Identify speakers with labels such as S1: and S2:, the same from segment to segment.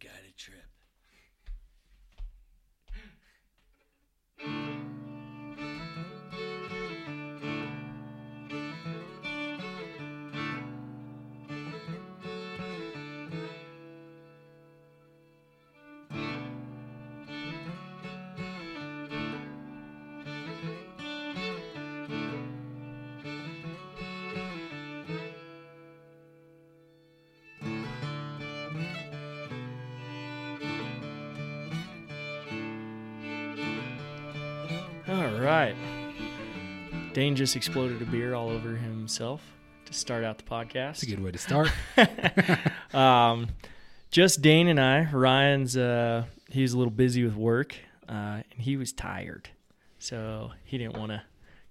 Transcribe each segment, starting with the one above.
S1: guided trip.
S2: All right. Dane just exploded a beer all over himself to start out the podcast.
S3: It's a good way to start.
S2: um, just Dane and I. Ryan's uh, he was a little busy with work, uh, and he was tired, so he didn't want to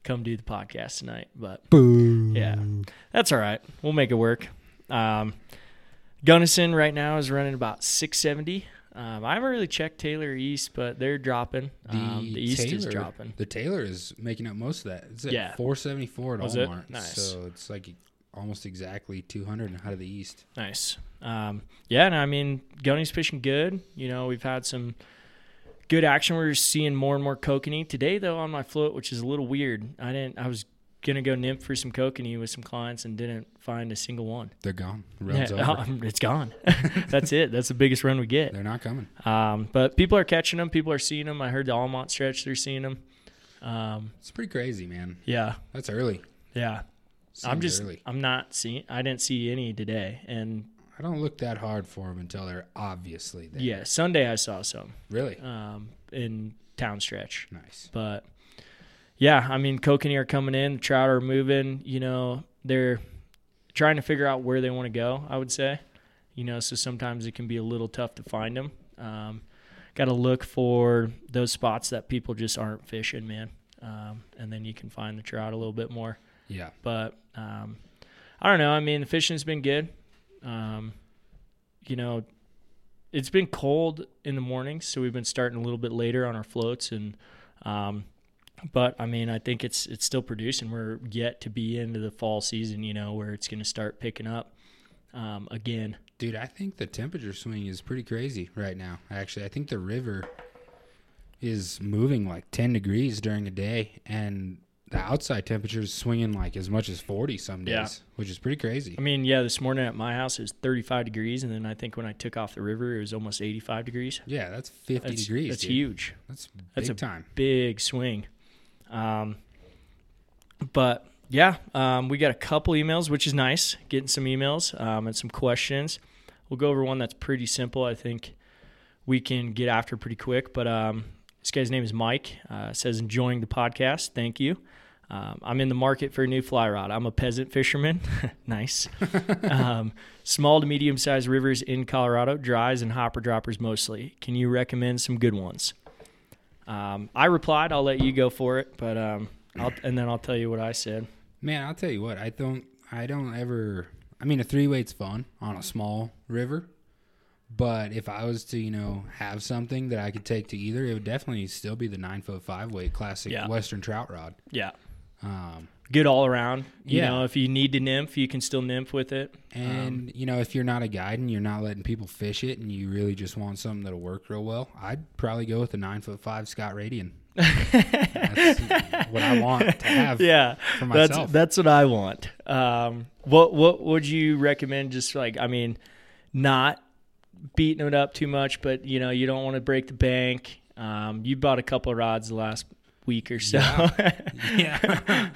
S2: come do the podcast tonight. But
S3: Boo.
S2: yeah, that's all right. We'll make it work. Um, Gunnison right now is running about 670. Um, I haven't really checked Taylor East, but they're dropping. um, the East is
S3: Taylor-
S2: dropping.
S3: The Taylor is making up most of that. It's at
S2: Yeah.
S3: 474 at
S2: Was it?
S3: Walmart.
S2: Nice.
S3: So it's like almost exactly 200 out of the East.
S2: Nice. Um, yeah, and I mean, Gunny's fishing good. You know, we've had some good action. We're seeing more and more kokanee today, though, on my float, which is a little weird. I didn't. I was gonna go nymph for some kokanee with some clients and didn't find a single one.
S3: They're gone. The Run's
S2: Yeah,
S3: over.
S2: um, it's gone. That's it. That's the biggest run we get.
S3: They're not coming.
S2: Um, but people are catching them. People are seeing them. I heard the Almont stretch. They're seeing them. Um,
S3: It's pretty crazy, man.
S2: yeah,
S3: That's early.
S2: yeah. I'm
S3: Seems
S2: just.
S3: early.
S2: I'm not seeing. I didn't see any today. And
S3: I don't look that hard for them until they're obviously there.
S2: yeah, Sunday I saw some.
S3: Really?
S2: um, in town stretch.
S3: nice.
S2: But yeah, I mean, kokanee are coming in, trout are moving. You know, they're trying to figure out where they want to go. I would say, you know, so sometimes it can be a little tough to find them. Um, Got to look for those spots that people just aren't fishing, man, um, and then you can find the trout a little bit more.
S3: Yeah.
S2: But um, I don't know. I mean, the fishing's been good. Um, you know, it's been cold in the mornings, so we've been starting a little bit later on our floats, and um, but I mean, I think it's it's still producing. We're yet to be into the fall season, you know, where it's going to start picking up um, again.
S3: Dude, I think the temperature swing is pretty crazy right now. Actually, I think the river is moving like 10 degrees during a day, and the outside temperature is swinging like as much as 40 some days,
S2: Yeah.
S3: which is pretty crazy.
S2: I mean, yeah, this morning at my house it was 35 degrees, and then I think when I took off the river, it was almost 85 degrees.
S3: yeah, that's 50
S2: That's,
S3: degrees.
S2: that's
S3: dude.
S2: huge.
S3: That's big
S2: That's a-
S3: time.
S2: big swing. Um, but yeah, um, we got a couple emails, which is nice. Getting some emails um, and some questions. We'll go over one that's pretty simple. I think we can get after pretty quick. But um, this guy's name is Mike. Uh, says enjoying the podcast. Thank you. Um, I'm in the market for a new fly rod. I'm a peasant fisherman. nice. um, small to medium sized rivers in Colorado, dries and hopper droppers mostly. Can you recommend some good ones? Um, I replied, I'll let you go for it, but um, I'll, and then I'll tell you what I said.
S3: Man, I'll tell you what, I don't, I don't ever. I mean, a three weight's fun on a small river, but if I was to, you know, have something that I could take to either, it would definitely still be the nine foot five weight classic
S2: Yeah.
S3: Western trout rod.
S2: Yeah,
S3: Um,
S2: good all around. You
S3: Yeah.
S2: know, if you need to nymph, you can still nymph with it.
S3: And you know, if you're not a guide and you're not letting people fish it, and you really just want something that'll work real well, I'd probably go with a nine foot five Scott Radian. That's what I want to have.
S2: Yeah,
S3: for
S2: that's
S3: myself.
S2: that's what I want. Um, what what would you recommend? Just like I mean, not beating it up too much, but you know, you don't want to break the bank. Um, you bought a couple of rods the last week or so.
S3: yeah.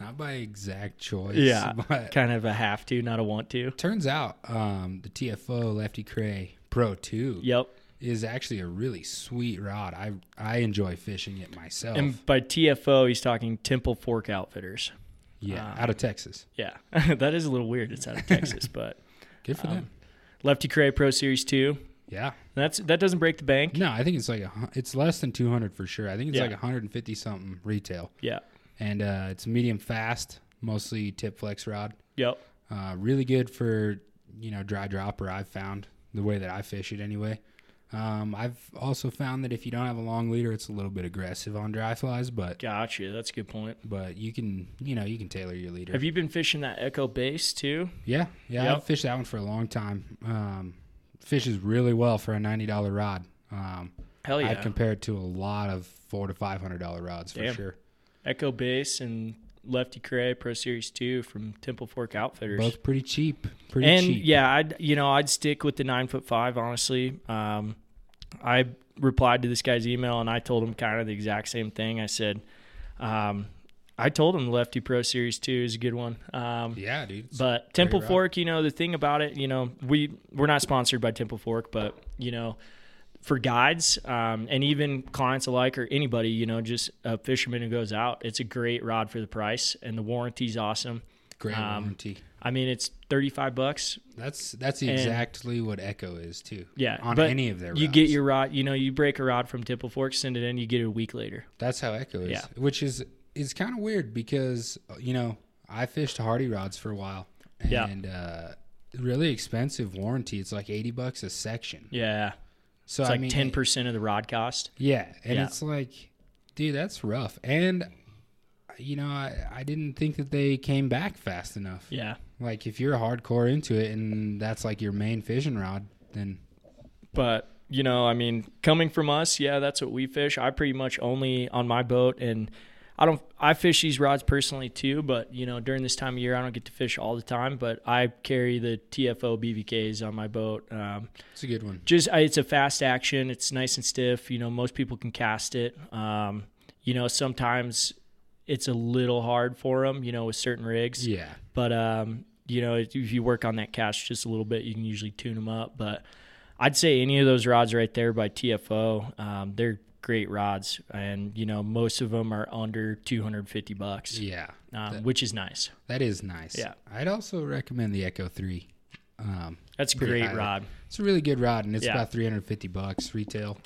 S3: not by exact choice.
S2: Yeah.
S3: but
S2: kind of a have to, not a want to.
S3: turns out um, the TFO Lefty Cray Pro Two
S2: Yep.
S3: is actually a really sweet rod. I I enjoy fishing it myself.
S2: And by TFO, he's talking Temple Fork Outfitters.
S3: yeah,
S2: uh,
S3: out of Texas.
S2: Yeah, that is a little weird. It's out of Texas, but
S3: Good
S2: um,
S3: for them.
S2: Lefty Cray Pro Series Two.
S3: Yeah.
S2: That's that doesn't break the bank.
S3: No, I think it's like a, hun- it's less than 200 for sure. I think it's
S2: Yeah.
S3: like 150 something retail,
S2: Yeah.
S3: and uh, it's medium fast, mostly tip flex rod.
S2: Yep.
S3: Uh, really good for you know dry dropper. I've found the way that I fish it anyway. Um, I've also found that if you don't have a long leader, it's a little bit aggressive on dry flies, but
S2: Gotcha. That's a good point.
S3: but you can you know you can tailor your leader.
S2: Have you been fishing that Echo Base too?
S3: yeah, yeah,
S2: Yep.
S3: I've fished that one for a long time. Um, fishes really well for a ninety dollar rod. Um,
S2: Hell yeah.
S3: I'd compare it to a lot of four to five hundred dollar rods for
S2: Damn.
S3: sure.
S2: Echo Bass and Lefty Cray Pro Series 2 from Temple Fork Outfitters.
S3: Both pretty cheap. Pretty
S2: and
S3: cheap.
S2: yeah, I'd you know I'd stick with the nine foot five. Honestly, um, I replied to this guy's email and I told him kind of the exact same thing. I said, um, I told him Lefty Pro Series Two is a good one. Um,
S3: Yeah, dude. It's-
S2: but Temple
S3: route.
S2: Fork, you know, the thing about it, you know, we we're not sponsored by Temple Fork, but you know, for guides um, and even clients alike or anybody, you know, just a fisherman who goes out, it's a great rod for the price and the warranty's awesome.
S3: great
S2: um,
S3: warranty.
S2: I mean, it's thirty five bucks
S3: That's that's
S2: and-
S3: exactly what Echo is too.
S2: Yeah,
S3: On
S2: but
S3: any of their
S2: You get
S3: rods.
S2: your rod. You know, you break a rod from Temple Fork, send it in. You get it a week later.
S3: That's how Echo is.
S2: Yeah.
S3: Which is is kind of weird because you know I fished Hardy rods for a while.
S2: Yeah.
S3: And uh, really expensive warranty. It's like eighty bucks a section.
S2: Yeah,
S3: So
S2: it's
S3: I
S2: like
S3: mean,
S2: ten percent of the rod cost.
S3: Yeah, and
S2: Yeah.
S3: it's like, dude, that's rough. And you know, I, I didn't think that they came back fast enough.
S2: Yeah,
S3: Like if you're hardcore into it and that's like your main fishing rod, then
S2: but you know, I mean, coming from us, yeah, that's what we fish. I pretty much only on my boat, and I don't. I fish these rods personally too, but you know, during this time of year, I don't get to fish all the time. But I carry the TFO BVKs on my boat. Um,
S3: it's a good one.
S2: just I- it's a fast action. It's nice and stiff. You know, most people can cast it. Um, you know, sometimes it's a little hard for them. You know, with certain rigs.
S3: Yeah.
S2: But um, you know, if if you work on that cast just a little bit, you can usually tune them up. But I'd say any of those rods right there by TFO, um, they're great rods, and you know, most of them are under two hundred fifty bucks,
S3: Yeah.
S2: um, which is nice.
S3: That is nice.
S2: Yeah.
S3: I'd also recommend the Echo 3. Um,
S2: That's a
S3: Pretty
S2: great
S3: high.
S2: rod.
S3: it's a really good rod and it's
S2: Yeah.
S3: about 350 bucks retail.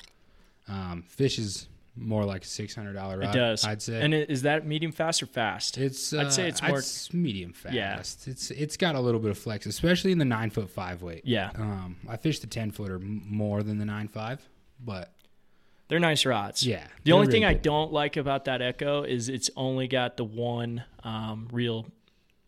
S3: Um, fish is more like a $600 rod.
S2: It does.
S3: I'd say.
S2: And it- is that medium fast or fast?
S3: It's
S2: I'd say
S3: uh,
S2: it's more-
S3: it's medium fast.
S2: Yeah.
S3: It's it's got a little bit of flex, especially in the nine foot five weight.
S2: yeah.
S3: Um, I fished the ten footer m- more than the nine five, but
S2: They're nice rods.
S3: Yeah,
S2: The only
S3: they're
S2: thing
S3: really
S2: I
S3: good.
S2: don't like about that Echo is it's only got the one um, real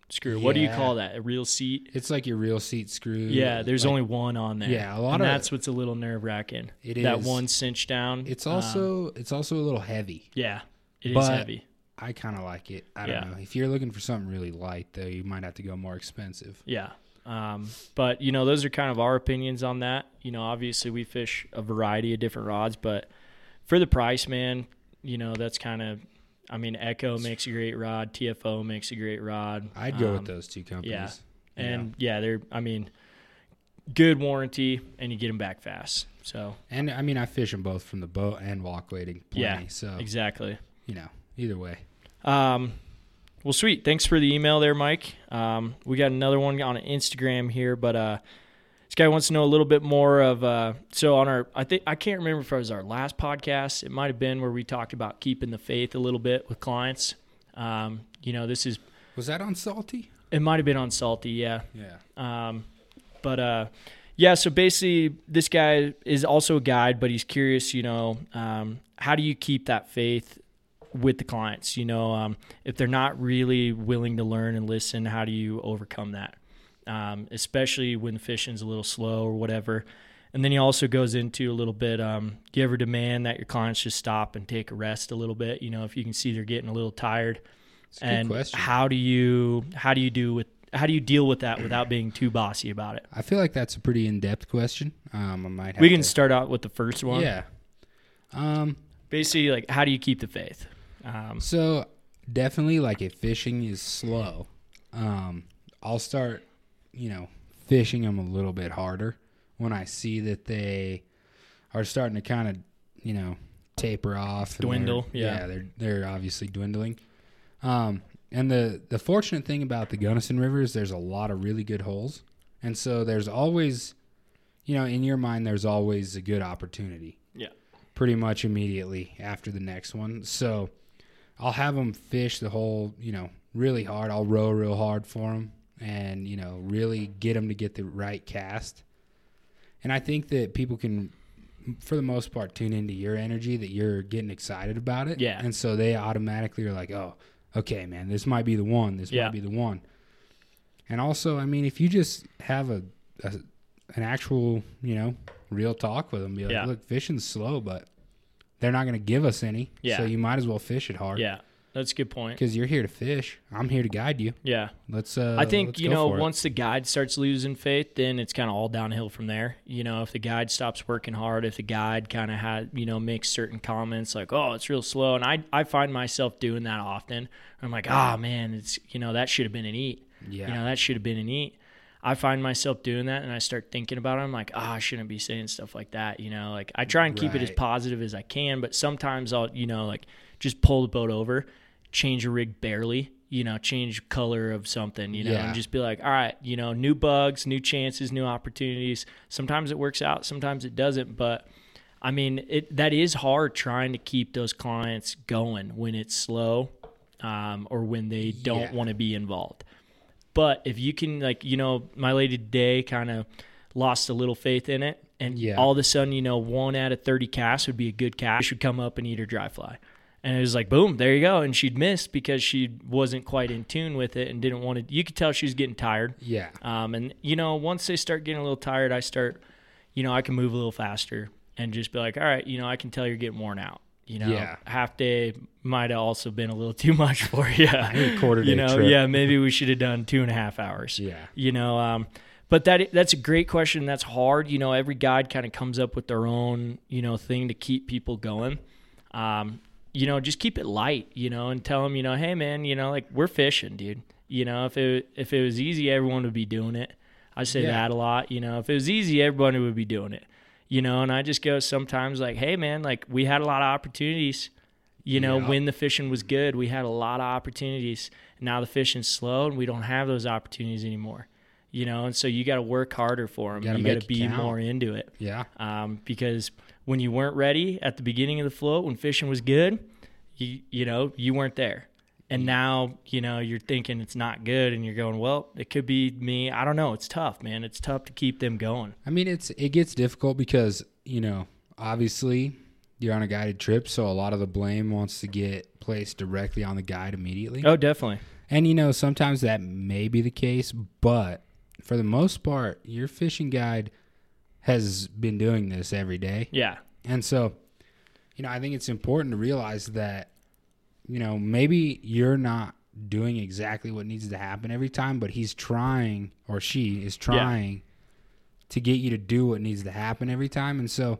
S2: screw. What do you
S3: Yeah.
S2: call that? A real seat?
S3: it's like your real seat screw.
S2: Yeah, there's
S3: like-
S2: only one on there.
S3: Yeah, a lot
S2: and
S3: of-
S2: that's what's a little nerve wracking.
S3: It
S2: that
S3: is.
S2: one cinch down.
S3: It's
S2: um,
S3: also it's also a little heavy.
S2: yeah, it is
S3: but-
S2: heavy.
S3: I kind of like it. I don't
S2: Yeah.
S3: know if you're looking for something really light though, you might have to go more expensive.
S2: Yeah. Um, but you know, those are kind of our opinions on that. You know, obviously we fish a variety of different rods, but for the price, man, you know, that's kind of. I mean, Echo makes a great rod. TFO makes a great rod.
S3: I'd go
S2: um,
S3: with those two companies. you know.
S2: and yeah, they're I mean, good warranty, and you get them back fast. So
S3: and I mean I fish them both from the boat and walk wading plenty.
S2: yeah,
S3: so
S2: exactly.
S3: you know either way.
S2: Um, well, sweet. Thanks for the email there, Mike. Um, we got another one on Instagram here, but uh, this guy wants to know a little bit more of. Uh, so on our, I think I can't remember if it was our last podcast. It might have been where we talked about keeping the faith a little bit with clients. Um, you know, this is.
S3: Was that on salty?
S2: It might have been on salty, yeah.
S3: Yeah.
S2: Um, but uh, yeah, so basically, this guy is also a guide, but he's curious. You know, um, how do you keep that faith with the clients? You know, um, if they're not really willing to learn and listen, how do you overcome that? Um, especially when the fishing's a little slow or whatever. And then he also goes into a little bit. Um, do you ever demand that your clients just stop and take a rest a little bit? You know, if you can see they're getting a little tired,
S3: It's a good
S2: and
S3: question.
S2: how do you how do you do with how do you deal with that without being too bossy about it?
S3: I feel like that's a pretty in-depth question. Um, I might. Have
S2: We can
S3: to-
S2: start out with the first one.
S3: Yeah. Um.
S2: Basically, like how do you keep the faith? Um,
S3: So definitely, like if fishing is slow, um, I'll start, you know, fishing them a little bit harder when I see that they are starting to kind of, you know, taper off, and they're-
S2: Dwindle, yeah.
S3: they're they're obviously dwindling. Um, and the the fortunate thing about the Gunnison River is there's a lot of really good holes, and so there's always, you know, in your mind there's always a good opportunity
S2: yeah,
S3: pretty much immediately after the next one. So I'll have them fish the whole, you know, really hard. I'll row real hard for them and, you know, really get them to get the right cast. And I think that people can, for the most part, tune into your energy that you're getting excited about it.
S2: Yeah.
S3: And so they automatically are like, oh, okay, man, this might be the one. This
S2: Yeah.
S3: might be the one. And also, I mean, if you just have a, a, an actual, you know, real talk with them. Be like,
S2: Yeah.
S3: look, fishing's slow, but they're not going to give us any.
S2: Yeah.
S3: So you might as well fish it hard.
S2: Yeah, that's a good point.
S3: Because you're here to fish. I'm here to guide you.
S2: Yeah,
S3: Let's. Uh,
S2: I think
S3: let's
S2: you
S3: go
S2: know
S3: for it.
S2: once the guide starts losing faith, then it's kind of all downhill from there. You know, if the guide stops working hard, if the guide kind of had you know makes certain comments like, "Oh, it's real slow," and I I find myself doing that often. I'm like, "Ah, man, it's you know that should have been an eat.
S3: Yeah.
S2: You know that should have been an eat." I find myself doing that, and I start thinking about it. I'm like, "Ah, I shouldn't be saying stuff like that." You know, like I try and keep it as
S3: Right.
S2: positive as I can, but sometimes I'll you know like just pull the boat over, change a rig barely. You know, change color of something. You know,
S3: Yeah.
S2: and just be like, all right, you know, new bugs, new chances, new opportunities. Sometimes it works out, sometimes it doesn't. But I mean, it that is hard trying to keep those clients going when it's slow, um, or when they don't
S3: Yeah.
S2: want to be involved. But if you can, like, you know, my lady today kind of lost a little faith in it, and
S3: Yeah.
S2: all of a sudden, you know, one out of thirty casts would be a good cast. She would come up and eat her dry fly. And it was like, boom, there you go. And she'd miss because she wasn't quite in tune with it and didn't want to. You could tell she was getting tired.
S3: Yeah.
S2: Um, and you know, once they start getting a little tired, I start, you know, I can move a little faster and just be like, all right, you know, I can tell you're getting worn out. You know,
S3: Yeah.
S2: half day might have also been a little too much for you.
S3: need a quarter
S2: you
S3: day
S2: know,
S3: trip.
S2: yeah, maybe we should have done two and a half hours.
S3: Yeah.
S2: You know, um, but that that's a great question. That's hard. You know, every guide kind of comes up with their own, you know, thing to keep people going. Um, you know, just keep it light, you know, and tell them, you know, hey man, you know, like we're fishing, dude. You know, if it if it was easy, everyone would be doing it. I say
S3: Yeah.
S2: that a lot. You know, if it was easy, everybody would be doing it. You know, and I just go sometimes like, hey man, like we had a lot of opportunities. You know,
S3: Yeah.
S2: when the fishing was good, we had a lot of opportunities. Now the fishing's slow, and we don't have those opportunities anymore. You know, and so you got to work harder for them.
S3: Gotta
S2: you
S3: make
S2: got to
S3: it
S2: be
S3: count.
S2: more into it
S3: Yeah.
S2: um, because when you weren't ready at the beginning of the float, when fishing was good, you you know you weren't there, and now you know you're thinking it's not good, and you're going, well, it could be me. I don't know. It's tough, man. It's tough to keep them going.
S3: I mean, it's it gets difficult because you know, obviously, you're on a guided trip, so a lot of the blame wants to get placed directly on the guide immediately.
S2: Oh, definitely.
S3: And you know, sometimes that may be the case, but for the most part, your fishing guide has been doing this every day.
S2: Yeah,
S3: And so, you know, I think it's important to realize that, you know, maybe you're not doing exactly what needs to happen every time, but he's trying or she is trying to get you to do what needs to happen every time. And so,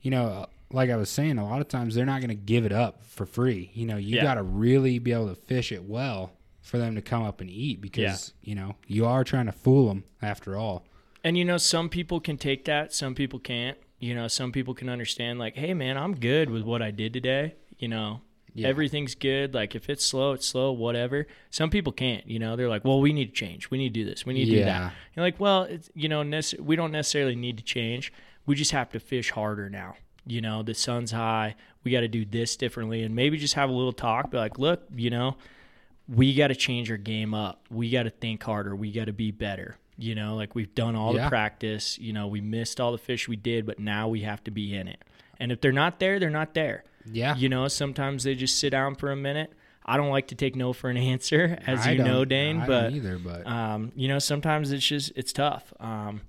S3: you know, like I was saying, a lot of times they're not going to give it up for free. You know, you
S2: Yeah.
S3: got to really be able to fish it well for them to come up and eat because, you know, you are trying to fool them after all.
S2: and you know some people can take that, some people can't. You know, some people can understand like, hey, man, I'm good with what I did today. You know.
S3: Yeah.
S2: Everything's good. Like if it's slow, it's slow, whatever. Some people can't, you know. They're like, "Well, we need to change. We need to do this. We need to do that."
S3: Yeah.
S2: You're like, well, it's, you know, nece- we don't necessarily need to change. We just have to fish harder now. You know, the sun's high. We got to do this differently, and maybe just have a little talk. Be like, look, you know, we got to change our game up. We got to think harder. We got to be better. You know, like we've done all
S3: Yeah.
S2: the practice. You know, we missed all the fish we did, but now we have to be in it. And if they're not there, they're not there.
S3: Yeah.
S2: You know, sometimes they just sit down for a minute. I don't like to take no for an answer, as
S3: I
S2: you know,
S3: don't-
S2: Dane.
S3: I
S2: but
S3: don't either, but
S2: um, you know, sometimes it's just it's tough, um,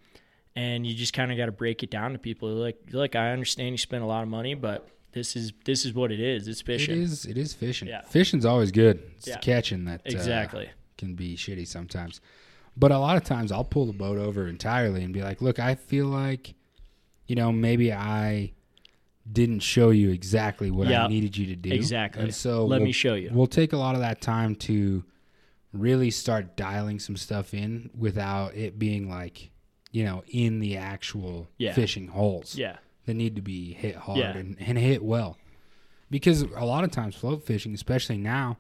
S2: and you just kind of got to break it down to people. Like, look, I understand you spent a lot of money, but this is this is what it is. It's
S3: It
S2: fishing,
S3: is. It is fishing.
S2: Yeah.
S3: Fishing's always good. It's the
S2: Yeah.
S3: catching that uh,
S2: exactly.
S3: can be shitty sometimes. But a lot of times, I'll pull the boat over entirely and be like, "Look, I feel like, you know, maybe I didn't show you exactly what I
S2: Yeah.
S3: needed you to do.
S2: Exactly.
S3: And so
S2: Let
S3: we'll-
S2: me show you.
S3: We'll take a lot of that time to really start dialing some stuff in without it being like, you know, in the actual
S2: Yeah.
S3: fishing holes
S2: Yeah,
S3: that need to be hit hard
S2: Yeah.
S3: and, and hit well. Because a lot of times float fishing, especially now,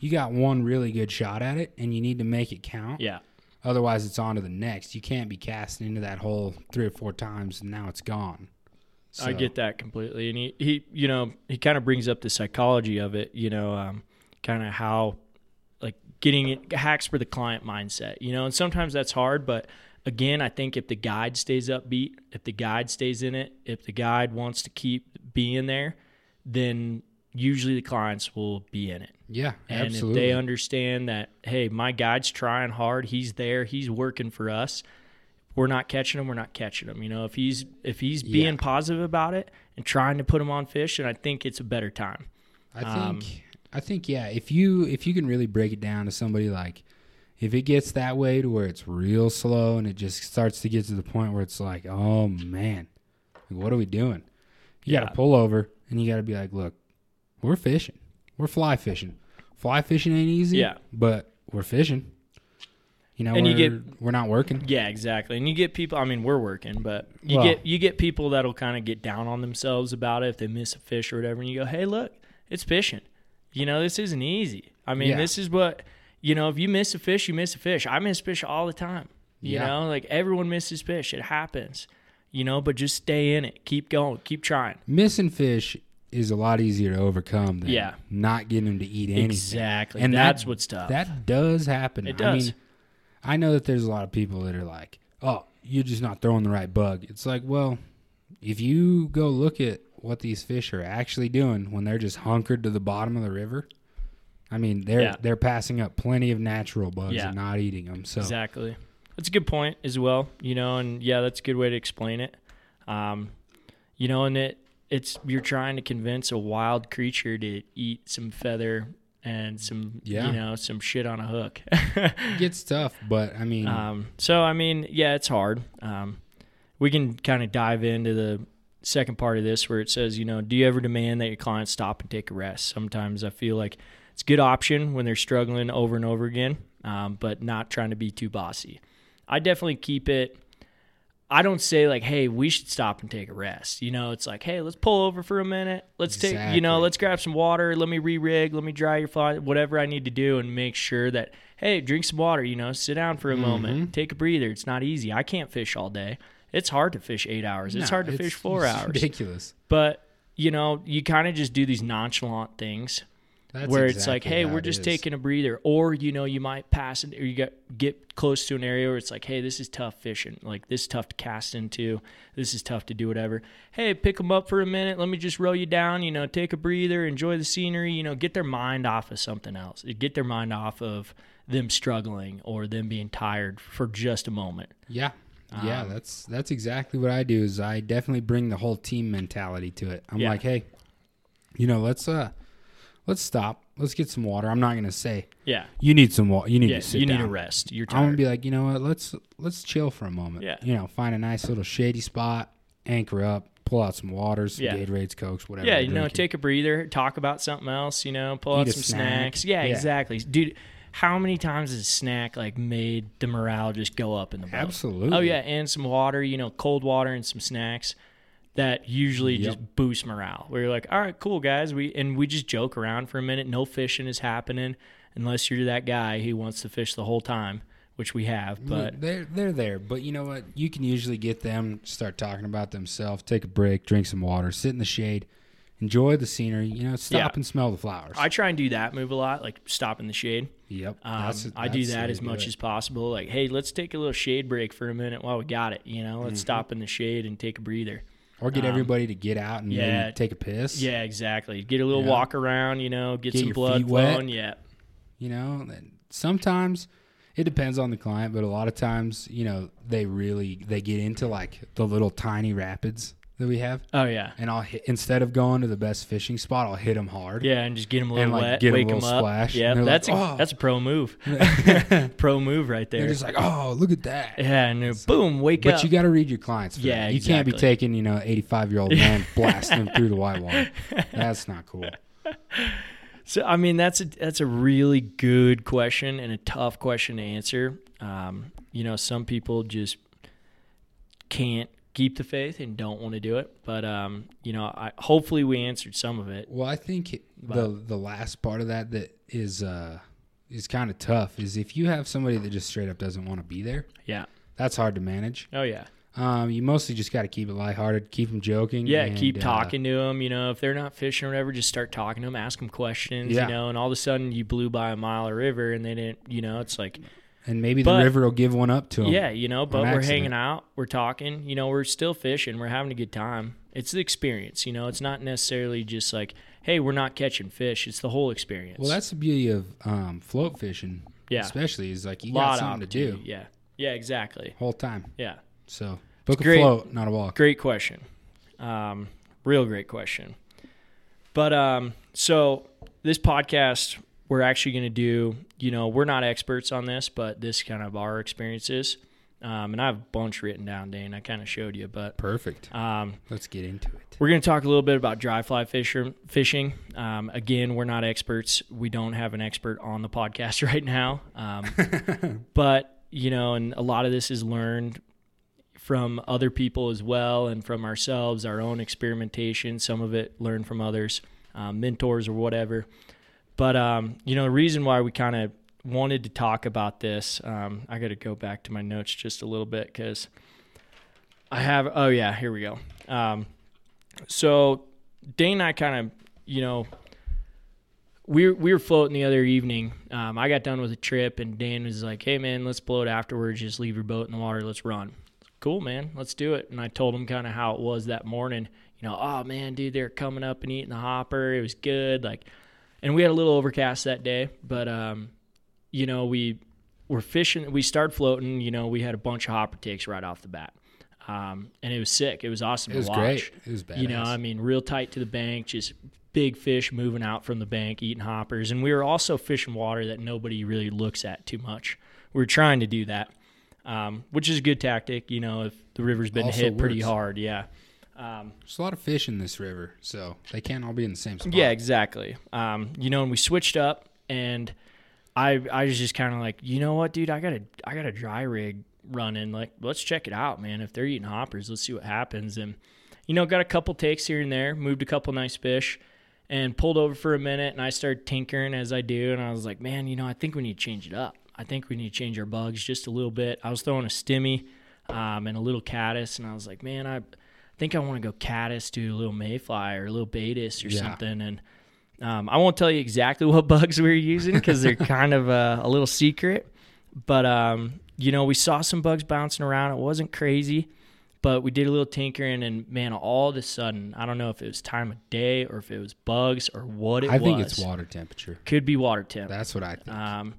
S3: you got one really good shot at it and you need to make it count.
S2: yeah,
S3: Otherwise it's on to the next. You can't be casting into that hole three or four times and now it's gone.
S2: I get that completely. And he, he you know, he kind of brings up the psychology of it. You know, um, kind of how like getting it, hacks for the client mindset. You know, and sometimes that's hard, but again, I think if the guide stays upbeat, if the guide stays in it, if the guide wants to keep being there, then usually the clients will be in it.
S3: Yeah,
S2: And
S3: absolutely.
S2: if they understand that, hey, my guide's trying hard, he's there, he's working for us, we're not catching him, we're not catching him. You know, if he's if he's being positive about it and trying to put him on fish, and I think it's a better time.
S3: I think
S2: Um,
S3: I think yeah, if you if you can really break it down to somebody like if it gets that way to where it's real slow and it just starts to get to the point where it's like, "Oh man, like, what are we doing?" You got
S2: Yeah.
S3: to pull over and you got to be like, "Look, we're fishing. We're fly fishing. Fly fishing ain't easy,
S2: Yeah.
S3: but we're fishing." You know,
S2: And you
S3: we're, we're not working.
S2: Yeah, exactly. And you get people. I mean, we're working, but you
S3: Well-
S2: get you get people that'll kind of get down on themselves about it if they miss a fish or whatever. And you go, hey, look, it's fishing. You know, this isn't easy. I mean,
S3: Yeah.
S2: this is what you know. If you miss a fish, you miss a fish. I miss fish all the time. You
S3: Yeah.
S2: know, like everyone misses fish. It happens. You know, but just stay in it. Keep going. Keep trying.
S3: Missing fish is a lot easier to overcome than
S2: Yeah.
S3: not getting them to eat anything.
S2: Exactly.
S3: And
S2: And
S3: that-
S2: that's what's tough.
S3: That does happen.
S2: It
S3: I
S2: does.
S3: mean, I know that there's a lot of people that are like, "Oh, you're just not throwing the right bug." It's like, well, if you go look at what these fish are actually doing when they're just hunkered to the bottom of the river, I mean, they're
S2: Yeah.
S3: they're passing up plenty of natural bugs
S2: Yeah.
S3: and not eating them. So
S2: Exactly. That's a good point as well, you know, and yeah, that's a good way to explain it. Um, you know, and it it's you're trying to convince a wild creature to eat some feather and some
S3: Yeah. Hmm.
S2: you know, some shit on a hook.
S3: it gets tough, but I mean,
S2: um, so I mean, yeah, it's hard. Um, we can kind of dive into the second part of this where it says, you know, do you ever demand that your clients stop and take a rest? Sometimes I feel like it's a good option when they're struggling over and over again, um, but not trying to be too bossy. I definitely keep it. I don't say like, hey, we should stop and take a rest. You know, it's like, hey, let's pull over for a minute. Let's take, you know,
S3: Exactly.
S2: let's grab some water. Let me re rig. Let me dry your fly, whatever I need to do, and make sure that, hey, drink some water. You know, sit down
S3: Mm-hmm.
S2: for a moment, take a breather. It's not easy. I can't fish all day. It's hard to fish eight hours. It's
S3: no,
S2: hard to fish four
S3: it's
S2: hours.
S3: Ridiculous.
S2: But, you know, you kind of just do these nonchalant things
S3: That's
S2: where it's like,
S3: exactly
S2: hey,
S3: how
S2: we're
S3: it
S2: just
S3: is.
S2: taking a breather, or you know, you might pass it, or you get get close to an area where it's like, hey, this is tough fishing, like this is tough to cast into, this is tough to do whatever. Hey, pick them up for a minute. Let me just row you down. You know, take a breather, enjoy the scenery. You know, get their mind off of something else. Get their mind off of them struggling or them being tired for just a moment.
S3: Yeah. Yeah,
S2: Um,
S3: that's that's exactly what I do is I definitely bring the whole team mentality to it. I'm
S2: Yeah.
S3: like, "Hey, you know, let's uh let's stop. Let's get some water. I'm not going to say
S2: Yeah,
S3: you need some water. You need
S2: yeah.
S3: to sit
S2: You need
S3: down."
S2: a rest. You're
S3: I'm
S2: tired.
S3: going to be like, "You know what? Let's let's chill for a moment.
S2: Yeah.
S3: You know, find a nice little shady spot, anchor up, pull out some water, some
S2: Yeah.
S3: Gatorades, Cokes, whatever.
S2: Yeah,
S3: we're
S2: you know,
S3: drinking.
S2: take a breather, talk about something else, you know, pull
S3: Eat
S2: out
S3: a
S2: some
S3: snack.
S2: snacks. Yeah,
S3: Yeah.
S2: exactly. Dude, how many times has a snack like made the morale just go up in the boat?
S3: Absolutely.
S2: Oh yeah, and some water, you know, cold water and some snacks that usually just boost morale. Where you're like, all right, cool guys, we and we just joke around for a minute. No fishing is happening unless you're that guy who wants to fish the whole time, which we have.
S3: Well,
S2: But
S3: they're they're there, but you know what? You can usually get them to start talking about themselves, take a break, drink some water, sit in the shade, enjoy the scenery. You know, stop
S2: Yeah.
S3: and smell the flowers.
S2: I try and do that move a lot, like stop in the shade.
S3: yep,
S2: Um,
S3: that's-
S2: I do
S3: that's the way
S2: that as
S3: to do
S2: much
S3: it.
S2: as possible. Like, hey, let's take a little shade break for a minute while we got it. You know,
S3: Mm-hmm.
S2: let's stop in the shade and take a breather.
S3: or get everybody to get out and
S2: um, yeah.
S3: maybe take a piss.
S2: Yeah, exactly. Get a little
S3: Yeah.
S2: walk around. You know, get,
S3: Get
S2: some
S3: your
S2: blood
S3: feet wet.
S2: flowing. Yeah,
S3: you know. and Sometimes it depends on the client, but a lot of times, you know, they really they get into like the little tiny rapids that we have,
S2: oh yeah,
S3: and I'll hit, instead of going to the best fishing spot, I'll hit them hard.
S2: yeah, and just get them a little
S3: And, like,
S2: wet,
S3: get 'em a
S2: wake 'em
S3: little
S2: up.
S3: splash,
S2: Yeah,
S3: and they're
S2: that's
S3: like,
S2: a,
S3: "Oh."
S2: that's a pro move. pro move right there.
S3: They're just like, oh, look at that.
S2: yeah, and they're, boom, wake
S3: But
S2: up.
S3: you got to read your clients. For
S2: Yeah,
S3: that. you can't be
S2: exactly.
S3: taking you know eighty five year old man blasting them through the white water. That's not cool.
S2: So I mean that's a that's a really good question and a tough question to answer. Um, you know, some people just can't keep the faith and don't want to do it. But um, you know, I, hopefully we answered some of it.
S3: Well, I think the the last part of that that is uh is kind of tough is if you have somebody that just straight up doesn't want to be there.
S2: Yeah.
S3: That's hard to manage.
S2: Oh yeah.
S3: Um, you mostly just got to keep it lighthearted, keep them joking.
S2: Yeah.
S3: and,
S2: keep
S3: uh,
S2: talking to them. You know, if they're not fishing or whatever, just start talking to them, ask them questions.
S3: Yeah.
S2: You know, and all of a sudden you blew by a mile of river and they didn't. You know, it's like
S3: and maybe
S2: But-
S3: the river will give one up to them.
S2: Yeah, you know, but we're
S3: accident.
S2: hanging out, we're talking, you know, we're still fishing, we're having a good time. It's the experience, you know. It's not necessarily just like, hey, we're not catching fish. It's the whole experience.
S3: Well, that's the beauty of um, float fishing.
S2: Yeah.
S3: Especially is like you
S2: Lot
S3: got
S2: of
S3: something to do.
S2: opportunity, Yeah, Yeah, exactly.
S3: whole time.
S2: Yeah.
S3: So book a
S2: great.
S3: float, not a walk.
S2: Great question. Um, real great question. But um, so this podcast, we're actually going to do, you know, we're not experts on this, but this kind of our experiences. Um, and I have a bunch written down, Dane. I kind of showed you, but
S3: Perfect.
S2: um,
S3: Let's get into it.
S2: we're going to talk a little bit about dry fly fisher, fishing. Um, again, we're not experts. We don't have an expert on the podcast right now. Um, but, you know, and a lot of this is learned from other people as well and from ourselves, our own experimentation, some of it learned from others, um, mentors or whatever. But, um, you know, the reason why we kind of wanted to talk about this, um, I got to go back to my notes just a little bit because I have, oh, yeah, here we go. Um, so Dane and I kind of, you know, we we were floating the other evening. Um, I got done with a trip, and Dan was like, "Hey man, let's blow it afterwards. Just leave your boat in the water. Let's run." Cool, man. Let's do it. And I told him kind of how it was that morning. You know, oh man, dude, they're coming up and eating the hopper. It was good. Like, and we had a little overcast that day, but um, you know, we were fishing. We started floating. You know, we had a bunch of hopper takes right off the bat, um, and it was sick. It was awesome
S3: It was
S2: to watch.
S3: great. It was bad.
S2: You know, I mean, real tight to the bank, just big fish moving out from the bank, eating hoppers. And we were also fishing water that nobody really looks at too much. We are trying to do that, um, which is a good tactic, you know, if the river's been
S3: Also
S2: hit pretty
S3: works.
S2: hard. Yeah.
S3: There's a lot of fish in this river, so they can't all be in the same spot.
S2: Yeah, exactly. Um, you know, and we switched up, and I I was just kind of like, you know what, dude, I got a I got a dry rig running. Like, let's check it out, man. If they're eating hoppers, let's see what happens. And you know, got a couple takes here and there, moved a couple nice fish, and pulled over for a minute, and I started tinkering as I do, and I was like, man, you know, I think we need to change it up. I think we need to change our bugs just a little bit. I was throwing a stimmy um, and a little caddis, and I was like, man, I think I want to go caddis to a little mayfly or a little betis or
S3: Yeah.
S2: something, and um, I won't tell you exactly what bugs we were using because they're kind of uh, a, a little secret. But um, you know, we saw some bugs bouncing around. It wasn't crazy, but we did a little tinkering, and man, all of a sudden, I don't know if it was time of day or if it was bugs or what it
S3: I
S2: was.
S3: think it's water temperature.
S2: Could be water temp.
S3: That's what I think.
S2: Um,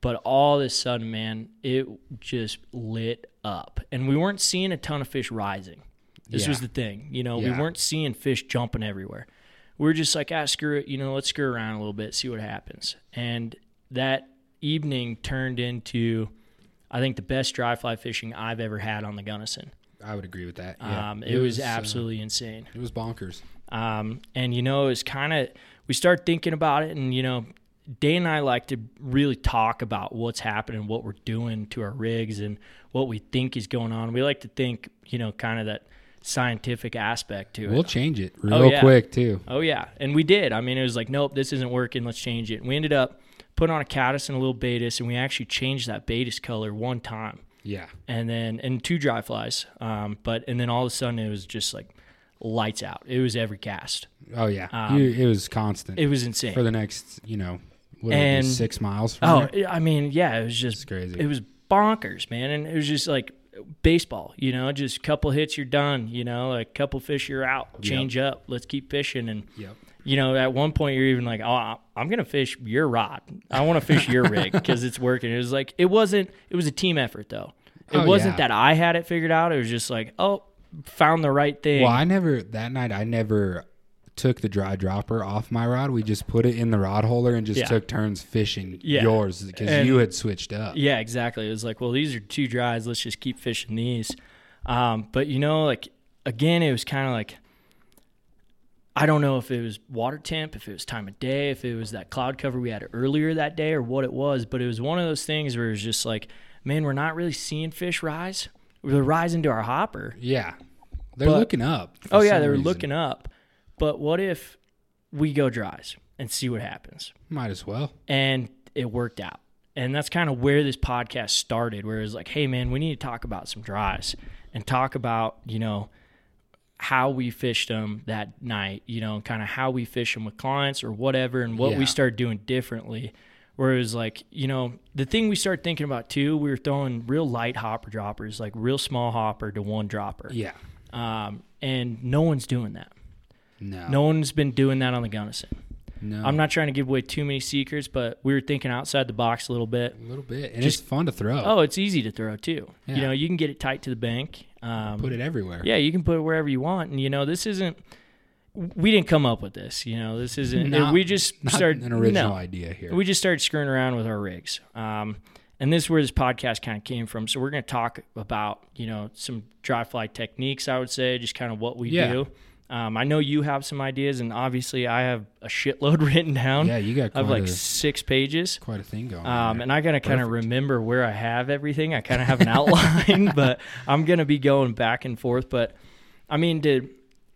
S2: but all of a sudden, man, it just lit up, and we weren't seeing a ton of fish rising. This
S3: Yeah.
S2: was the thing, you know, we
S3: Yeah.
S2: weren't seeing fish jumping everywhere. We were just like, ah, screw it, you know, let's screw around a little bit, see what happens. And that evening turned into, I think, the best dry fly fishing I've ever had on the Gunnison.
S3: I would agree with that. Yeah.
S2: Um, it, was,
S3: uh,
S2: absolutely insane.
S3: it was bonkers.
S2: Um, and you know, it's kind of we start thinking about it, and you know, Dane and I like to really talk about what's happening, what we're doing to our rigs, and what we think is going on. We like to think, you know, kind of that scientific aspect to
S3: We'll
S2: it.
S3: change it real
S2: yeah.
S3: quick too.
S2: Oh yeah, and we did. I mean, it was like, nope, this isn't working. Let's change it. And we ended up putting on a caddis and a little betis, and we actually changed that betis color one time
S3: Yeah.
S2: and then and two dry flies. Um, but and then all of a sudden it was just like lights out. It was every cast.
S3: Oh yeah. You- it was constant
S2: Um, It was insane.
S3: for the next, you know, what
S2: And-
S3: it be, six miles. From
S2: oh,
S3: there?
S2: I mean, yeah, it was just
S3: crazy.
S2: It was bonkers, man, and it was just like baseball. You know, just a couple hits, you're done. You know, like a couple fish, you're out. Change up. Let's keep fishing and.
S3: Yep.
S2: You know, at one point you're even like, "Oh, I- I'm gonna fish your rod. I want to fish your rig because it's working." It was like it wasn't. It was a team effort, though. It
S3: Oh,
S2: wasn't
S3: yeah.
S2: that I had it figured out. It was just like, "Oh, found the right thing."
S3: Well, I never that night. I never took the dry dropper off my rod. We just put it in the rod holder and just
S2: Yeah.
S3: took turns fishing
S2: Yeah.
S3: yours because
S2: And-
S3: you had switched up.
S2: Yeah, exactly. It was like, well, these are two dries. Let's just keep fishing these. Um, but you know, like again, it was kind of like I don't know if it was water temp, if it was time of day, if it was that cloud cover we had earlier that day, or what it was. But it was one of those things where it was just like, man, we're not really seeing fish rise. They're rising to our hopper.
S3: Yeah. They're
S2: But-
S3: looking up. for
S2: Oh yeah,
S3: some
S2: they're
S3: reason.
S2: looking up. But what if we go dries and see what happens?
S3: Might as well.
S2: and it worked out. And that's kind of where this podcast started, where it was like, hey, man, we need to talk about some drives and talk about, you know, how we fished them that night, you know, kind of how we fish them with clients or whatever, and what
S3: Yeah.
S2: we started doing differently. Where it was like, you know, the thing we started thinking about too, we were throwing real light hopper droppers, like real small hopper to one dropper.
S3: Yeah.
S2: Um, and no one's doing that.
S3: No. Oh.
S2: No one's been doing that on the Gunnison.
S3: No,
S2: I'm not trying to give away too many secrets, but we were thinking outside the box a little bit.
S3: a little bit, and
S2: Just-
S3: it's fun to throw.
S2: Oh, it's easy to throw too.
S3: Yeah.
S2: You know, you can get it tight to the bank. Um,
S3: put it everywhere.
S2: yeah, you can put it wherever you want, and you know, this isn't. We didn't come up with this. You know, this isn't.
S3: Not-
S2: we just
S3: not
S2: started
S3: an original
S2: no.
S3: idea here.
S2: We just started screwing around with our rigs. Um, and this is where this podcast kind of came from. So we're going to talk about, you know, some dry fly techniques, I would say, just kind of what we
S3: Yeah.
S2: do. Um, I know you have some ideas, and obviously I have a shitload written down.
S3: yeah, you got
S2: I
S3: quite
S2: have like
S3: a
S2: six pages.
S3: quite a thing going. on
S2: Um,
S3: there.
S2: and I gotta kind of remember where I have everything. I kind of have an outline, but I'm gonna be going back and forth. But I mean, to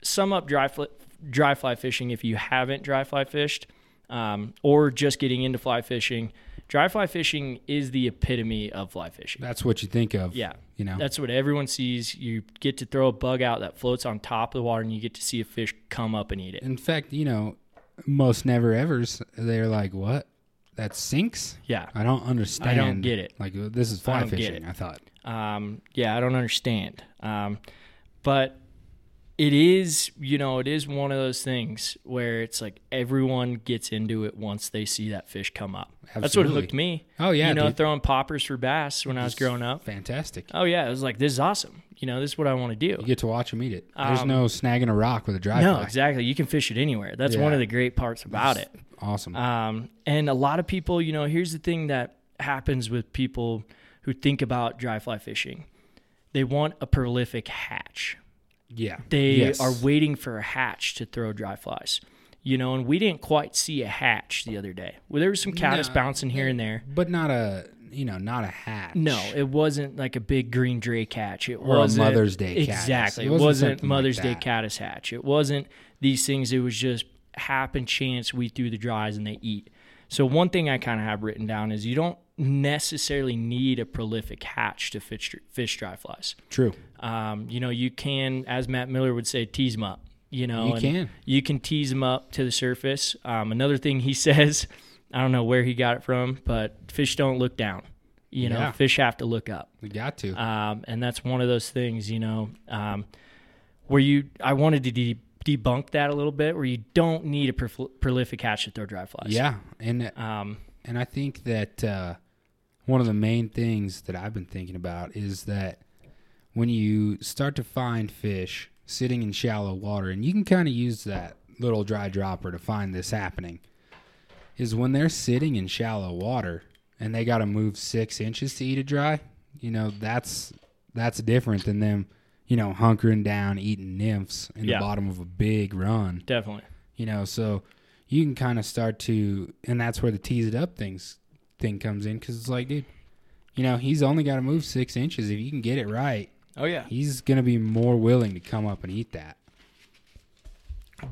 S2: sum up dry fly, dry fly fishing, if you haven't dry fly fished, um, or just getting into fly fishing, dry fly fishing is the epitome of fly fishing.
S3: That's what you think of.
S2: Yeah.
S3: you know.
S2: That's what everyone sees. You get to throw a bug out that floats on top of the water, and you get to see a fish come up and eat it.
S3: In fact, you know, most never ever's they're like, "What? That sinks?
S2: Yeah.
S3: I don't understand.
S2: get it.
S3: Like uh, this is fly
S2: don't get it.
S3: fishing." I thought.
S2: um, yeah, I don't understand. Um, but it is, you know, it is one of those things where it's like everyone gets into it once they see that fish come up. That's what
S3: Absolutely.
S2: hooked me.
S3: Oh yeah,
S2: you know,
S3: dude.
S2: throwing poppers for bass when I was growing up.
S3: fantastic.
S2: Oh yeah, it was like this is awesome. You know, this is what I want to do.
S3: You get to watch them eat it. There's
S2: Um,
S3: no snagging a rock with a dry
S2: No,
S3: fly.
S2: exactly. You can fish it anywhere. That's
S3: Yeah.
S2: one of the great parts about it.
S3: Awesome.
S2: Um, and a lot of people, you know, here's the thing that happens with people who think about dry fly fishing. They want a prolific hatch.
S3: yeah.
S2: They
S3: Yes.
S2: are waiting for a hatch to throw dry flies. You know, and we didn't quite see a hatch the other day. Well, there was some caddis
S3: No.
S2: bouncing here and there.
S3: but not a you know not a hatch.
S2: No, it wasn't like a big green drake hatch. It
S3: a
S2: wasn't
S3: Mother's Day caddis.
S2: Exactly.
S3: It
S2: It
S3: wasn't
S2: wasn't,
S3: something like
S2: Mother's Day
S3: that.
S2: caddis hatch. It wasn't these things. It was just happen chance we threw the dries and they eat. So one thing I kind of have written down is you don't necessarily need a prolific hatch to fish fish dry flies.
S3: True.
S2: Um, you know, you can, as Matt Miller would say, tease them up. You know,
S3: You
S2: and
S3: can.
S2: You can tease them up to the surface. Um, another thing he says, I don't know where he got it from, but fish don't look down. You know,
S3: Yeah.
S2: fish have to look up,
S3: We got to.
S2: um, and that's one of those things. You know, um, where you I wanted to de- debunk that a little bit, where you don't need a prof- prolific hatch to throw dry flies.
S3: yeah, and
S2: Um,
S3: And I think that uh, one of the main things that I've been thinking about is that when you start to find fish sitting in shallow water, and you can kind of use that little dry dropper to find this happening, is when they're sitting in shallow water and they got to move six inches to eat a dry. You know, that's that's different than them, you know, hunkering down eating nymphs in
S2: Yeah.
S3: the bottom of a big run
S2: definitely.
S3: you know so you can kind of start to and that's where the tease it up things thing comes in because it's like dude you know he's only got to move six inches if you can get it right
S2: Oh yeah.
S3: he's gonna be more willing to come up and eat that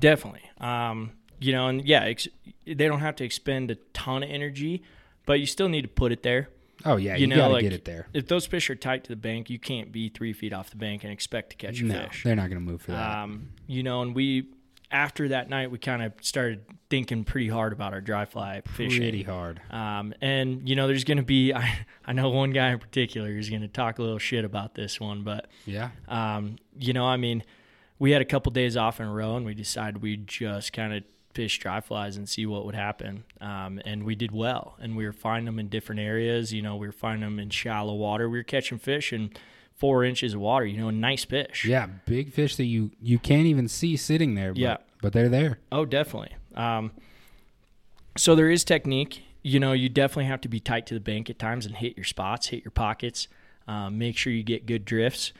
S2: Definitely. Um, you know, and yeah, ex- they don't have to expend a ton of energy, but you still need to put it there.
S3: oh yeah you,
S2: You know,
S3: gotta
S2: like,
S3: get it there
S2: If those fish are tight to the bank, you can't be three feet off the bank and expect to catch a
S3: no
S2: fish.
S3: they're not gonna move for that
S2: Um, you know, and we after that night, we kind of started thinking pretty hard about our dry fly fishing.
S3: pretty hard
S2: Um, and you know, there's going to be I, I know one guy in particular is going to talk a little shit about this one, but
S3: yeah
S2: um, you know, I mean, we had a couple days off in a row, and we decided we'd just kind of fish dry flies and see what would happen. Um, and we did well, and we were finding them in different areas. You know, we were finding them in shallow water. We were catching fish in four inches of water. You know, nice fish.
S3: yeah big fish that you you can't even see sitting there but,
S2: Yeah.
S3: but they're there
S2: Oh, definitely. Um, so there is technique. You know, you definitely have to be tight to the bank at times and hit your spots, hit your pockets. Um, make sure you get good drifts.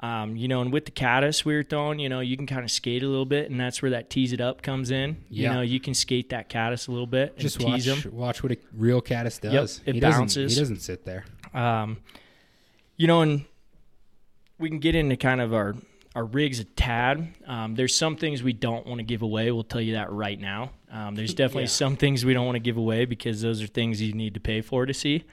S2: Um, you know, and with the caddis we were throwing, you know, you can kind of skate a little bit, and that's where that tease it up comes in.
S3: Yeah.
S2: You know, you can skate that caddis a little bit and
S3: just watch
S2: tease them.
S3: watch what a real caddis does
S2: it
S3: he doesn't
S2: bounces.
S3: he doesn't sit there
S2: Um, you know, and we can get into kind of our our rigs a tad. Um, there's some things we don't want to give away. We'll tell you that right now. Um, there's definitely
S3: Yeah.
S2: some things we don't want to give away because those are things you need to pay for to see.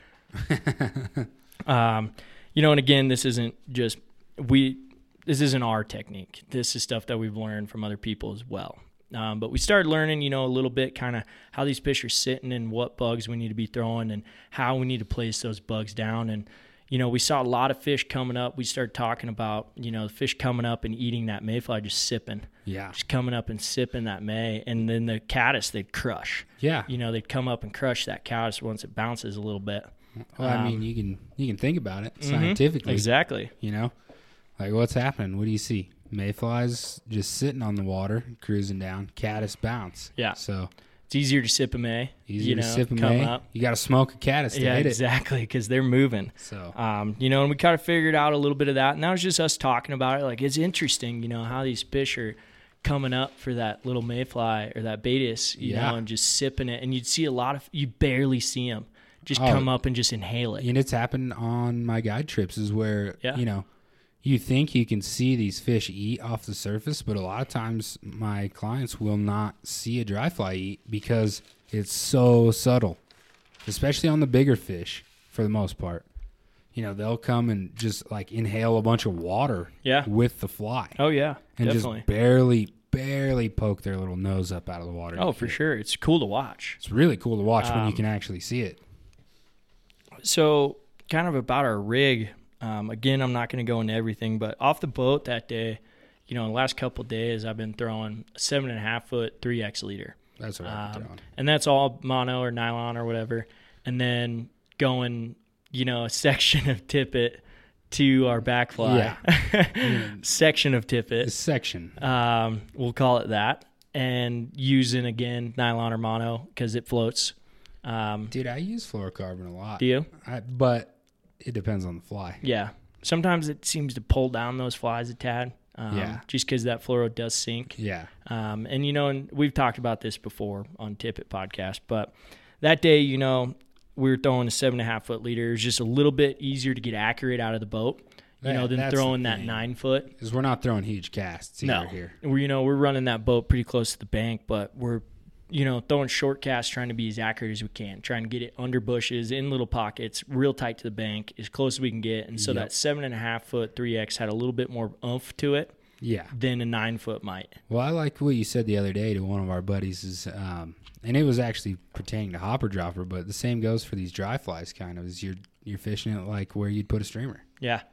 S2: um, you know, and again, this isn't just we. This isn't our technique. This is stuff that we've learned from other people as well. Um, but we started learning, you know, a little bit kind of how these fish are sitting and what bugs we need to be throwing and how we need to place those bugs down. And you know, we saw a lot of fish coming up. We started talking about, you know, the fish coming up and eating that mayfly, just sipping,
S3: Yeah.
S2: just coming up and sipping that may. And then the caddis, they'd crush.
S3: Yeah.
S2: You know, they'd come up and crush that caddis once it bounces a little bit.
S3: Well, I
S2: Um, mm-hmm.
S3: mean, you can you can think about it scientifically.
S2: Exactly.
S3: You know, like what's happening? What do you see? Mayflies just sitting on the water, cruising down. Caddis bounce.
S2: Yeah.
S3: So
S2: It's easier to sip a may.
S3: easy
S2: you
S3: to
S2: know,
S3: sip a
S2: come
S3: May.
S2: up.
S3: You got to smoke a caddis to
S2: Yeah,
S3: hit it.
S2: exactly, because they're moving.
S3: So
S2: Um, you know, and we kind of figured out a little bit of that, and that was just us talking about it. Like, it's interesting, you know, how these fish are coming up for that little mayfly or that betis, you
S3: Yeah.
S2: know, and just sipping it. And you'd see a lot of, you barely see them just
S3: Oh.
S2: come up and just inhale it.
S3: and it's happened on my guide trips is where
S2: Yeah.
S3: you know you think you can see these fish eat off the surface but a lot of times my clients will not see a dry fly eat because it's so subtle especially on the bigger fish for the most part you know they'll come and just like inhale a bunch of water
S2: Yeah.
S3: with the fly
S2: Oh yeah,
S3: and
S2: definitely.
S3: just barely barely poke their little nose up out of the water
S2: Oh, for sure. It's cool to watch.
S3: it's really cool to watch when
S2: Um,
S3: you can actually see it
S2: So, kind of about our rig. Um, again, I'm not going to go into everything, but off the boat that day, you know, the last couple of days, I've been throwing a seven and a half foot, three X leader.
S3: that's what i'm
S2: Um,
S3: doing
S2: and that's all mono or nylon or whatever. And then going, you know, a section of tippet to our back fly. section of tippet.
S3: this section
S2: um, we'll call it that, and using again nylon or mono because it floats. Um,
S3: Dude, I use fluorocarbon a lot.
S2: do you?
S3: I, but it depends on the fly.
S2: Yeah. Sometimes it seems to pull down those flies a tad. Um,
S3: Yeah.
S2: Just because that fluoro does sink.
S3: Yeah.
S2: Um, and you know, and we've talked about this before on Tippet podcast, but that day, you know, we were throwing a seven and a half foot leader. It was just a little bit easier to get accurate out of the boat, you
S3: Yeah,
S2: know, than
S3: that's the
S2: throwing that
S3: thing.
S2: nine foot.
S3: Because we're not throwing huge casts either here.
S2: We're, you know, we're running that boat pretty close to the bank, but we're, you know, throwing short casts, trying to be as accurate as we can, trying to get it under bushes, in little pockets, real tight to the bank, as close as we can get. And so
S3: Yep.
S2: that seven and a half foot 3X had a little bit more oomph to it
S3: Yeah.
S2: than a nine foot might.
S3: Well, I like what you said the other day to one of our buddies is um and it was actually pertaining to hopper dropper, but the same goes for these dry flies kind of is you're you're fishing it like where you'd put a streamer.
S2: Yeah.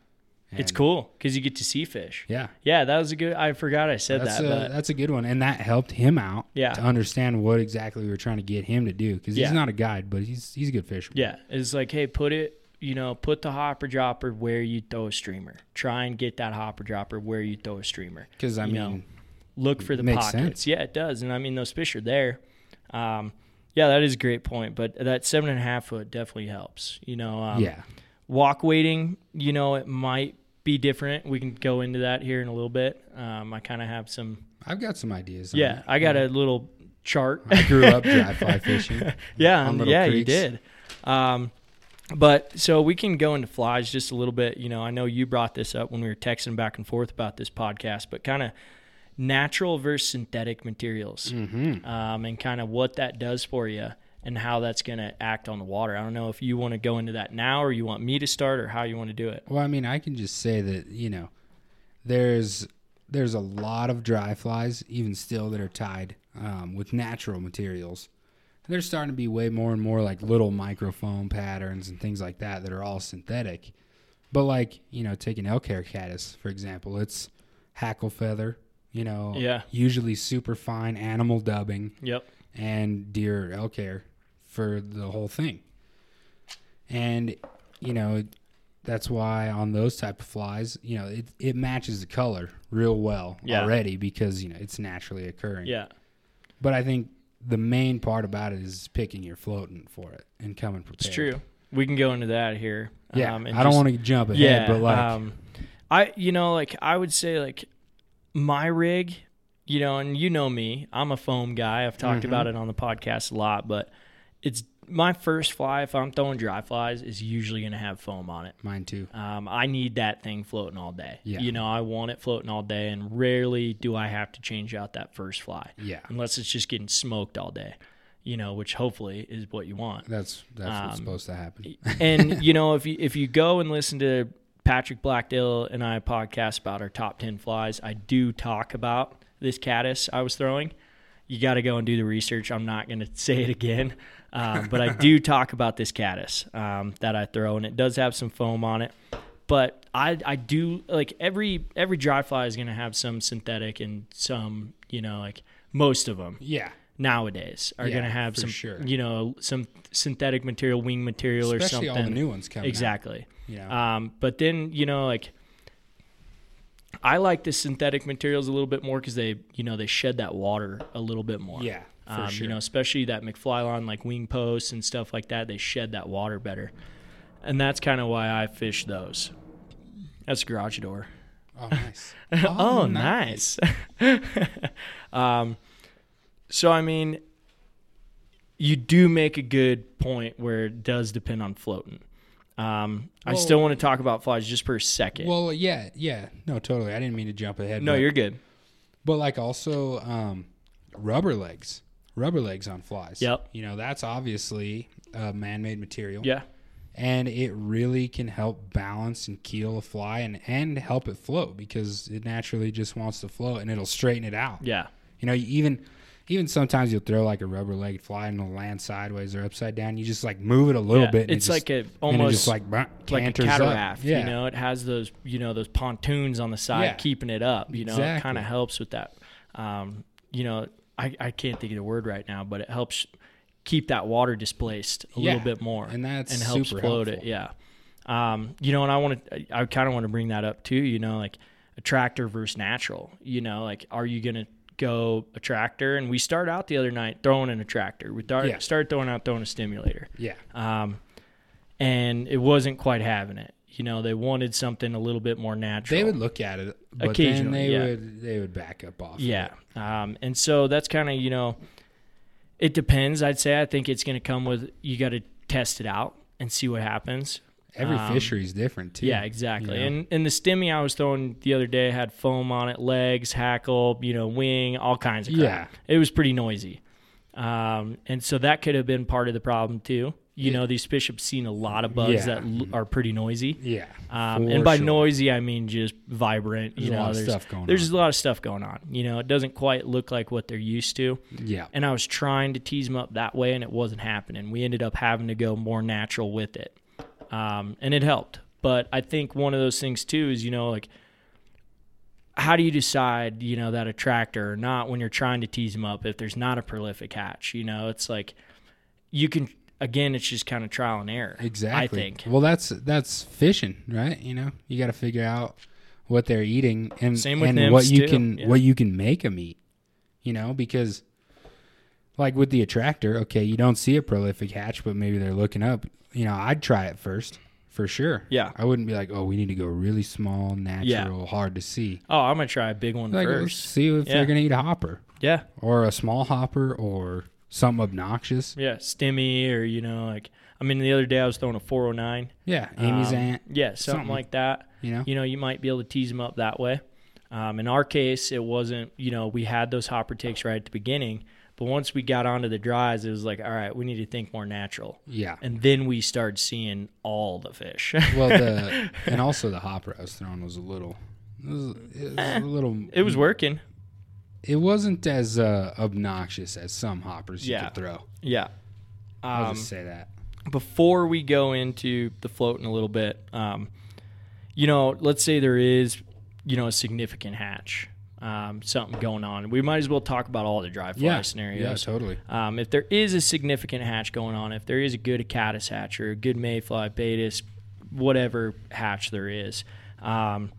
S2: it's
S3: And-
S2: cool because you get to see fish.
S3: Yeah.
S2: Yeah, that was a good. I forgot I said
S3: That's
S2: that.
S3: a,
S2: but
S3: that's a good one. And that helped him out
S2: Yeah.
S3: to understand what exactly we were trying to get him to do. Because he's
S2: Yeah.
S3: not a guide, but he's he's a good fisherman.
S2: yeah, it's like, hey, put it. You know, put the hopper dropper where you throw a streamer. Try and get that hopper dropper where you throw a streamer.
S3: Because I
S2: You
S3: mean
S2: know, Look for the
S3: Makes
S2: pockets.
S3: sense.
S2: Yeah, it does. And I mean, those fish are there. Um, yeah, that is a great point. But that seven and a half foot definitely helps. You know, um,
S3: Yeah.
S2: walk waiting, you know, it might be different. We can go into that here in a little bit. Um, I kind of have some.
S3: I've got some ideas. on
S2: Yeah,
S3: it.
S2: I got a little chart.
S3: I grew up dry fly fishing.
S2: yeah,
S3: on
S2: um,
S3: little
S2: yeah, you
S3: creeks.
S2: did. Um, but so we can go into flies just a little bit. You know, I know you brought this up when we were texting back and forth about this podcast, but kind of natural versus synthetic materials,
S3: Mm-hmm.
S2: um, and kind of what that does for you and how that's going to act on the water. I don't know if you want to go into that now, or you want me to start, or how you want to do it.
S3: Well, I mean, I can just say that you know, there's there's a lot of dry flies even still that are tied um, with natural materials. They're starting to be way more and more like little microfoam patterns and things like that that are all synthetic. But like you know, take an elk hair caddis for example, it's hackle feather. You know,
S2: Yeah.
S3: usually super fine animal dubbing
S2: Yep.
S3: and deer or elk hair for the whole thing. And you know, that's why on those type of flies, you know, it, it matches the color real well
S2: Yeah.
S3: already because you know it's naturally occurring.
S2: Yeah.
S3: But I think the main part about it is picking your floating for it and coming prepared.
S2: It's true. We can go into that here.
S3: Yeah,
S2: and
S3: I don't
S2: just-
S3: want to jump ahead, but like,
S2: um, I you know like I would say like my rig, you know, and you know me, I'm a foam guy. I've
S3: Mm-hmm.
S2: talked about it on the podcast a lot, but it's my first fly. If I'm throwing dry flies, is usually going to have foam on it.
S3: mine too.
S2: Um, I need that thing floating all day.
S3: Yeah.
S2: You know, I want it floating all day, and rarely do I have to change out that first fly.
S3: Yeah,
S2: Unless it's just getting smoked all day, you know, which hopefully is what you want
S3: that's that's
S2: um,
S3: what's supposed to happen.
S2: and you know if you if you go and listen to Patrick Blackdale and I podcast about our top ten flies, I do talk about this caddis I was throwing, you got to go and do the research. I'm not going to say it again, um, but I do talk about this caddis um, that I throw, and it does have some foam on it. But I, I do like every every dry fly is going to have some synthetic and some you know like most of them
S3: Yeah.
S2: nowadays are
S3: Yeah,
S2: going to have
S3: for
S2: some
S3: sure.
S2: you know some synthetic material, wing material,
S3: Especially
S2: or
S3: all the
S2: something.
S3: new ones coming. out,
S2: exactly.
S3: you know.
S2: Um, but then you know, like I like the synthetic materials a little bit more because they, you know, they shed that water a little bit more.
S3: yeah. For
S2: um,
S3: sure.
S2: You know, especially that McFly line, like wing posts and stuff like that, they shed that water better, and that's kind of why I fish those. That's a garage door.
S3: oh, nice.
S2: Oh, nice. um, so I mean, you do make a good point where it does depend on floating. Um, I
S3: Well-
S2: still want to talk about flies just for a second.
S3: Well, yeah, yeah. No, totally. I didn't mean to jump ahead.
S2: no,
S3: but,
S2: you're good.
S3: But like also um, rubber legs, rubber legs on flies.
S2: Yep.
S3: You know that's obviously a man-made material.
S2: Yeah,
S3: And it really can help balance and keel a fly and and help it float because it naturally just wants to float and it'll straighten it out.
S2: yeah,
S3: You know, you even even sometimes you'll throw like a rubber legged fly and it'll land sideways or upside down. You just like move it a little
S2: yeah.
S3: bit. And
S2: It's
S3: it
S2: like
S3: just,
S2: a
S3: and it
S2: almost
S3: just like bah,
S2: like a
S3: canters up.
S2: cataract.
S3: Yeah.
S2: You know, it has those you know those pontoons on the side
S3: Yeah.
S2: keeping it up. You know, it kind
S3: Exactly.
S2: of helps with that. Um, you know, I, I can't think of the word right now, but it helps keep that water displaced a
S3: Yeah.
S2: little bit more
S3: And that's
S2: and helps
S3: super
S2: float
S3: helpful.
S2: it. Yeah. Um, you know, and I want to, I kind of want to bring that up too. You know, like attractor versus natural. You know, like are you gonna go attractor? And we started out the other night throwing an attractor. We start,
S3: Yeah.
S2: started throwing out throwing a stimulator
S3: Yeah.
S2: um, and it wasn't quite having it. You know, they wanted something a little bit more natural.
S3: They would look at it, but then
S2: Occasionally,
S3: they
S2: yeah.
S3: would they would back up off. of
S2: yeah,
S3: it.
S2: um, and so that's kind of you know, it depends. I'd say I think it's going to come with you got to test it out and see what happens.
S3: every
S2: Um,
S3: fishery is different too.
S2: Yeah, exactly.
S3: you know?
S2: And and the stimmy I was throwing the other day had foam on it, legs, hackle, you know, wing, all kinds of crap. It was pretty noisy. Um, and so that could have been part of the problem too. You
S3: Yeah.
S2: know, these fish have seen a lot of bugs
S3: Yeah.
S2: that l- are pretty noisy.
S3: yeah,
S2: Um,
S3: for
S2: and by
S3: sure.
S2: noisy, I mean just vibrant.
S3: there's
S2: you
S3: a
S2: know,
S3: lot of
S2: there's,
S3: stuff going
S2: there's
S3: on.
S2: just a lot of stuff going on. You know, it doesn't quite look like what they're used to.
S3: yeah,
S2: And I was trying to tease them up that way, and it wasn't happening. We ended up having to go more natural with it, um, and it helped. But I think one of those things too is you know like how do you decide you know that attractor or not when you're trying to tease them up if there's not a prolific hatch? You know, it's like you can again, it's just kind of trial and error.
S3: exactly.
S2: I think.
S3: Well, that's that's fishing, right? You know, you got to figure out what they're eating and
S2: Same with
S3: and
S2: nymphs,
S3: what you
S2: too.
S3: can
S2: Yeah.
S3: what you can make them eat. You know, because like with the attractor, okay, you don't see a prolific hatch, but maybe they're looking up. You know, I'd try it first for sure.
S2: Yeah.
S3: I wouldn't be like, oh, we need to go really small, natural, hard to see.
S2: Oh, I'm gonna try a big one
S3: Like, let's
S2: first.
S3: see if
S2: Yeah.
S3: they're gonna eat a hopper.
S2: Yeah,
S3: or a small hopper or something obnoxious.
S2: yeah, stimmy or you know, like I mean, the other day I was throwing a 409.
S3: Yeah, Amy's
S2: Um,
S3: aunt.
S2: Yeah, something,
S3: something.
S2: like that.
S3: You know,
S2: You know, you might be able to tease them up that way. Um, in our case, it wasn't. You know, we had those hopper takes right at the beginning, but once we got onto the dries, it was like, all right, we need to think more natural.
S3: yeah.
S2: And then we started seeing all the fish.
S3: Well, the and also the hopper I was throwing was a little, it was, it was a little.
S2: Eh. it was working.
S3: It wasn't as uh, obnoxious as some hoppers you
S2: Yeah.
S3: could throw.
S2: Yeah.
S3: I'll
S2: Um,
S3: just say that.
S2: before we go into the floating a little bit, um, you know, let's say there is, you know, a significant hatch, um, something going on. We might as well talk about all the dry fly
S3: Yeah, yeah,
S2: scenarios.
S3: totally.
S2: Um, if there is a significant hatch going on, if there is a good caddis hatch or a good mayfly, betis, whatever hatch there is, um,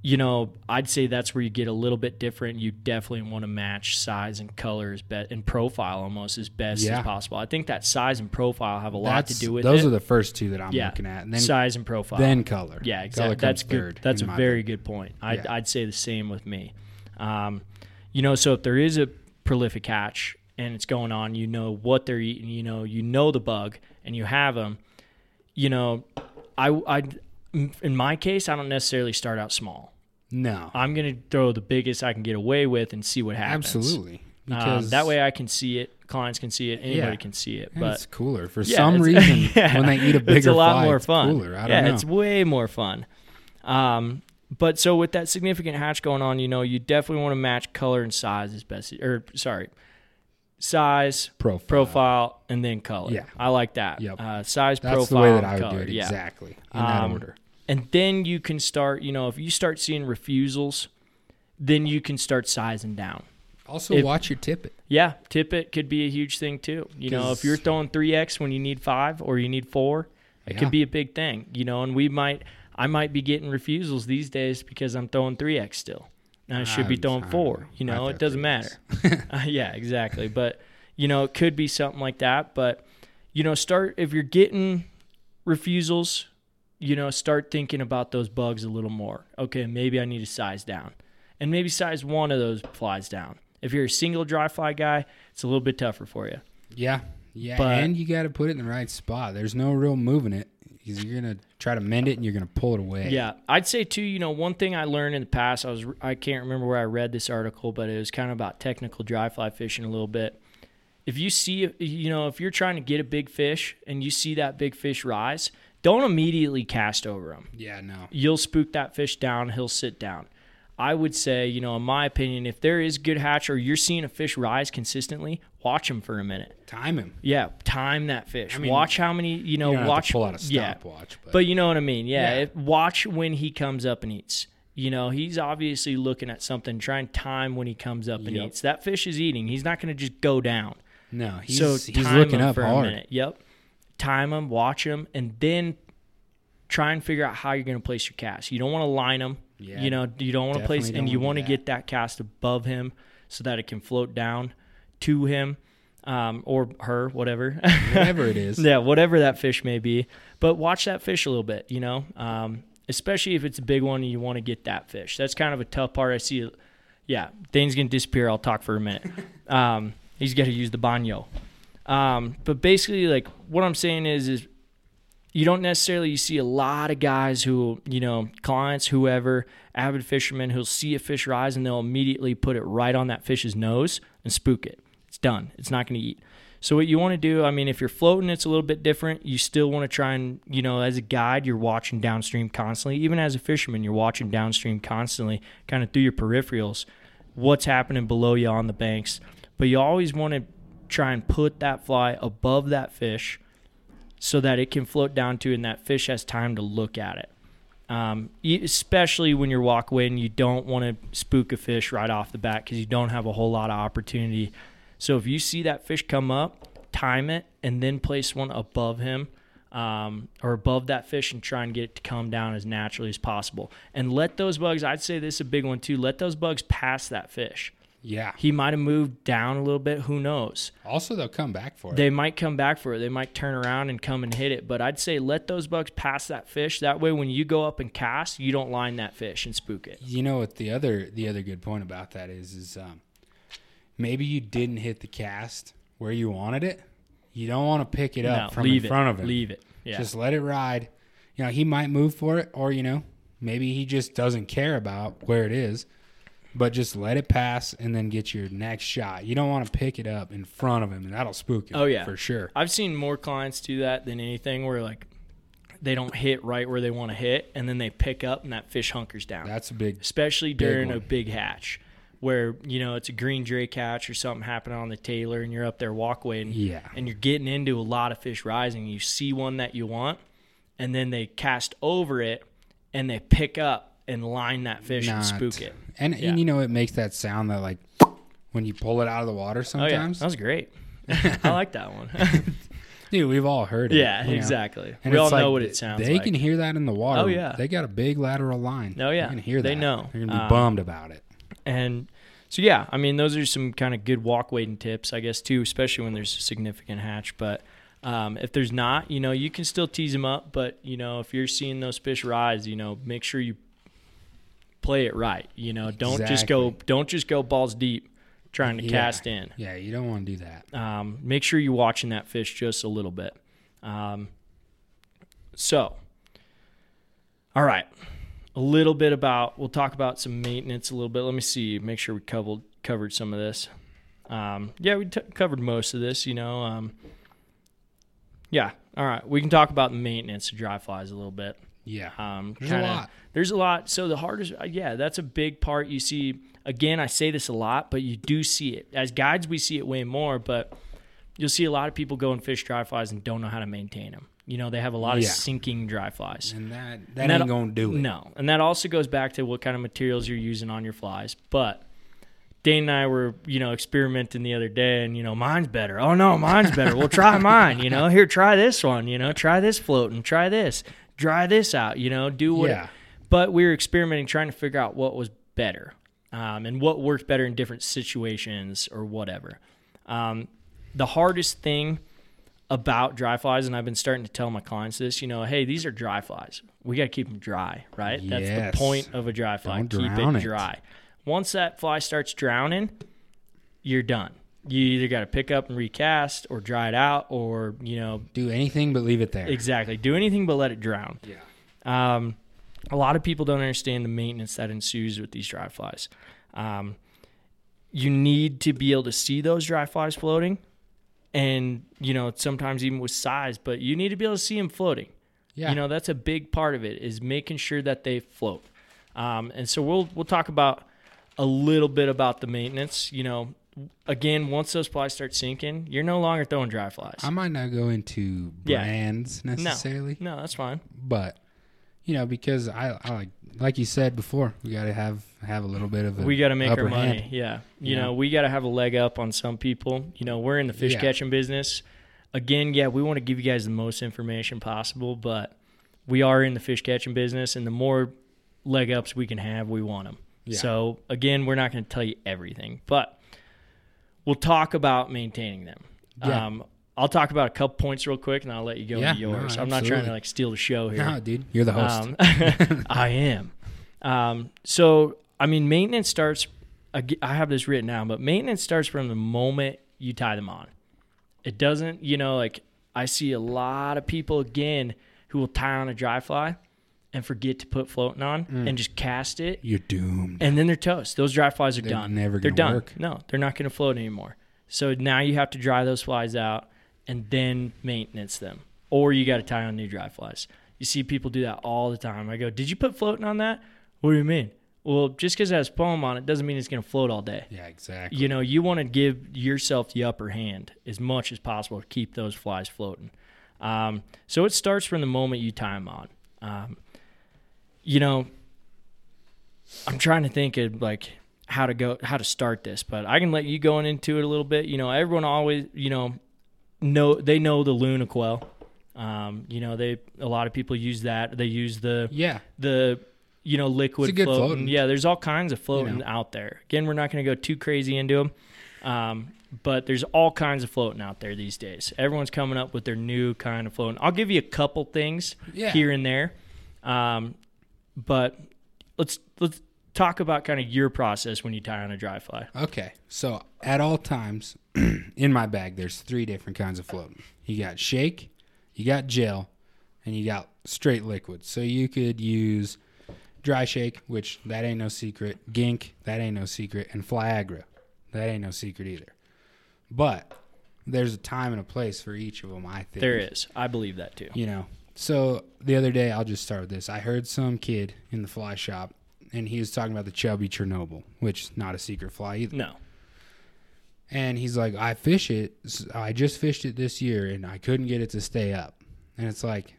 S2: you know, I'd say that's where you get a little bit different. You definitely want to match size and color as be- and profile almost as best
S3: Yeah.
S2: as possible. I think that size and profile have a lot
S3: That's,
S2: to do with
S3: those
S2: it.
S3: are the first two that I'm
S2: yeah,
S3: looking at, and then
S2: size and profile.
S3: then color.
S2: yeah,
S3: Color
S2: exactly.
S3: comes
S2: That's
S3: third.
S2: good. That's a
S3: in my
S2: very good point. I'd,
S3: Yeah.
S2: I'd say the same with me. Um, you know, so if there is a prolific hatch and it's going on, you know what they're eating. You know, you know the bug, and you have them. You know, I, I, in my case, I don't necessarily start out small.
S3: opinion. no,
S2: I'm gonna throw the biggest I can get away with and see what happens.
S3: absolutely.
S2: Um, that way I can see it. Clients can see it. Anybody
S3: Yeah.
S2: can see it.
S3: and
S2: But
S3: it's cooler for
S2: yeah,
S3: some
S2: it's-
S3: reason
S2: yeah,
S3: when they eat a bigger
S2: it's a lot
S3: fly,
S2: more
S3: it's
S2: fun.
S3: cooler. I don't
S2: yeah,
S3: know.
S2: it's way more fun. Um, but so with that significant hatch going on, you know, you definitely want to match color and size as best, or sorry, size,
S3: Profile.
S2: profile, and then color.
S3: Yeah.
S2: I like that.
S3: Yep.
S2: Uh, size,
S3: That's
S2: profile,
S3: the way that I would
S2: color.
S3: do it
S2: Yeah.
S3: exactly in that
S2: Um,
S3: order.
S2: And then you can start, you know, if you start seeing refusals, then you can start sizing down.
S3: Also,
S2: if-
S3: watch your tippet.
S2: Yeah, tippet could be a huge thing too. You know, if
S3: 'Cause-
S2: you're throwing 3x when you need 5 or you need 4, it
S3: Yeah.
S2: could be a big thing, you know, and we might I might be getting refusals these days because I'm throwing 3x still. And I should be
S3: I'm-
S2: throwing
S3: I'm-
S2: 4, you
S3: I
S2: know,
S3: throw
S2: it doesn't
S3: 3x.
S2: matter. Uh, yeah, exactly. But you know, it could be something like that, but you know, start if you're getting refusals, you know, start thinking about those bugs a little more. Okay, maybe I need to size down. And maybe size one of those flies down. If you're a single dry fly guy, it's a little bit tougher for you.
S3: Yeah, yeah,
S2: But-
S3: and you got to put it in the right spot. There's no real moving it because you're gonna try to mend it and you're gonna pull it away.
S2: Yeah, I'd say too. You know, one thing I learned in the past, I was I can't remember where I read this article, but it was kind of about technical dry fly fishing a little bit. If you see, you know, if you're trying to get a big fish and you see that big fish rise, don't immediately cast over him.
S3: yeah, no,
S2: You'll spook that fish down. He'll sit down. I would say, you know, in my opinion, if there is good hatch or you're seeing a fish rise consistently, watch him for a minute.
S3: time him.
S2: Yeah, time that fish.
S3: mean,
S2: watch how many, you know,
S3: You don't
S2: watch
S3: have to pull out a
S2: yeah.
S3: stopwatch, but,
S2: But you know what I mean. Yeah.
S3: Yeah.
S2: It, watch when he comes up and eats. You know, he's obviously looking at something, trying to time when he comes up and
S3: Yep.
S2: eats. That fish is eating. He's not going to just go down.
S3: no, he's
S2: so
S3: he's
S2: time
S3: looking
S2: him
S3: up
S2: for a
S3: hard.
S2: minute. Yep. Time him, watch him, and then try and figure out how you're going to place your cast. You don't want to line him.
S3: Yeah,
S2: you know, you don't want to
S3: definitely
S2: place,
S3: don't
S2: and you want
S3: wanna
S2: to
S3: do
S2: get that cast above him so that it can float down to him um, or her, whatever.
S3: Whatever it is,
S2: Yeah, whatever that fish may be. But watch that fish a little bit, you know, um, especially if it's a big one and you want to get that fish. That's kind of a tough part. I see, yeah, Dane's going to disappear. I'll talk for a minute. Um, he's got to use the baño. Um, but basically, like what I'm saying is, is you don't necessarily you see a lot of guys who you know clients whoever avid fishermen who'll see a fish rise and they'll immediately put it right on that fish's nose and spook it it's done it's not going to eat so what you want to do i mean if you're floating it's a little bit different you still want to try and you know as a guide you're watching downstream constantly even as a fisherman you're watching downstream constantly kind of through your peripherals what's happening below you on the banks but you always want to try and put that fly above that fish so that it can float down to and that fish has time to look at it. Um, e- especially when you're walk away and you don't want to spook a fish right off the bat because you don't have a whole lot of opportunity. So if you see that fish come up, time it and then place one above him um, or above that fish and try and get it to come down as naturally as possible. And let those bugs, I'd say this is a big one too, let those bugs pass that fish.
S3: yeah.
S2: He might have moved down a little bit, who knows?
S3: Also, they'll come back for it.
S2: They might come back for it. They might turn around and come and hit it. But I'd say let those bugs pass that fish. That way, when you go up and cast, you don't line that fish and spook it.
S3: you know what the other the other good point about that is is um, maybe you didn't hit the cast where you wanted it. You don't want to pick it up
S2: No,
S3: from
S2: leave
S3: in front
S2: it.
S3: of him.
S2: Leave it. Yeah.
S3: Just let it ride. You know, he might move for it, or you know, maybe he just doesn't care about where it is. But just let it pass and then get your next shot. You don't want to pick it up in front of him, and that'll spook him.
S2: Oh, yeah.
S3: for sure.
S2: I've seen more clients do that than anything where, like, they don't hit right where they want to hit, and then they pick up and that fish hunkers down.
S3: That's a big.
S2: especially
S3: Big
S2: during a
S3: one.
S2: big hatch where you know it's a green drake hatch or something happening on the tailor and you're up there walkway and
S3: Yeah.
S2: and you're getting into a lot of fish rising you see one that you want and then they cast over it and they pick up and line that fish and
S3: not-
S2: spook it
S3: and,
S2: Yeah.
S3: and you know it makes that sound that like when you pull it out of the water
S2: oh yeah
S3: sometimes.
S2: that was great i like that one
S3: Dude, we've all heard it.
S2: yeah
S3: you know?
S2: exactly
S3: And
S2: we
S3: it's
S2: all
S3: like
S2: know what
S3: th-
S2: it sounds
S3: They
S2: like
S3: can hear that in the water.
S2: Oh, yeah.
S3: They got a big lateral line.
S2: Oh, yeah.
S3: They can hear that.
S2: They know.
S3: They're gonna be
S2: Um,
S3: bummed about it.
S2: And so yeah, I mean those are some kind of good walk waiting tips, I guess too, especially when there's a significant hatch. But um, if there's not, you know, you can still tease them up. But you know, if you're seeing those fish rise, you know, make sure you play it right. You know, don't just go
S3: Exactly.
S2: don't just go balls deep trying to
S3: Yeah.
S2: cast in.
S3: Yeah, you don't want to do that.
S2: Um, make sure you're watching that fish just a little bit. Um, so, all right, a little bit about we'll talk about some maintenance a little bit. Let me see, make sure we covered covered some of this. Um, yeah, we t- covered most of this. You know, um, yeah. All right, we can talk about maintenance of dry flies a little bit.
S3: Yeah.
S2: Um,
S3: There's a
S2: kinda-
S3: lot.
S2: There's a lot. So the hardest, uh, yeah, that's a big part. You see, again, I say this a lot, but you do see it as guides. We see it way more, but you'll see a lot of people go and fish dry flies and don't know how to maintain them. You know, they have a lot
S3: Yeah.
S2: of sinking dry flies.
S3: And that that
S2: And that-
S3: ain't gonna do it.
S2: No, and that also goes back to what kind of materials you're using on your flies. But Dane and I were, you know, experimenting the other day, and you know, mine's better. Oh no, mine's better. We'll try mine. You know, here, try this one. You know, try this float and try this. Dry this out. You know, do what.
S3: Yeah.
S2: But we were experimenting, trying to figure out what was better, um, and what worked better in different situations or whatever. Um, the hardest thing about dry flies, and I've been starting to tell my clients this, you know, hey, these are dry flies. We got to keep them dry, right? That's
S3: Yes.
S2: the point of a dry fly.
S3: Don't
S2: keep
S3: drown
S2: it
S3: it.
S2: dry. Once that fly starts drowning, you're done. You either got to pick up and recast or dry it out or, you know,
S3: Do anything but leave it there.
S2: exactly. Do anything but let it drown.
S3: Yeah.
S2: Um, a lot of people don't understand the maintenance that ensues with these dry flies. Um, you need to be able to see those dry flies floating, and you know sometimes even with size, but you need to be able to see them floating.
S3: Yeah.
S2: You know that's a big part of it is making sure that they float. Um, and so we'll we'll talk about a little bit about the maintenance. You know, again, once those flies start sinking, you're no longer throwing dry flies.
S3: I might not go into
S2: Yeah.
S3: brands
S2: no,
S3: necessarily,
S2: no, that's fine.
S3: but you know because I, I like like you said before, we got to have have a little bit of a
S2: we got to make our
S3: upper
S2: money.
S3: hand.
S2: Yeah. You
S3: Yeah.
S2: know, we got to have a leg up on some people. You know, we're in the fish
S3: Yeah.
S2: catching business. Again, yeah, we want to give you guys the most information possible, but we are in the fish catching business, and the more leg ups we can have, we want them.
S3: Yeah.
S2: So, again, we're not going to tell you everything, but we'll talk about maintaining them.
S3: Yeah.
S2: Um, I'll talk about a couple points real quick, and I'll let you go
S3: Yeah,
S2: to
S3: no,
S2: yours. I'm not trying
S3: absolutely.
S2: to like steal the show here.
S3: No, dude, you're the host.
S2: Um, I am. Um, so, I mean, maintenance starts. I ge- I have this written down, but maintenance starts from the moment you tie them on. It doesn't, you know, like I see a lot of people again who will tie on a dry fly and forget to put floating on
S3: Mm.
S2: and just cast it,
S3: you're doomed.
S2: and then they're toast. Those dry flies are
S3: They're
S2: done.
S3: never
S2: they're
S3: gonna
S2: done.
S3: work.
S2: No, they're not going to float anymore. So now you have to dry those flies out and then maintenance them, or you got to tie on new dry flies. You see people do that all the time. I go, "Did you put floating on that? What do you mean? Well, just because it has foam on it doesn't mean it's going to float all day.
S3: yeah, exactly.
S2: You know, you want to give yourself the upper hand as much as possible to keep those flies floating. Um, so it starts from the moment you tie them on. Um, you know, I'm trying to think of like how to go, how to start this, but I can let you go into it a little bit. You know, everyone always, you know, know they know the Luna Quell. Um, you know, they a lot of people use that. They use the
S3: Yeah,
S2: the you know liquid
S3: It's a good
S2: floating.
S3: floating.
S2: Yeah, there's all kinds of floating
S3: know.
S2: out there. Again, we're not going to go too crazy into them, um, but there's all kinds of floating out there these days. Everyone's coming up with their new kind of floating. I'll give you a couple things
S3: Yeah.
S2: here and there, um, but let's let's talk about kind of your process when you tie on a dry fly.
S3: Okay. So at all times in my bag, there's three different kinds of floating. You got shake, you got gel, and you got straight liquid. So you could use dry shake, which that ain't no secret, gink, that ain't no secret, and flyagra, that ain't no secret either. But there's a time and a place for each of them, I think.
S2: There is, I believe that too.
S3: You know. So the other day, I'll just start with this. I heard some kid in the fly shop, and he was talking about the chubby Chernobyl, which is not a secret fly either.
S2: No,
S3: And he's like, I fish it. s- I just fished it this year and I couldn't get it to stay up. And it's like,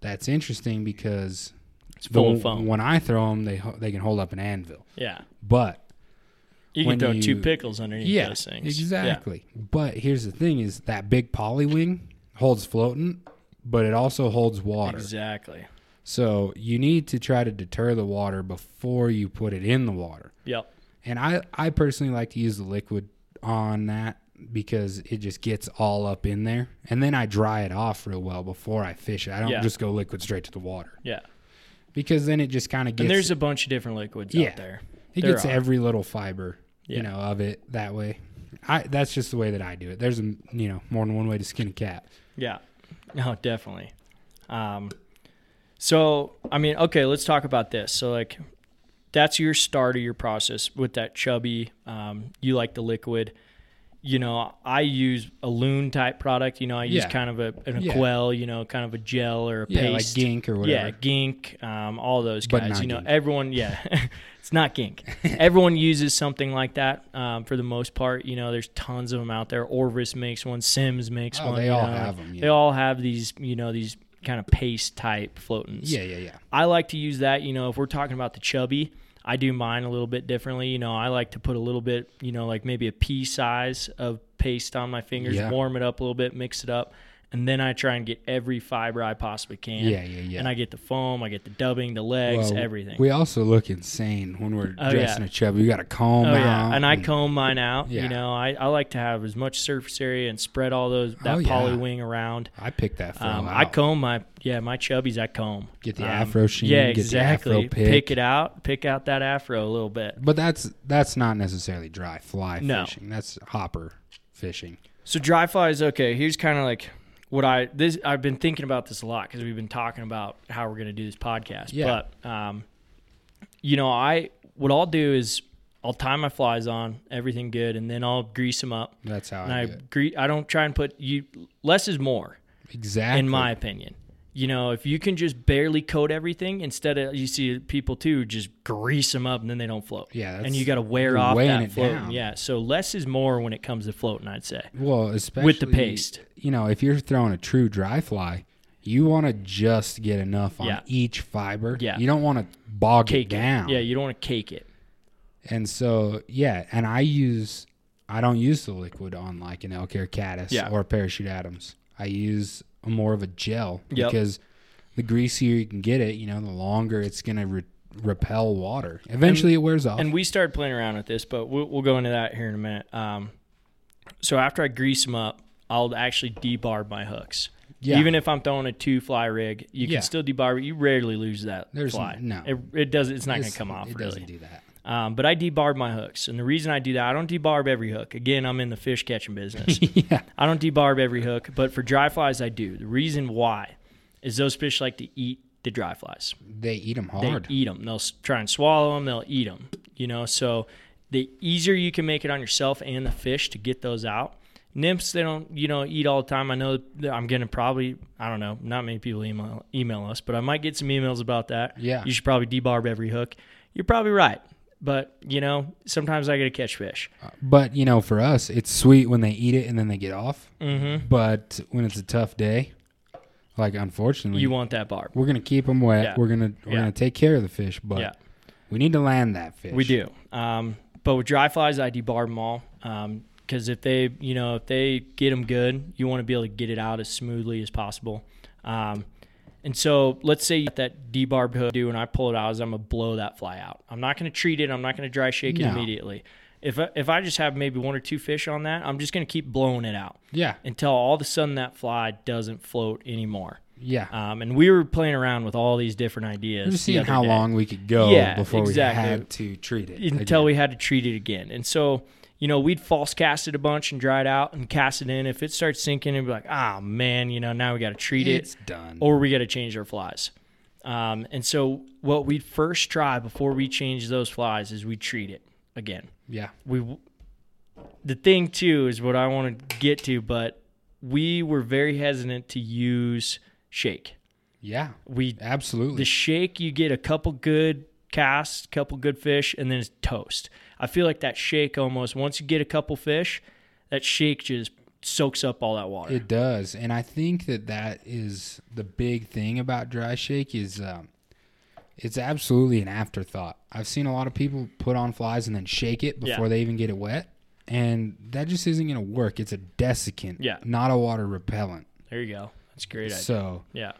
S3: that's interesting because
S2: it's full
S3: the-
S2: of foam.
S3: when I throw them, they, ho- they can hold up an anvil.
S2: Yeah,
S3: But
S2: you
S3: When
S2: can throw
S3: you-
S2: two pickles underneath
S3: yeah,
S2: those things.
S3: exactly. But here's the thing is that big poly wing holds floating, but it also holds
S2: Yeah,
S3: water.
S2: exactly.
S3: So you need to try to deter the water before you put it in the water.
S2: Yep.
S3: And I, I personally like to use the liquid on that because it just gets all up in there. And then I dry it off real well before I fish it. I don't
S2: Yeah.
S3: just go liquid straight to the water
S2: Yeah.
S3: because then it just kind of
S2: And
S3: gets
S2: there's a bunch of different liquids
S3: Yeah.
S2: out there.
S3: it
S2: there
S3: gets
S2: are.
S3: every little fiber
S2: Yeah.
S3: you know of it that way. I that's just the way that I do it. There's a you know more than one way to skin a cat.
S2: Yeah. No, definitely. Um, so I mean, okay, let's talk about this. So like, that's your start of your process with that chubby. Um, you like the liquid. you know, I use a loon type product. You know, I use
S3: Yeah.
S2: kind of a an
S3: Yeah.
S2: aquel, you know, kind of a gel or a
S3: Yeah, like
S2: paste.
S3: gink or whatever.
S2: Yeah, gink, um, all those
S3: But
S2: guys.
S3: not
S2: You know,
S3: gink.
S2: everyone, yeah, it's not gink. everyone uses something like that um, for the most part. You know, there's tons of them out there. Orvis makes one, Sims makes
S3: Oh,
S2: one.
S3: they
S2: you
S3: all
S2: know,
S3: have 'em,
S2: They
S3: yeah.
S2: all have these, you know, these kind of paste type floatants.
S3: Yeah, yeah, yeah.
S2: I like to use that. You know, if we're talking about the chubby, I do mine a little bit differently. You know, I like to put a little bit, you know, like maybe a pea size of paste on my fingers,
S3: Yeah.
S2: warm it up a little bit, mix it up, and then I try and get every fiber I possibly can.
S3: Yeah, yeah, yeah.
S2: And I get the foam, I get the dubbing, the legs,
S3: Well,
S2: everything.
S3: We also look insane when we're
S2: Oh,
S3: dressing
S2: yeah.
S3: a chubby. We got a comb
S2: Oh
S3: out.
S2: yeah, and I comb mine out.
S3: Yeah.
S2: You know, I, I like to have as much surface area and spread all those that
S3: Oh, yeah.
S2: poly wing around.
S3: I picked that fro
S2: Um,
S3: out.
S2: I comb my yeah my chubbies. I comb.
S3: Get the
S2: Um,
S3: afro sheen.
S2: Yeah,
S3: get
S2: exactly.
S3: The afro pick.
S2: it out. Pick out that afro a little bit.
S3: But that's that's not necessarily dry fly
S2: No.
S3: fishing. That's hopper fishing.
S2: So dry fly is okay. Here's kind of like what I this I've been thinking about this a lot because we've been talking about how we're gonna do this podcast.
S3: Yeah.
S2: But um, you know, I what I'll do is I'll tie my flies on everything good, and then I'll grease them up.
S3: That's how
S2: And
S3: I,
S2: I
S3: do it.
S2: gre- I don't try and put you less is more.
S3: Exactly.
S2: in my opinion. You know, if you can just barely coat everything, instead of you see people too just grease them up and then they don't float.
S3: Yeah, that's-
S2: and you got to wear
S3: you're
S2: off
S3: weighing
S2: that
S3: it
S2: float.
S3: down.
S2: Yeah, so less is more when it comes to floating. I'd say.
S3: well, especially
S2: paste.
S3: You know, if you're throwing a true dry fly, you want to just get enough on
S2: Yeah.
S3: each fiber.
S2: Yeah.
S3: You don't want to bog
S2: Cake
S3: it down.
S2: it. Yeah, you don't want to cake it.
S3: And so, yeah, and I use I don't use the liquid on like an elk hair caddis
S2: Yeah.
S3: or parachute atoms. I use a more of a gel
S2: Yep.
S3: because the greasier you can get it, you know, the longer it's gonna re- repel water. Eventually, it wears off.
S2: And we started playing around with this, but we'll, we'll go into that here in a minute. Um, so after I grease them up, I'll actually debarb my hooks.
S3: Yeah.
S2: Even if I'm throwing a two fly rig, you
S3: Yeah.
S2: can still debarb. it. You rarely lose that
S3: There's
S2: fly.
S3: no-
S2: it, it does. It's not going
S3: It's-
S2: to come off.
S3: It
S2: really.
S3: doesn't do that.
S2: Um, but I debarb my hooks, and the reason I do that, I don't debarb every hook. Again, I'm in the fish catching business.
S3: yeah,
S2: I don't debarb every hook, but for dry flies, I do. The reason why is those fish like to eat the dry flies.
S3: they eat them
S2: They
S3: hard.
S2: eat them. They'll s- try and swallow them. They'll eat them. You know, so the easier you can make it on yourself and the fish to get those out. Nymphs, they don't, you know, eat all the time. I know that I'm gonna probably, I don't know, not many people email email us, but I might get some emails about that.
S3: Yeah.
S2: you should probably debarb every hook. You're probably right, but you know, sometimes I gotta catch fish.
S3: Uh, but you know, for us, it's sweet when they eat it and then they get off. Mm-hmm. But when it's a tough day, like unfortunately,
S2: You want that barb?
S3: we're gonna keep them wet.
S2: Yeah.
S3: We're gonna we're
S2: Yeah.
S3: gonna take care of the fish, but
S2: Yeah.
S3: we need to land that fish.
S2: We do. Um, but with dry flies, I debarb them all because if they, you know, if they get them good, you want to be able to get it out as smoothly as possible. Um, and so, let's say you got that debarbed hook, dude, and I pull it out, is I'm gonna blow that fly out. I'm not gonna treat it. I'm not gonna dry shake it
S3: No.
S2: immediately. If I, if I just have maybe one or two fish on that, I'm just gonna keep blowing it out
S3: Yeah,
S2: until all of a sudden that fly doesn't float anymore.
S3: yeah.
S2: Um, and we were playing around with all these different ideas.
S3: We're just
S2: the
S3: seeing
S2: other
S3: how
S2: day
S3: long we could go
S2: Yeah,
S3: before
S2: exactly.
S3: we had to treat it
S2: until
S3: again.
S2: we had to treat it again. And so, you know, we'd false cast it a bunch and dry it out and cast it in. If it starts sinking, it'd be like, ah, man, you know, now we got to treat
S3: It's
S2: it
S3: done.
S2: or we got to change our flies. Um, and so, what we'd first try before we change those flies is we treat it again.
S3: yeah,
S2: We, the thing too is what I want to get to, but we were very hesitant to use shake.
S3: yeah,
S2: We
S3: absolutely.
S2: the shake you get a couple good casts couple good fish and then it's toast i feel like that shake almost once you get a couple fish that shake just soaks up all that water
S3: it does, and I think that that is the big thing about dry shake is um, it's absolutely an afterthought. I've seen a lot of people put on flies and then shake it
S2: Yeah.
S3: before they even get it wet, and that just isn't going to work. It's a desiccant,
S2: Yeah.
S3: not a water repellent.
S2: there you go that's a great idea
S3: So
S2: yeah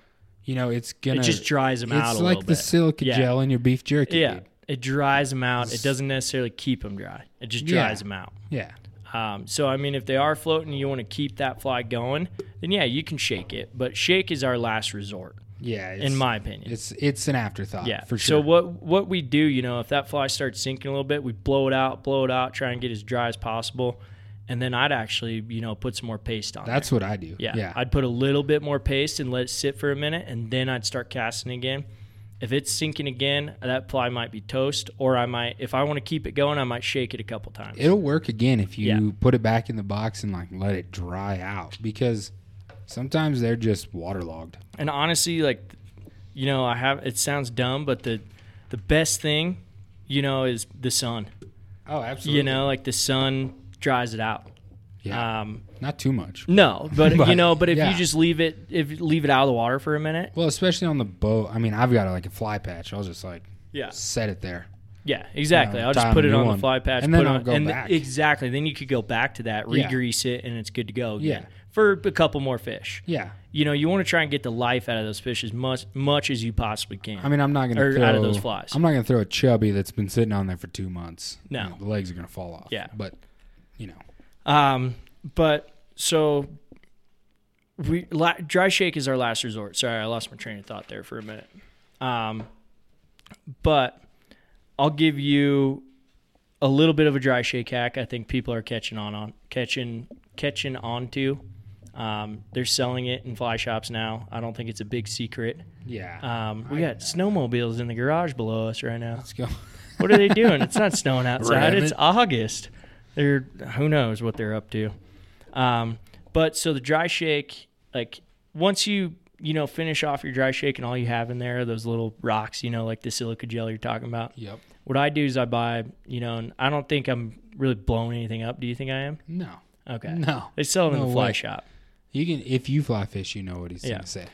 S3: you know it's gonna.
S2: it just dries them out
S3: it's
S2: a
S3: like
S2: little
S3: the
S2: bit
S3: silica
S2: Yeah.
S3: gel in your beef jerky.
S2: yeah
S3: dude.
S2: it dries them out it doesn't necessarily keep them dry it just
S3: Yeah.
S2: dries them out
S3: yeah.
S2: Um, so I mean, if they are floating, you want to keep that fly going. Then yeah, you can shake it, but shake is our last resort,
S3: Yeah, it's,
S2: in my opinion.
S3: it's it's an afterthought.
S2: Yeah,
S3: for
S2: So
S3: sure.
S2: what what we do, you know, if that fly starts sinking a little bit, we blow it out, blow it out, try and get as dry as possible, and then I'd actually, you know, put some more paste on.
S3: That's what I do.
S2: there. yeah,
S3: yeah,
S2: I'd put a little bit more paste and let it sit for a minute, and then I'd start casting again. If it's sinking again, that ply might be toast, or I might, if I want to keep it going, I might shake it a couple times.
S3: It'll work again if you
S2: Yeah.
S3: put it back in the box and like let it dry out because sometimes they're just waterlogged.
S2: and honestly, like, you know, I have. It sounds dumb, but the the best thing, you know, is the sun.
S3: Oh, absolutely.
S2: You know, like the sun dries it out.
S3: yeah,
S2: Um,
S3: not too much.
S2: no, but,
S3: But,
S2: you know, but if
S3: yeah.
S2: you just leave it, if leave it out of the water for a minute,
S3: Well, especially on the boat. I mean, I've got like a fly patch. I'll just like
S2: yeah,
S3: set it there.
S2: yeah, exactly.
S3: You know,
S2: I'll just
S3: time
S2: put
S3: a
S2: it
S3: new
S2: on
S3: one.
S2: the fly patch,
S3: And then
S2: put it
S3: I'll
S2: on,
S3: go
S2: and
S3: back.
S2: exactly. Then you could go back to that,
S3: Yeah.
S2: re-grease it, and it's good to go. Again
S3: Yeah.
S2: for a couple more fish.
S3: Yeah,
S2: You know, you want to try and get the life out of those fish as much much as you possibly can.
S3: I mean, I'm not gonna
S2: Or
S3: throw,
S2: out of those flies.
S3: I'm not gonna throw a chubby that's been sitting on there for two months.
S2: No.
S3: You know, the legs are gonna fall off.
S2: Yeah.
S3: but you know,
S2: Um, but so we la- dry shake is our last resort. Sorry, I lost my train of thought there for a minute. Um, but I'll give you a little bit of a dry shake hack. I think people are catching on on catching catching on to. Um, they're selling it in fly shops now. I don't think it's a big secret.
S3: yeah.
S2: Um, we
S3: I-
S2: got snowmobiles in the garage below us right now.
S3: Let's go.
S2: What are they doing? It's not snowing outside.
S3: Rabbit.
S2: It's August. They're who knows what they're up to. Um, but so the dry shake, like once you you know finish off your dry shake and all you have in there are those little rocks, you know, like the silica gel you're talking about.
S3: Yep.
S2: What I do is I buy, you know, and I don't think I'm really blowing anything up. Do you think I am?
S3: No.
S2: Okay.
S3: No.
S2: They sell it in
S3: No
S2: the fly
S3: way.
S2: shop.
S3: You can if you fly fish, you know what he's
S2: Yeah.
S3: gonna say.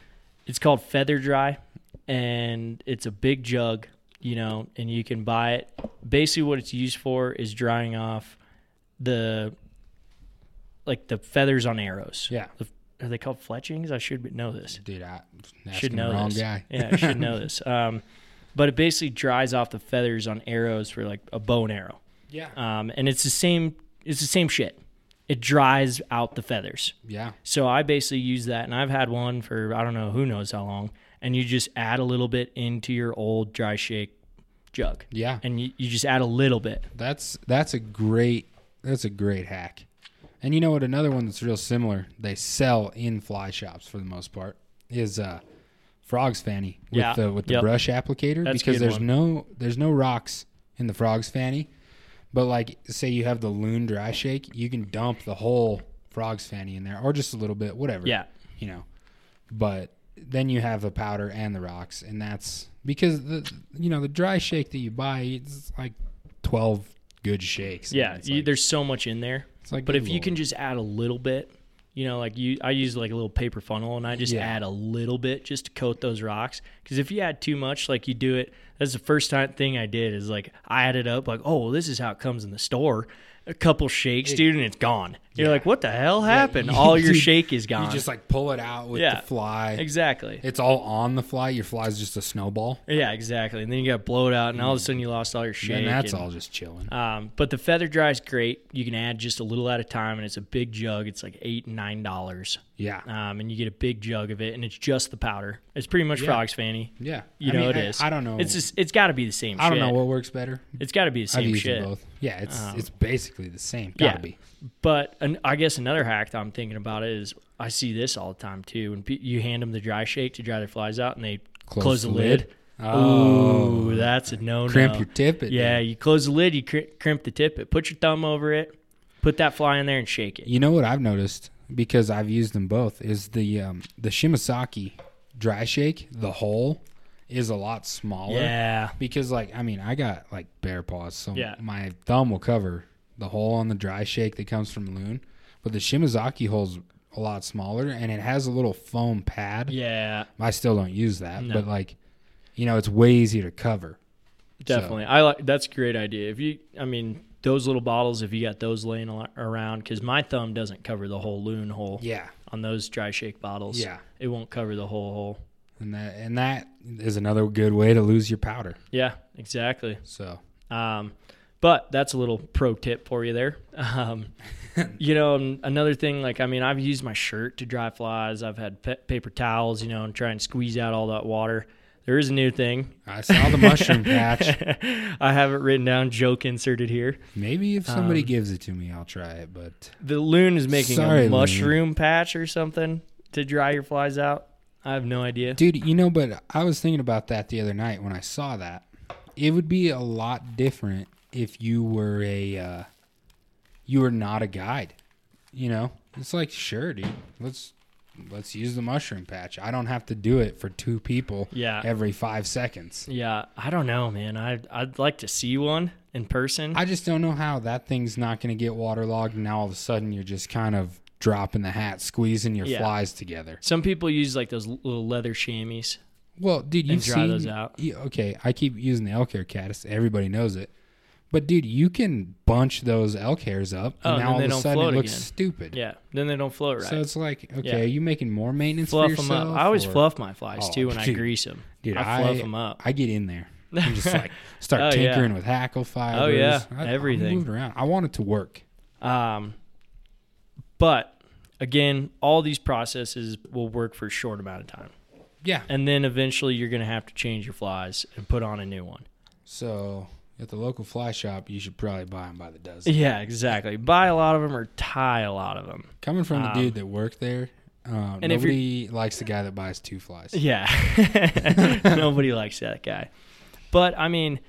S2: It's called Feather Dry, and it's a big jug, you know, and you can buy it. Basically, what it's used for is drying off the like the feathers on arrows.
S3: Yeah.
S2: Are they called fletchings? I should know this.
S3: Dude, I asking
S2: should know
S3: the wrong
S2: this.
S3: guy.
S2: yeah, I should know this. Um, but it basically dries off the feathers on arrows for like a bow and arrow,
S3: Yeah.
S2: um, and it's the same. It's the same shit. It dries out the feathers.
S3: yeah.
S2: So I basically use that, and I've had one for I don't know who knows how long. And you just add a little bit into your old dry shake jug,
S3: Yeah.
S2: and you, you just add a little bit.
S3: That's that's a great that's a great hack. And you know what another one that's real similar they sell in fly shops for the most part is uh frogs fanny with
S2: Yeah.
S3: the with the
S2: Yep.
S3: brush applicator
S2: That's a good
S3: because there's
S2: one.
S3: no there's no rocks in the frogs fanny. But like say you have the loon dry shake, you can dump the whole frogs fanny in there or just a little bit, whatever.
S2: Yeah,
S3: you know. But then you have the powder and the rocks, and that's because the you know the dry shake that you buy it's like twelve good shakes.
S2: yeah.
S3: it's
S2: you,
S3: like,
S2: there's so much in there,
S3: it's like
S2: but
S3: good
S2: if you
S3: lord.
S2: can just add a little bit, you know, like you, I use like a little paper funnel, and I just
S3: Yeah.
S2: add a little bit just to coat those rocks. Because if you add too much, like you do it, that's the first time thing I did is like I added up, like oh, well, this is how it comes in the store. A couple shakes, dude, and it's gone. You're
S3: Yeah.
S2: like, what the hell happened?
S3: you-
S2: All your
S3: dude,
S2: shake is gone.
S3: you just like pull it out with
S2: Yeah.
S3: the fly.
S2: Exactly.
S3: It's all on the fly. Your fly's just a snowball,
S2: Yeah, exactly. And then you got to blow it out, and all of a sudden you lost all your shake.
S3: and that's
S2: and-
S3: all just chilling.
S2: Um, but the feather dry is great. You can add just a little at a time, and it's a big jug. It's like eight, nine dollars,
S3: yeah,
S2: um, and you get a big jug of it, and it's just the powder. It's pretty much
S3: Yeah.
S2: frogs fanny.
S3: yeah.
S2: You
S3: I
S2: know
S3: mean,
S2: it
S3: I,
S2: is.
S3: I don't know.
S2: It's just it's got to be the same.
S3: I don't
S2: shit.
S3: know what works better.
S2: It's got to be the
S3: I've
S2: same
S3: used
S2: shit.
S3: them both. Yeah, it's
S2: Um,
S3: it's basically the same. Gotta
S2: yeah.
S3: be.
S2: But an, I guess another hack that I'm thinking about is I see this all the time too. When pe- you hand them the dry shake to dry their flies out, and they close, the lid.
S3: Oh,
S2: Ooh, that's a no-no.
S3: cramp your tippet. dude.
S2: Yeah, you close the lid, you cr- crimp the tippet, put your thumb over it, put that fly in there, and shake it.
S3: You know what I've noticed because I've used them both is the um, the Shimasaki dry shake. The hole is a lot smaller
S2: Yeah,
S3: because, like, I mean, I got like bear paws, so
S2: Yeah.
S3: my thumb will cover the hole on the dry shake that comes from Loon, but the Shimazaki hole's a lot smaller and it has a little foam pad.
S2: yeah,
S3: I still don't use that,
S2: No.
S3: but like, you know, it's way easier to cover.
S2: definitely. I like that's a great idea. If you, I mean, those little bottles, if you got those laying al- around, because my thumb doesn't cover the whole loon hole
S3: Yeah,
S2: on those dry shake bottles.
S3: yeah,
S2: it won't cover the whole hole.
S3: and that and that is another good way to lose your powder.
S2: Yeah, exactly.
S3: So
S2: Um, but that's a little pro tip for you there. Um, you know, and another thing, like, I mean, I've used my shirt to dry flies. I've had pe- paper towels, you know, and try and squeeze out all that water. There is a new thing.
S3: I saw the mushroom patch.
S2: I have it written down, joke inserted here.
S3: Maybe if somebody
S2: Um,
S3: gives it to me, I'll try it. But
S2: The loon is making
S3: Sorry,
S2: a
S3: Loon.
S2: mushroom patch or something to dry your flies out. I have no idea.
S3: Dude, you know, but I was thinking about that the other night when I saw that. It would be a lot different if you were a uh, you were not a guide. You know, it's like sure, dude. Let's let's use the mushroom patch. I don't have to do it for two people
S2: Yeah.
S3: every five seconds.
S2: Yeah, I don't know, man. I I'd like to see one in person.
S3: I just don't know how that thing's not going to get waterlogged. And now all of a sudden you're just kind of dropping the hat, squeezing your
S2: Yeah.
S3: flies together.
S2: Some people use like those l- little leather chamois.
S3: Well, dude, you've
S2: dry
S3: seen
S2: those out.
S3: you- okay, I keep using the elk hair caddis. Everybody knows it, but dude, you can bunch those elk hairs up,
S2: Oh, and
S3: and
S2: then
S3: now all
S2: they
S3: of a
S2: don't
S3: sudden
S2: float
S3: it looks
S2: again.
S3: stupid.
S2: Yeah, then they don't float right.
S3: So it's like, okay,
S2: Yeah.
S3: are you making more maintenance for
S2: fluff them
S3: yourself?
S2: up. I always
S3: or-
S2: fluff my flies
S3: Oh,
S2: too when I
S3: dude.
S2: grease them.
S3: Dude,
S2: I fluff them up.
S3: I get in there. I'm just like start
S2: Oh, yeah. Oh,
S3: tinkering with hackle fibers.
S2: yeah,
S3: I- I,
S2: everything.
S3: moved around. I want it to work.
S2: Um, but again, all these processes will work for a short amount of time,
S3: Yeah.
S2: and then eventually you're going to have to change your flies and put on a new one.
S3: So at the local fly shop, you should probably buy them by the dozen.
S2: Yeah, exactly. Buy a lot of them or tie a lot of them.
S3: Coming from the
S2: Um,
S3: dude that worked there, um,
S2: and if
S3: nobody likes the guy that buys two flies.
S2: Yeah, nobody likes that guy. But I mean,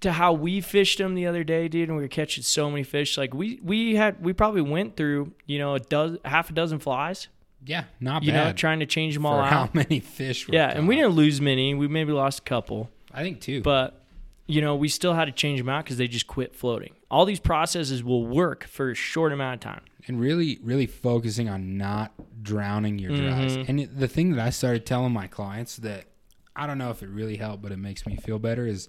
S2: to how we fished them the other day, dude, and we were catching so many fish. Like we we had we probably went through you know a dozen half a dozen flies.
S3: Yeah, not
S2: You
S3: bad.
S2: know, trying to change them all
S3: for
S2: out.
S3: how many fish were
S2: Yeah, and we
S3: caught.
S2: didn't lose many. We maybe lost a couple,
S3: I think two.
S2: but you know, we still had to change them out because they just quit floating. All these processes will work for a short amount of time.
S3: and really, really focusing on not drowning your dries.
S2: Mm-hmm.
S3: And it- the thing that I started telling my clients that I don't know if it really helped, but it makes me feel better is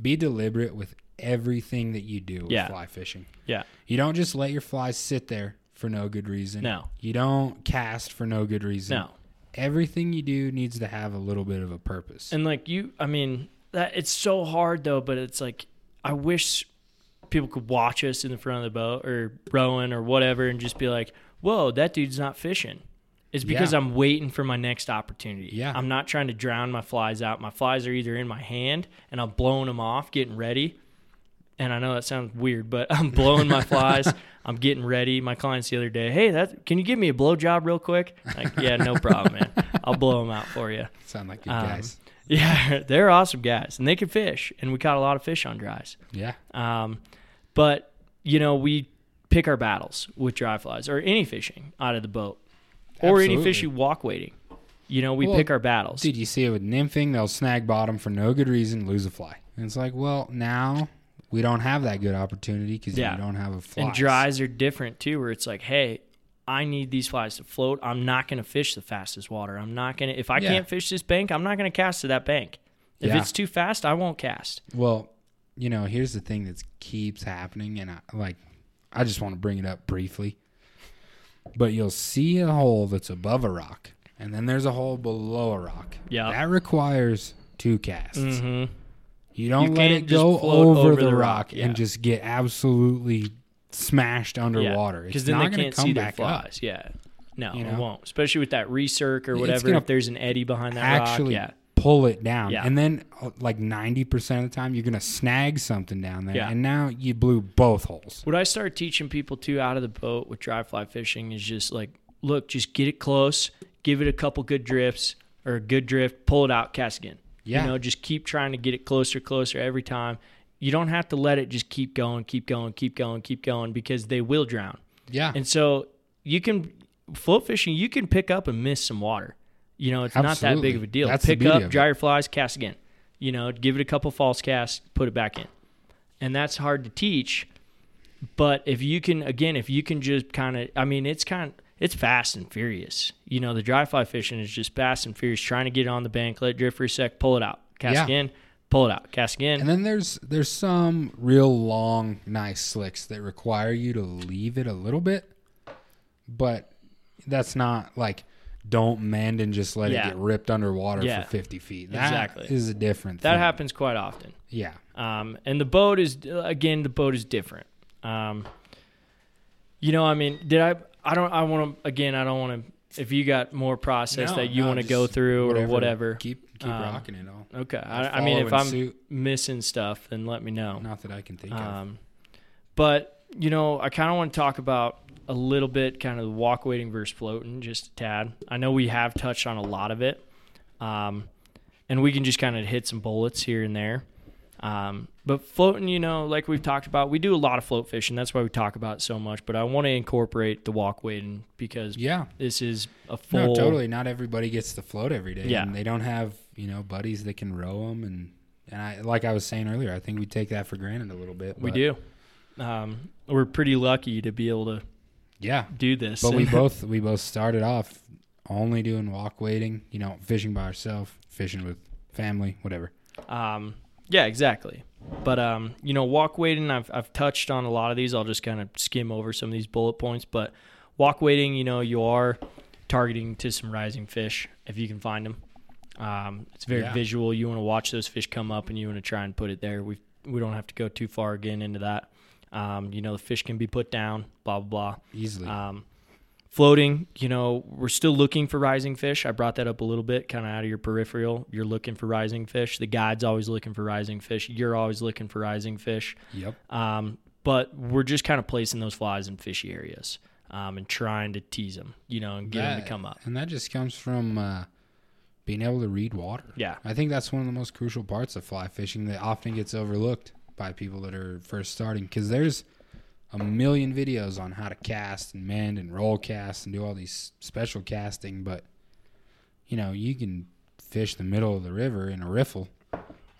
S3: be deliberate with everything that you do with
S2: Yeah.
S3: fly fishing.
S2: Yeah,
S3: You don't just let your flies sit there for no good reason.
S2: No.
S3: You don't cast for no good reason.
S2: no,
S3: Everything you do needs to have a little bit of a purpose.
S2: and like you, I mean, that it's so hard though. But it's like I wish people could watch us in the front of the boat or rowing or whatever, and just be like, "Whoa, that dude's not fishing." It's because
S3: Yeah.
S2: I'm waiting for my next opportunity.
S3: Yeah.
S2: I'm not trying to drown my flies out. My flies are either in my hand and I'm blowing them off, getting ready, and I know that sounds weird, but I'm blowing my flies. I'm getting ready. My clients the other day, hey, that can you give me a blowjob real quick? Like, yeah, no problem, man. I'll blow them out for you.
S3: Sound like good
S2: Um,
S3: guys.
S2: Yeah, they're awesome guys, and they can fish, and we caught a lot of fish on dries.
S3: Yeah.
S2: Um, but you know, we pick our battles with dry flies or any fishing out of the boat, or any fish
S3: Absolutely.
S2: you walk waiting. You know, we
S3: Well,
S2: pick our battles.
S3: Dude, you see it with nymphing, they'll snag bottom for no good reason, lose a fly. And it's like, well, now we don't have that good opportunity because
S2: Yeah.
S3: you don't have a fly.
S2: and dries are different too, where it's like, hey, I need these flies to float. I'm not going to fish the fastest water. I'm not going to, if I
S3: Yeah.
S2: can't fish this bank, I'm not going to cast to that bank. If
S3: Yeah.
S2: it's too fast, I won't cast.
S3: Well, you know, here's the thing that keeps happening, and I like, I just want to bring it up briefly. But you'll see a hole that's above a rock, and then there's a hole below a rock.
S2: Yeah.
S3: that requires two casts.
S2: Mm-hmm.
S3: You don't
S2: You
S3: let it
S2: can't just
S3: go
S2: float
S3: over,
S2: over
S3: the
S2: the
S3: rock,
S2: rock, yeah.
S3: and just get absolutely smashed underwater.
S2: Because
S3: It's
S2: then
S3: not
S2: they
S3: going
S2: can't
S3: to come
S2: see their
S3: back up.
S2: flies. Yeah. No,
S3: You
S2: it
S3: know?
S2: won't. Especially with that recirc or
S3: It's
S2: whatever.
S3: gonna
S2: If there's an eddy behind that
S3: actually
S2: rock.
S3: pull it down.
S2: Yeah.
S3: And then uh, like 90% of the time you're going to snag something down there.
S2: Yeah.
S3: And now you blew both holes.
S2: What I started teaching people too out of the boat with dry fly fishing is just like, look, just get it close, give it a couple good drifts or a good drift, pull it out, cast again.
S3: Yeah.
S2: You know, just keep trying to get it closer, closer every time. You don't have to let it just keep going, keep going, keep going, keep going because they will drown.
S3: Yeah.
S2: And so you can float fishing, you can pick up and miss some water. You know, it's not that
S3: Absolutely.
S2: big of a deal.
S3: That's the
S2: pick
S3: beauty
S2: up,
S3: of
S2: dry your flies, cast again. You know, give it a couple false casts, put it back in. And that's hard to teach. But if you can again, if you can just kind of I mean, it's kind it's fast and furious. You know, the dry fly fishing is just fast and furious, trying to get it on the bank, let it drift for a sec, pull it out, cast
S3: Yeah.
S2: again, pull it out, cast again.
S3: and then there's there's some real long nice slicks that require you to leave it a little bit. But that's not like don't mend and just let
S2: Yeah.
S3: it get ripped underwater
S2: Yeah.
S3: for 50 feet. That
S2: Exactly.
S3: is a different
S2: that
S3: thing.
S2: happens quite often.
S3: Yeah.
S2: Um, and the boat is again, the boat is different. Um, you know, I mean, did I? I don't. I want to again. I don't want to. If you got more process
S3: No,
S2: that you
S3: no,
S2: want to
S3: just
S2: go through or whatever,
S3: Keep keep
S2: Um,
S3: rocking it all.
S2: okay. I, I mean, if
S3: Following
S2: I'm
S3: suit,
S2: missing stuff, then let me know.
S3: not that I can think of.
S2: Um, but you know, I kind of want to talk about a little bit kind of walk waiting versus floating, just a tad. I know we have touched on a lot of it, um, and we can just kind of hit some bullets here and there. Um, but floating, you know, like we've talked about, we do a lot of float fishing. That's why we talk about it so much. But I want to incorporate the walk waiting because
S3: Yeah.
S2: this is a full.
S3: No, totally. Not everybody gets to float every day.
S2: Yeah.
S3: And they don't have, you know, buddies that can row them. And, and I, like I was saying earlier, I think we take that for granted a little bit.
S2: We
S3: but-
S2: do. Um, we're pretty lucky to be able to
S3: Yeah.
S2: do this.
S3: But we both, we both started off only doing walk wading, you know, fishing by ourselves, fishing with family, whatever.
S2: Um, yeah, exactly. But um, you know, walk waiting. I've I've touched on a lot of these. I'll just kind of skim over some of these bullet points. But walk waiting, you know, you are targeting to some rising fish if you can find them. Um, it's very
S3: Yeah.
S2: visual. You want to watch those fish come up, and you want to try and put it there. We we don't have to go too far again into that. Um, you know, the fish can be put down. Blah blah blah.
S3: Easily.
S2: Um, floating, you know, we're still looking for rising fish. I brought that up a little bit, kind of out of your peripheral. You're looking for rising fish. The guide's always looking for rising fish. You're always looking for rising fish.
S3: yep.
S2: Um, but we're just kind of placing those flies in fishy areas um, and trying to tease them, you know, and get them to
S3: That-
S2: come up.
S3: And that just comes from uh, being able to read water.
S2: Yeah.
S3: I think that's one of the most crucial parts of fly fishing that often gets overlooked by people that are first starting because there's a million videos on how to cast and mend and roll cast and do all these special casting, but you know, you can fish the middle of the river in a riffle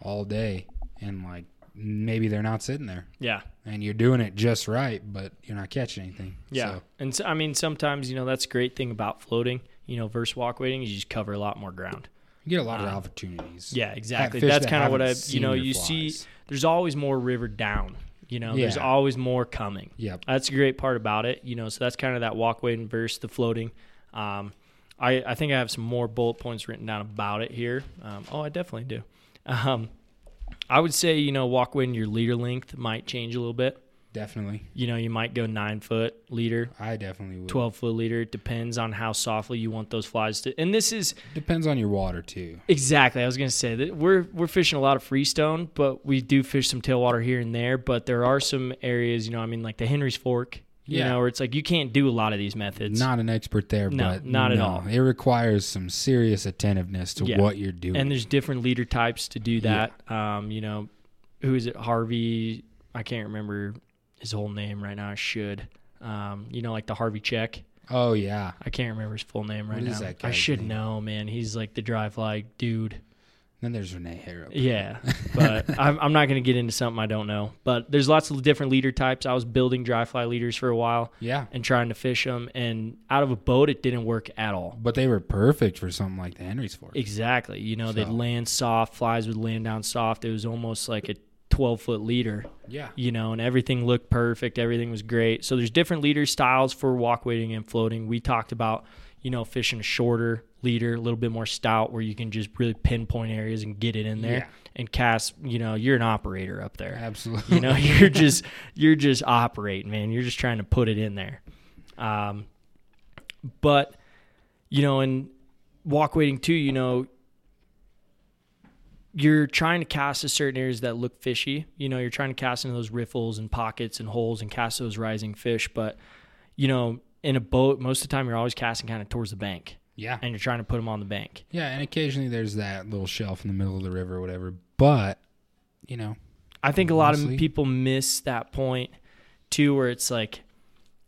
S3: all day and like maybe they're not sitting there
S2: Yeah.
S3: and you're doing it just right, but you're not catching anything.
S2: Yeah.
S3: So,
S2: And so, I mean, sometimes, you know, that's a great thing about floating, you know, versus walk wading is you just cover a lot more ground.
S3: you get a lot of
S2: Uh,
S3: opportunities.
S2: Yeah, exactly.
S3: fish
S2: That's
S3: that
S2: kind of what I,
S3: haven't
S2: you
S3: seen
S2: know,
S3: your
S2: you see,
S3: flies.
S2: there's always more river down. You know, there's
S3: Yeah.
S2: always more coming.
S3: Yep.
S2: That's the great part about it. You know, so that's kind of that walkway and verse the floating. Um, I, I think I have some more bullet points written down about it here. Um, oh, I definitely do. Um, I would say, you know, walkway and your leader length might change a little bit.
S3: Definitely.
S2: You know, you might go nine foot leader,
S3: I definitely would.
S2: 12 foot leader. It depends on how softly you want those flies to. And this is,
S3: Depends on your water too.
S2: Exactly. I was going to say that we're we're fishing a lot of freestone, but we do fish some tailwater here and there. But there are some areas, you know, I mean, like the Henry's Fork, you
S3: Yeah.
S2: know, where it's like you can't do a lot of these methods.
S3: not an expert there,
S2: No,
S3: but
S2: not at
S3: no,
S2: all.
S3: It requires some serious attentiveness to
S2: Yeah.
S3: what you're doing.
S2: and there's different leader types to do that. Um, you know, who is it? Harvey. I can't remember his whole name right now. I should. Um, you know, like the Harvey Check.
S3: oh yeah,
S2: I can't remember his full name right
S3: What
S2: now.
S3: is that
S2: I
S3: guy's
S2: should
S3: name?
S2: know, man. He's like the dry fly dude.
S3: then there's Renee Harrow.
S2: Yeah, but I'm, I'm not going to get into something I don't know. But there's lots of different leader types. I was building dry fly leaders for a while
S3: Yeah,
S2: and trying to fish them, and out of a boat, it didn't work at all.
S3: but they were perfect for something like the Henry's Fork.
S2: Exactly. You know, they'd
S3: So-
S2: land soft, flies would land down soft. It was almost like a 12 foot leader,
S3: yeah,
S2: you know, and everything looked perfect. Everything was great. So there's different leader styles for walk wading and floating. We talked about, you know, fishing a shorter leader, a little bit more stout, where you can just really pinpoint areas and get it in there
S3: Yeah.
S2: and cast. You know, you're an operator up there.
S3: absolutely.
S2: You know, you're just you're just operating, man. You're just trying to put it in there. Um, but you know, in walk waiting too, you know, you're trying to cast to certain areas that look fishy. You know, you're trying to cast into those riffles and pockets and holes and cast those rising fish. But you know, in a boat, most of the time you're always casting kind of towards the bank,
S3: yeah,
S2: and you're trying to put them on the bank.
S3: yeah, and occasionally there's that little shelf in the middle of the river or whatever. But you know,
S2: I think a lot
S3: Honestly.
S2: of people miss that point too, where it's like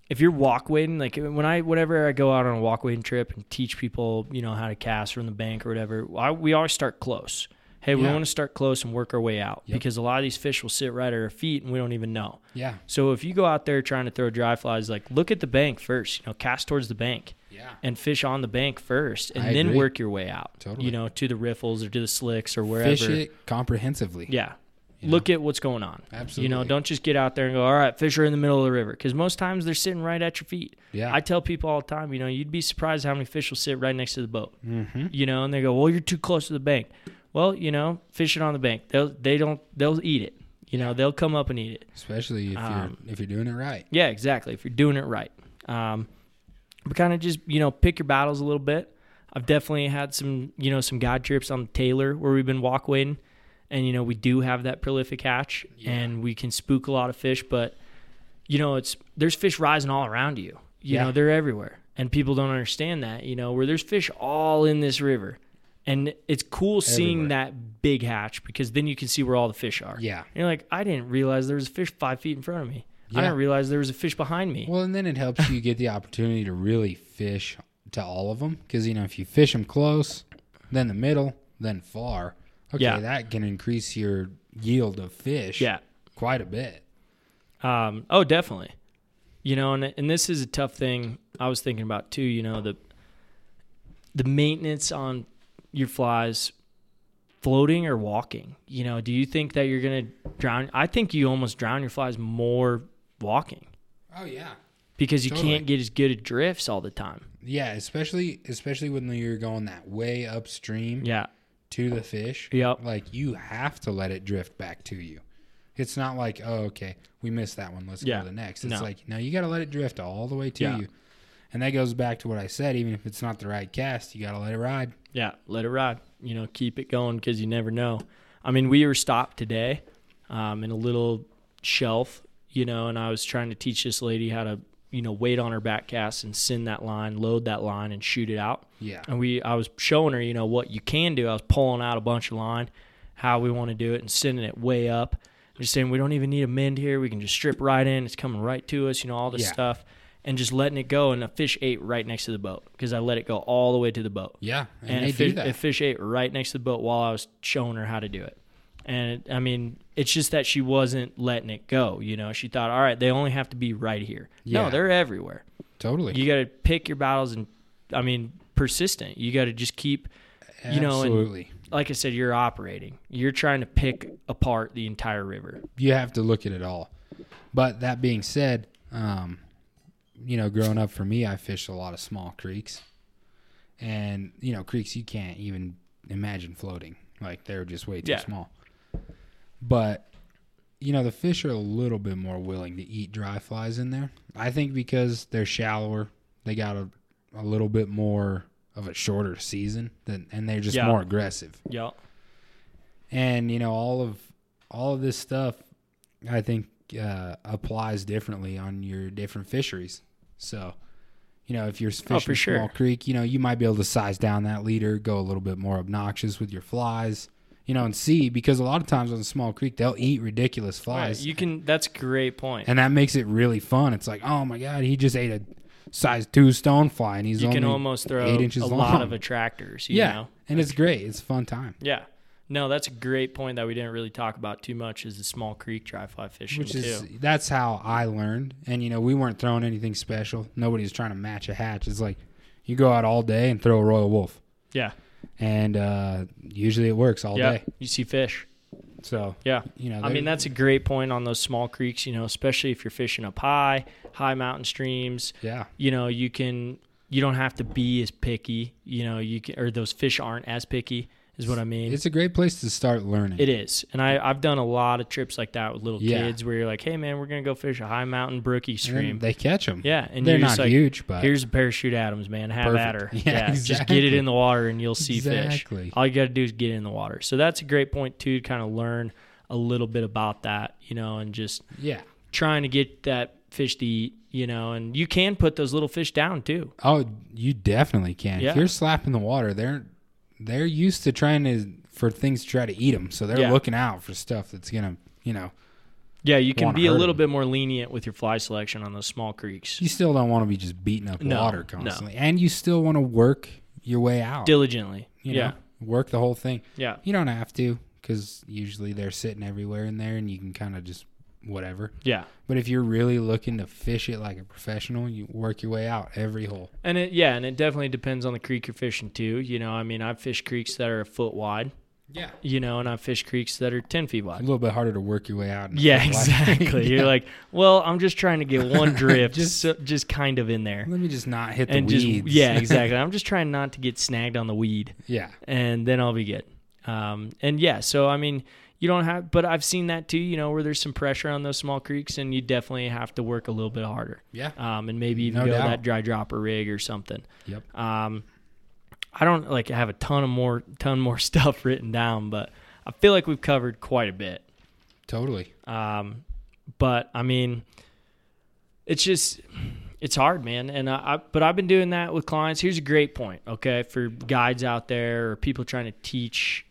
S2: if you're walk wading, like uh, when I whenever I go out on a walk wading trip and teach people, you know, how to cast from the bank or whatever, I, we always start close. Hey, we
S3: Yeah.
S2: want to start close and work our way out
S3: Yep.
S2: because a lot of these fish will sit right at our feet and we don't even know.
S3: yeah,
S2: So if you go out there trying to throw dry flies, like look at the bank first, you know, cast towards the bank
S3: yeah,
S2: and fish on the bank first and
S3: I
S2: then
S3: agree.
S2: work your way out.
S3: Totally.
S2: You know, to the riffles or to the slicks or wherever.
S3: fish it comprehensively.
S2: Yeah.
S3: You
S2: Look at what's going on. You know,
S3: Absolutely.
S2: don't just get out there and go, all right, fish are in the middle of the river. Because most times they're sitting right at your feet.
S3: yeah,
S2: I tell people all the time, you know, you'd be surprised how many fish will sit right next to the boat.
S3: mm-hmm.
S2: You know, and they go, well, you're too close to the bank. Well, you know, fish it on the bank. They'll, they don't, they'll eat it. You know, they'll come up and eat it.
S3: especially if
S2: Um,
S3: you're if you're doing it right.
S2: Yeah, exactly. If you're doing it right, um, but kind of just you know pick your battles a little bit. I've definitely had some you know some guide trips on Taylor where we've been walk wading, and you know we do have that prolific hatch
S3: Yeah.
S2: and we can spook a lot of fish, but you know it's there's fish rising all around you. You
S3: Yeah.
S2: know, they're everywhere. And people don't understand that, you know, where there's fish all in this river. And it's cool seeing
S3: Everywhere.
S2: that big hatch because then you can see where all the fish are.
S3: Yeah.
S2: And you're like, I didn't realize there was a fish five feet in front of me. I
S3: Yeah.
S2: didn't realize there was a fish behind me.
S3: Well, and then it helps you get the opportunity to really fish to all of them because you know if you fish them close, then the middle, then far. Okay,
S2: Yeah.
S3: that can increase your yield of fish.
S2: yeah.
S3: quite a bit.
S2: Um, oh, definitely. You know, and and this is a tough thing. I was thinking about too. You know the the maintenance on your flies, floating or walking. You know, do you think that you're gonna drown? I think you almost drown your flies more walking
S3: Oh yeah,
S2: because you
S3: Totally.
S2: can't get as good at drifts all the time.
S3: yeah. Especially especially when you're going that way upstream
S2: Yeah,
S3: to the fish.
S2: Yep.
S3: like you have to let it drift back to you. It's not like oh okay we missed that one let's
S2: Yeah.
S3: go to the next. It's
S2: No.
S3: like no you got to let it drift all the way to
S2: Yeah.
S3: you, and that goes back to what I said. Even if it's not the right cast, you got to let it ride.
S2: yeah. Let it ride. You know, keep it going because you never know. I mean, we were stopped today um, in a little shelf, you know, and I was trying to teach this lady how to, you know, wait on her back cast and send that line, load that line, and shoot it out.
S3: Yeah.
S2: And we, I was showing her, you know, what you can do. I was pulling out a bunch of line, how we want to do it, and sending it way up. I'm just saying we don't even need a mend here. We can just strip right in. It's coming right to us. You know, all this
S3: Yeah.
S2: stuff. And just letting it go, and a fish ate right next to the boat because I let it go all the way to the boat
S3: Yeah, and,
S2: and
S3: they
S2: a fish,
S3: do that.
S2: a fish ate right next to the boat while I was showing her how to do it. And it, I mean, it's just that she wasn't letting it go. You know, she thought, all right, they only have to be right here. No,
S3: Yeah.
S2: they're everywhere.
S3: totally.
S2: You got to pick your battles and, I mean, persistent. You got to just keep, you know, and
S3: Absolutely.
S2: like I said, you're operating. You're trying to pick apart the entire river.
S3: you have to look at it all. But that being said, um, you know, growing up for me, I fished a lot of small creeks, and you know, creeks you can't even imagine floating. Like they're just way too
S2: Yeah.
S3: small. But you know, the fish are a little bit more willing to eat dry flies in there. I think because they're shallower, they got a, a little bit more of a shorter season, than, and they're just
S2: Yeah.
S3: more aggressive
S2: Yeah.
S3: and you know all of all of this stuff i think uh, applies differently on your different fisheries so you know if you're fishing
S2: Oh, for
S3: a
S2: sure.
S3: small creek you know you might be able to size down that leader go a little bit more obnoxious with your flies you know and see because a lot of times on a small creek they'll eat ridiculous flies
S2: You can, that's a great point.
S3: and that makes it really fun it's like oh my god he just ate a size two stone fly and he's
S2: You
S3: only
S2: can almost throw
S3: eight inches
S2: a
S3: long.
S2: lot of attractors, you
S3: yeah
S2: know?
S3: and it's great it's a fun time
S2: Yeah. No, that's a great point that we didn't really talk about too much is the small creek dry fly fishing
S3: which
S2: too.
S3: is that's how I learned. And you know, we weren't throwing anything special. Nobody was trying to match a hatch. It's like you go out all day and throw a royal wolf,
S2: yeah.
S3: and uh, usually it works all
S2: Yeah.
S3: day.
S2: You see fish.
S3: So
S2: Yeah.
S3: you know,
S2: I mean,
S3: that
S2: that's a great point on those small creeks, you know, especially if you're fishing up high, high mountain streams,
S3: yeah,
S2: you know, you can you don't have to be as picky, you know, you can, or those fish aren't as picky is what I mean.
S3: it's a great place to start learning.
S2: It is. And I, I've done a lot of trips like that with little
S3: Yeah.
S2: kids where you're like, hey, man, we're going to go fish a high mountain brookie
S3: And then
S2: stream.
S3: They catch them.
S2: Yeah, and
S3: They're
S2: you're
S3: not
S2: just like,
S3: huge, but
S2: Here's a parachute Adams, man. Have
S3: Uh, Perfect.
S2: at her. Yeah,
S3: Yeah,
S2: just get it
S3: exactly.
S2: in the water and you'll see
S3: Exactly.
S2: fish. All you got to do is get it in the water. So that's a great point too. To kind of learn a little bit about that, you know, and just
S3: yeah.
S2: trying to get that fish to eat, you know, and you can put those little fish down too.
S3: Oh, you definitely can.
S2: Yeah.
S3: If you're slapping the water, they're they're used to trying to for things to try to eat them, so they're
S2: Yeah.
S3: looking out for stuff that's gonna you know.
S2: Yeah, you can
S3: Wanna
S2: be a
S3: hurt
S2: little
S3: 'em.
S2: bit more lenient with your fly selection on those small creeks.
S3: You still don't want to be just beating up
S2: No,
S3: water
S2: no.
S3: constantly, and you still want to work your way out.
S2: Diligently.
S3: you know,
S2: yeah.
S3: work the whole thing.
S2: Yeah.
S3: You don't have to, because usually they're sitting everywhere in there, and you can kind of just whatever.
S2: Yeah.
S3: But if you're really looking to fish it like a professional, you work your way out every hole.
S2: And it yeah, and it definitely depends on the creek you're fishing too. You know, I mean I've fished creeks that are a foot wide,
S3: Yeah,
S2: you know, and I've fished creeks that are ten feet wide.
S3: a little bit harder to work your way out. in a
S2: Yeah,
S3: flat line.
S2: exactly.
S3: Yeah.
S2: You're like, well, I'm just trying to get one drift, just
S3: Just-
S2: so, just kind of in there,
S3: Let me just not hit the
S2: and
S3: weeds.
S2: just yeah, exactly. I'm just trying not to get snagged on the weed,
S3: yeah,
S2: and then I'll be good. Um, and yeah, so I mean, you don't have, but I've seen that too. You know, where there's some pressure on those small creeks, and you definitely have to work a little bit harder,
S3: yeah.
S2: um, and maybe even
S3: No
S2: go
S3: doubt.
S2: that dry dropper rig or something.
S3: Yep.
S2: Um, I don't like have a ton of more ton more stuff written down, but I feel like we've covered quite a bit.
S3: Totally.
S2: Um, but I mean, it's just it's hard, man. And I, I, but I've been doing that with clients. Here's a great point, okay, for guides out there or people trying to teach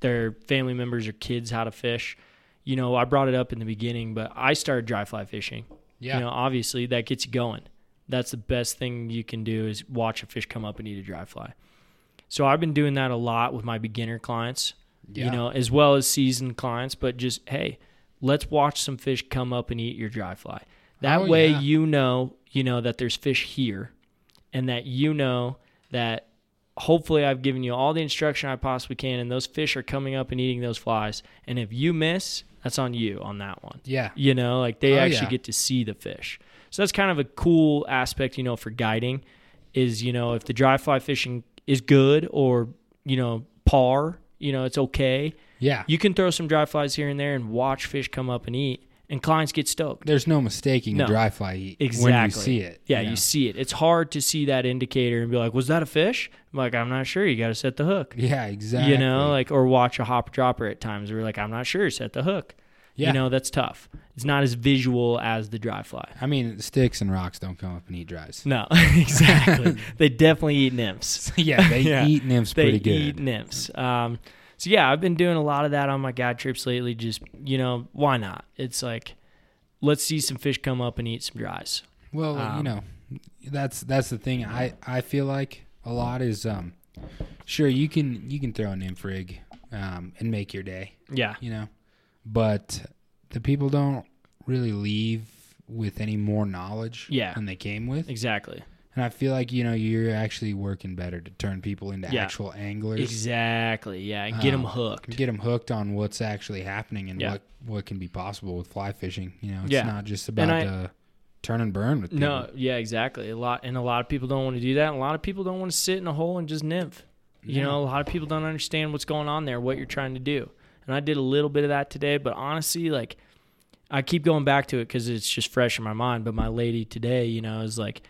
S2: their family members or kids how to fish. You know, I brought it up in the beginning, but I started dry fly fishing.
S3: Yeah.
S2: You know, obviously that gets you going. That's the best thing you can do is watch a fish come up and eat a dry fly. So I've been doing that a lot with my beginner clients,
S3: Yeah.
S2: you know, as well as seasoned clients, but just hey, let's watch some fish come up and eat your dry fly. That
S3: Oh,
S2: way
S3: yeah.
S2: you know, you know that there's fish here and that you know that hopefully I've given you all the instruction I possibly can and those fish are coming up and eating those flies. And if you miss, that's on you on that one.
S3: Yeah.
S2: You know, like they
S3: Oh,
S2: actually
S3: yeah.
S2: get to see the fish. So that's kind of a cool aspect, you know, for guiding is, you know, if the dry fly fishing is good or, you know, par, you know, it's okay.
S3: Yeah.
S2: You can throw some dry flies here and there and watch fish come up and eat, and clients get stoked.
S3: There's no mistaking
S2: No.
S3: a dry fly eat
S2: Exactly.
S3: when you see it.
S2: Yeah,
S3: know?
S2: you see it. It's hard to see that indicator and be like, was that a fish? I'm like, I'm not sure. You got to set the hook.
S3: Yeah, exactly.
S2: You know, like, or watch a hop dropper at times. We're like, I'm not sure. Set the hook.
S3: yeah.
S2: You know, that's tough. It's not as visual as the dry fly.
S3: I mean, sticks and rocks don't come up and eat dries.
S2: No, exactly. they definitely eat nymphs.
S3: yeah, they
S2: Yeah.
S3: eat nymphs
S2: They
S3: pretty good.
S2: eat nymphs. Um, so yeah, I've been doing a lot of that on my guide trips lately. Just you know, why not? It's like, let's see some fish come up and eat some dries.
S3: Well, you
S2: Um,
S3: know, that's that's the thing. I I feel like a lot is um, sure you can you can throw an nymph rig um and make your day,
S2: Yeah,
S3: you know, but the people don't really leave with any more knowledge
S2: Yeah.
S3: than they came with,
S2: exactly,
S3: and I feel like you know you're actually working better to turn people into
S2: Yeah.
S3: actual anglers.
S2: exactly. Yeah, and get them
S3: Um,
S2: hooked.
S3: Get them hooked on what's actually happening and
S2: Yeah.
S3: what what can be possible with fly fishing. You know, it's
S2: Yeah.
S3: not just about
S2: I-
S3: uh, turn and burn with people.
S2: No, yeah, exactly. A lot, and a lot of people don't want to do that. And a lot of people don't want to sit in a hole and just nymph. You know, a lot of people don't understand what's going on there, what you're trying to do. And I did a little bit of that today, but honestly, like, I keep going back to it because it's just fresh in my mind. But my lady today, you know, is like,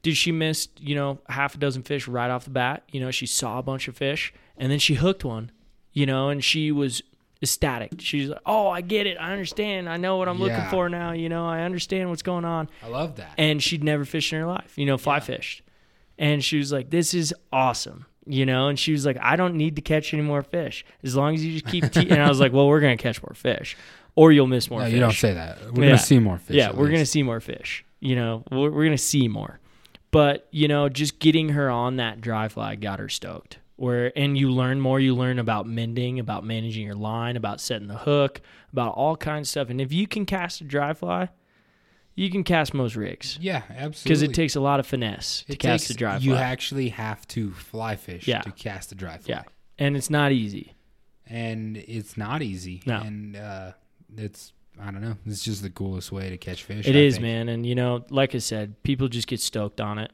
S2: did she miss, you know, half a dozen fish right off the bat? You know, she saw a bunch of fish and then she hooked one, you know, and she was ecstatic. She's like, oh, I get it. I understand. I know what I'm looking
S3: Yeah.
S2: for now. You know, I understand what's going on
S3: I love that.
S2: and she'd never fished in her life, you know, fly fished. And she was like, This is awesome, you know? And she was like, I don't need to catch any more fish as long as you just keep. Te-. and I was like, Well, we're going to catch more fish or you'll miss more
S3: No,
S2: fish.
S3: you don't say that. We're
S2: Yeah.
S3: gonna see more fish.
S2: yeah,
S3: at
S2: we're going to
S3: least.
S2: see more fish, you know? We're, we're going to see more. But, you know, just getting her on that dry fly got her stoked. Where and you learn more, you learn about mending, about managing your line, about setting the hook, about all kinds of stuff. And if you can cast a dry fly, you can cast most rigs
S3: Yeah, absolutely.
S2: because it takes a lot of finesse to
S3: It
S2: cast
S3: takes-
S2: a dry
S3: You
S2: fly.
S3: actually have to fly fish
S2: Yeah.
S3: to cast a dry fly.
S2: yeah, and it's not easy.
S3: and it's not easy.
S2: No.
S3: and uh, it's I don't know. It's just the coolest way to catch fish.
S2: It is,
S3: I think.
S2: man. And you know, like I said, people just get stoked on it.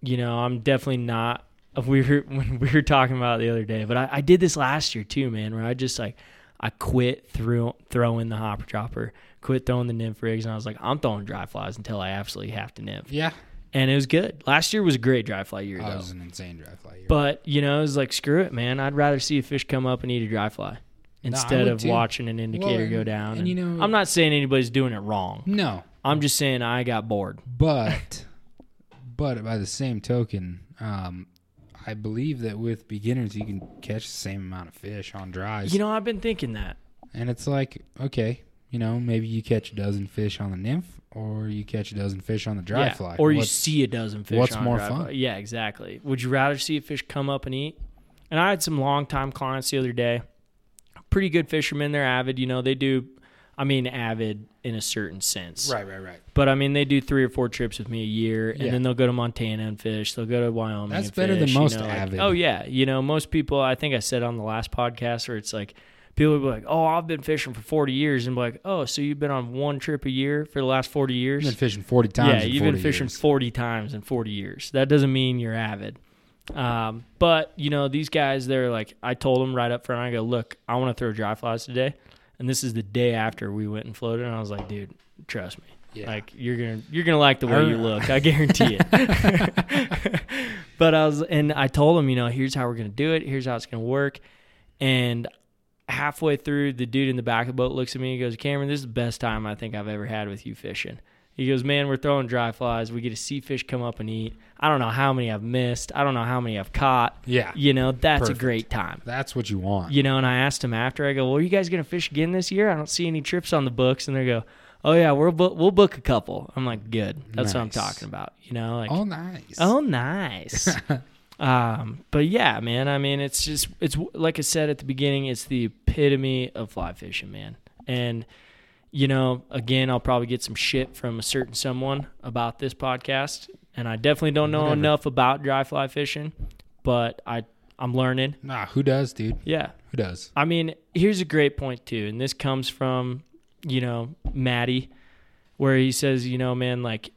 S2: You know, I'm definitely not. We were when we were talking about it the other day, but I, I did this last year too, man. Where I just like I quit through throwing the hopper chopper, quit throwing the nymph rigs, and I was like, I'm throwing dry flies until I absolutely have to nymph.
S3: Yeah,
S2: And it was good. Last year was a great dry fly year
S3: oh, it
S2: though.
S3: was an insane dry fly. You're
S2: But you know, it was like screw it, man. I'd rather see a fish come up and eat a dry fly instead
S3: would
S2: of
S3: too.
S2: watching an indicator
S3: Well,
S2: go
S3: and-
S2: down.
S3: and you know-
S2: I'm not saying anybody's doing it wrong.
S3: no,
S2: I'm just saying I got bored.
S3: but but by the same token, um, I believe that with beginners you can catch the same amount of fish on dries.
S2: You know, I've been thinking that.
S3: And it's like, okay, you know, maybe you catch a dozen fish on the nymph, or you catch a dozen fish on the dry
S2: yeah.
S3: fly.
S2: Or you
S3: What's-
S2: see a dozen fish.
S3: what's
S2: on a
S3: more
S2: dry
S3: fun?
S2: fly. Yeah, exactly. Would you rather see a fish come up and eat? And I had some longtime clients the other day. Pretty good fishermen. They're avid. You know, they do. I mean, avid in a certain sense.
S3: right, right, right.
S2: But I mean, they do three or four trips with me a year, and
S3: Yeah.
S2: then they'll go to Montana and fish. They'll go to Wyoming.
S3: That's
S2: and
S3: better than
S2: fish, you
S3: most
S2: know, like-
S3: avid.
S2: oh yeah, you know, most people. I think I said on the last podcast where it's like people will be like, "Oh, I've been fishing for forty years," and be like, "Oh, so you've been on one trip a year for the last forty years?"
S3: You've been fishing forty times.
S2: yeah,
S3: in
S2: you've been
S3: 40
S2: fishing
S3: years.
S2: forty times in forty years. That doesn't mean you're avid. Um, but you know, these guys, they're like, I told them right up front. I go, "Look, I want to throw dry flies today," and this is the day after we went and floated, and I was like, "Dude, trust me."
S3: Yeah.
S2: Like you're gonna you're gonna like the
S3: I
S2: way you
S3: remem-
S2: look. I guarantee it. but I was and I told him, you know, here's how we're gonna do it. Here's how it's gonna work. And halfway through, the dude in the back of the boat looks at me and goes, Cameron, this is the best time I think I've ever had with you fishing. He goes, man, we're throwing dry flies. We get a sea fish come up and eat. I don't know how many I've missed. I don't know how many I've caught.
S3: Yeah.
S2: You know, that's a
S3: Perfect.
S2: great time.
S3: That's what you want.
S2: You know, and I asked him after. I go, "Well, are you guys gonna fish again this year? I don't see any trips on the books." And they go, "Oh yeah, we'll book, we'll book a couple." I'm like, "Good, that's what I'm
S3: Nice.
S2: talking about." You know, like,
S3: Oh, nice.
S2: oh nice. um, but yeah, man. I mean, it's just it's like I said at the beginning, it's the epitome of fly fishing, man. And you know, again, I'll probably get some shit from a certain someone about this podcast, and I definitely don't know
S3: Whatever.
S2: enough about dry fly fishing, but I I'm learning.
S3: Nah, who does, dude?
S2: Yeah.
S3: Who does?
S2: I mean, here's a great point too, and this comes from you know Maddie, where he says, you know, man, like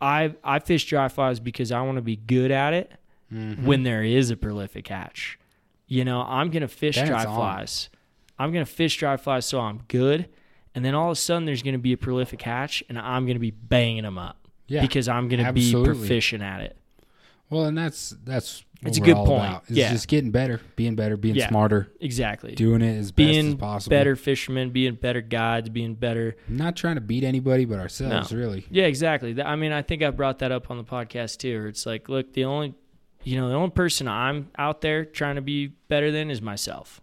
S2: I I fish dry flies because I want to be good at it
S3: Mm-hmm.
S2: when there is a prolific hatch. You know, I'm gonna fish
S3: Then
S2: dry
S3: it's on.
S2: flies. I'm gonna fish dry flies so I'm good, and then all of a sudden there's gonna be a prolific hatch, and I'm gonna be banging them up
S3: Yeah.
S2: because I'm gonna
S3: absolutely.
S2: be proficient at it.
S3: well, and that's that's what
S2: It's a
S3: we're
S2: good
S3: all
S2: point.
S3: About, is
S2: Yeah.
S3: just getting better, being better, being
S2: Yeah.
S3: smarter,
S2: Exactly.
S3: doing it as best
S2: being
S3: as possible.
S2: better fishermen, being better guides, being better
S3: Not trying to beat anybody but ourselves, really.
S2: Yeah, exactly. Th- I mean, I think I brought that up on the podcast too. Where it's like, look, the only, you know, the only person I'm out there trying to be better than is myself.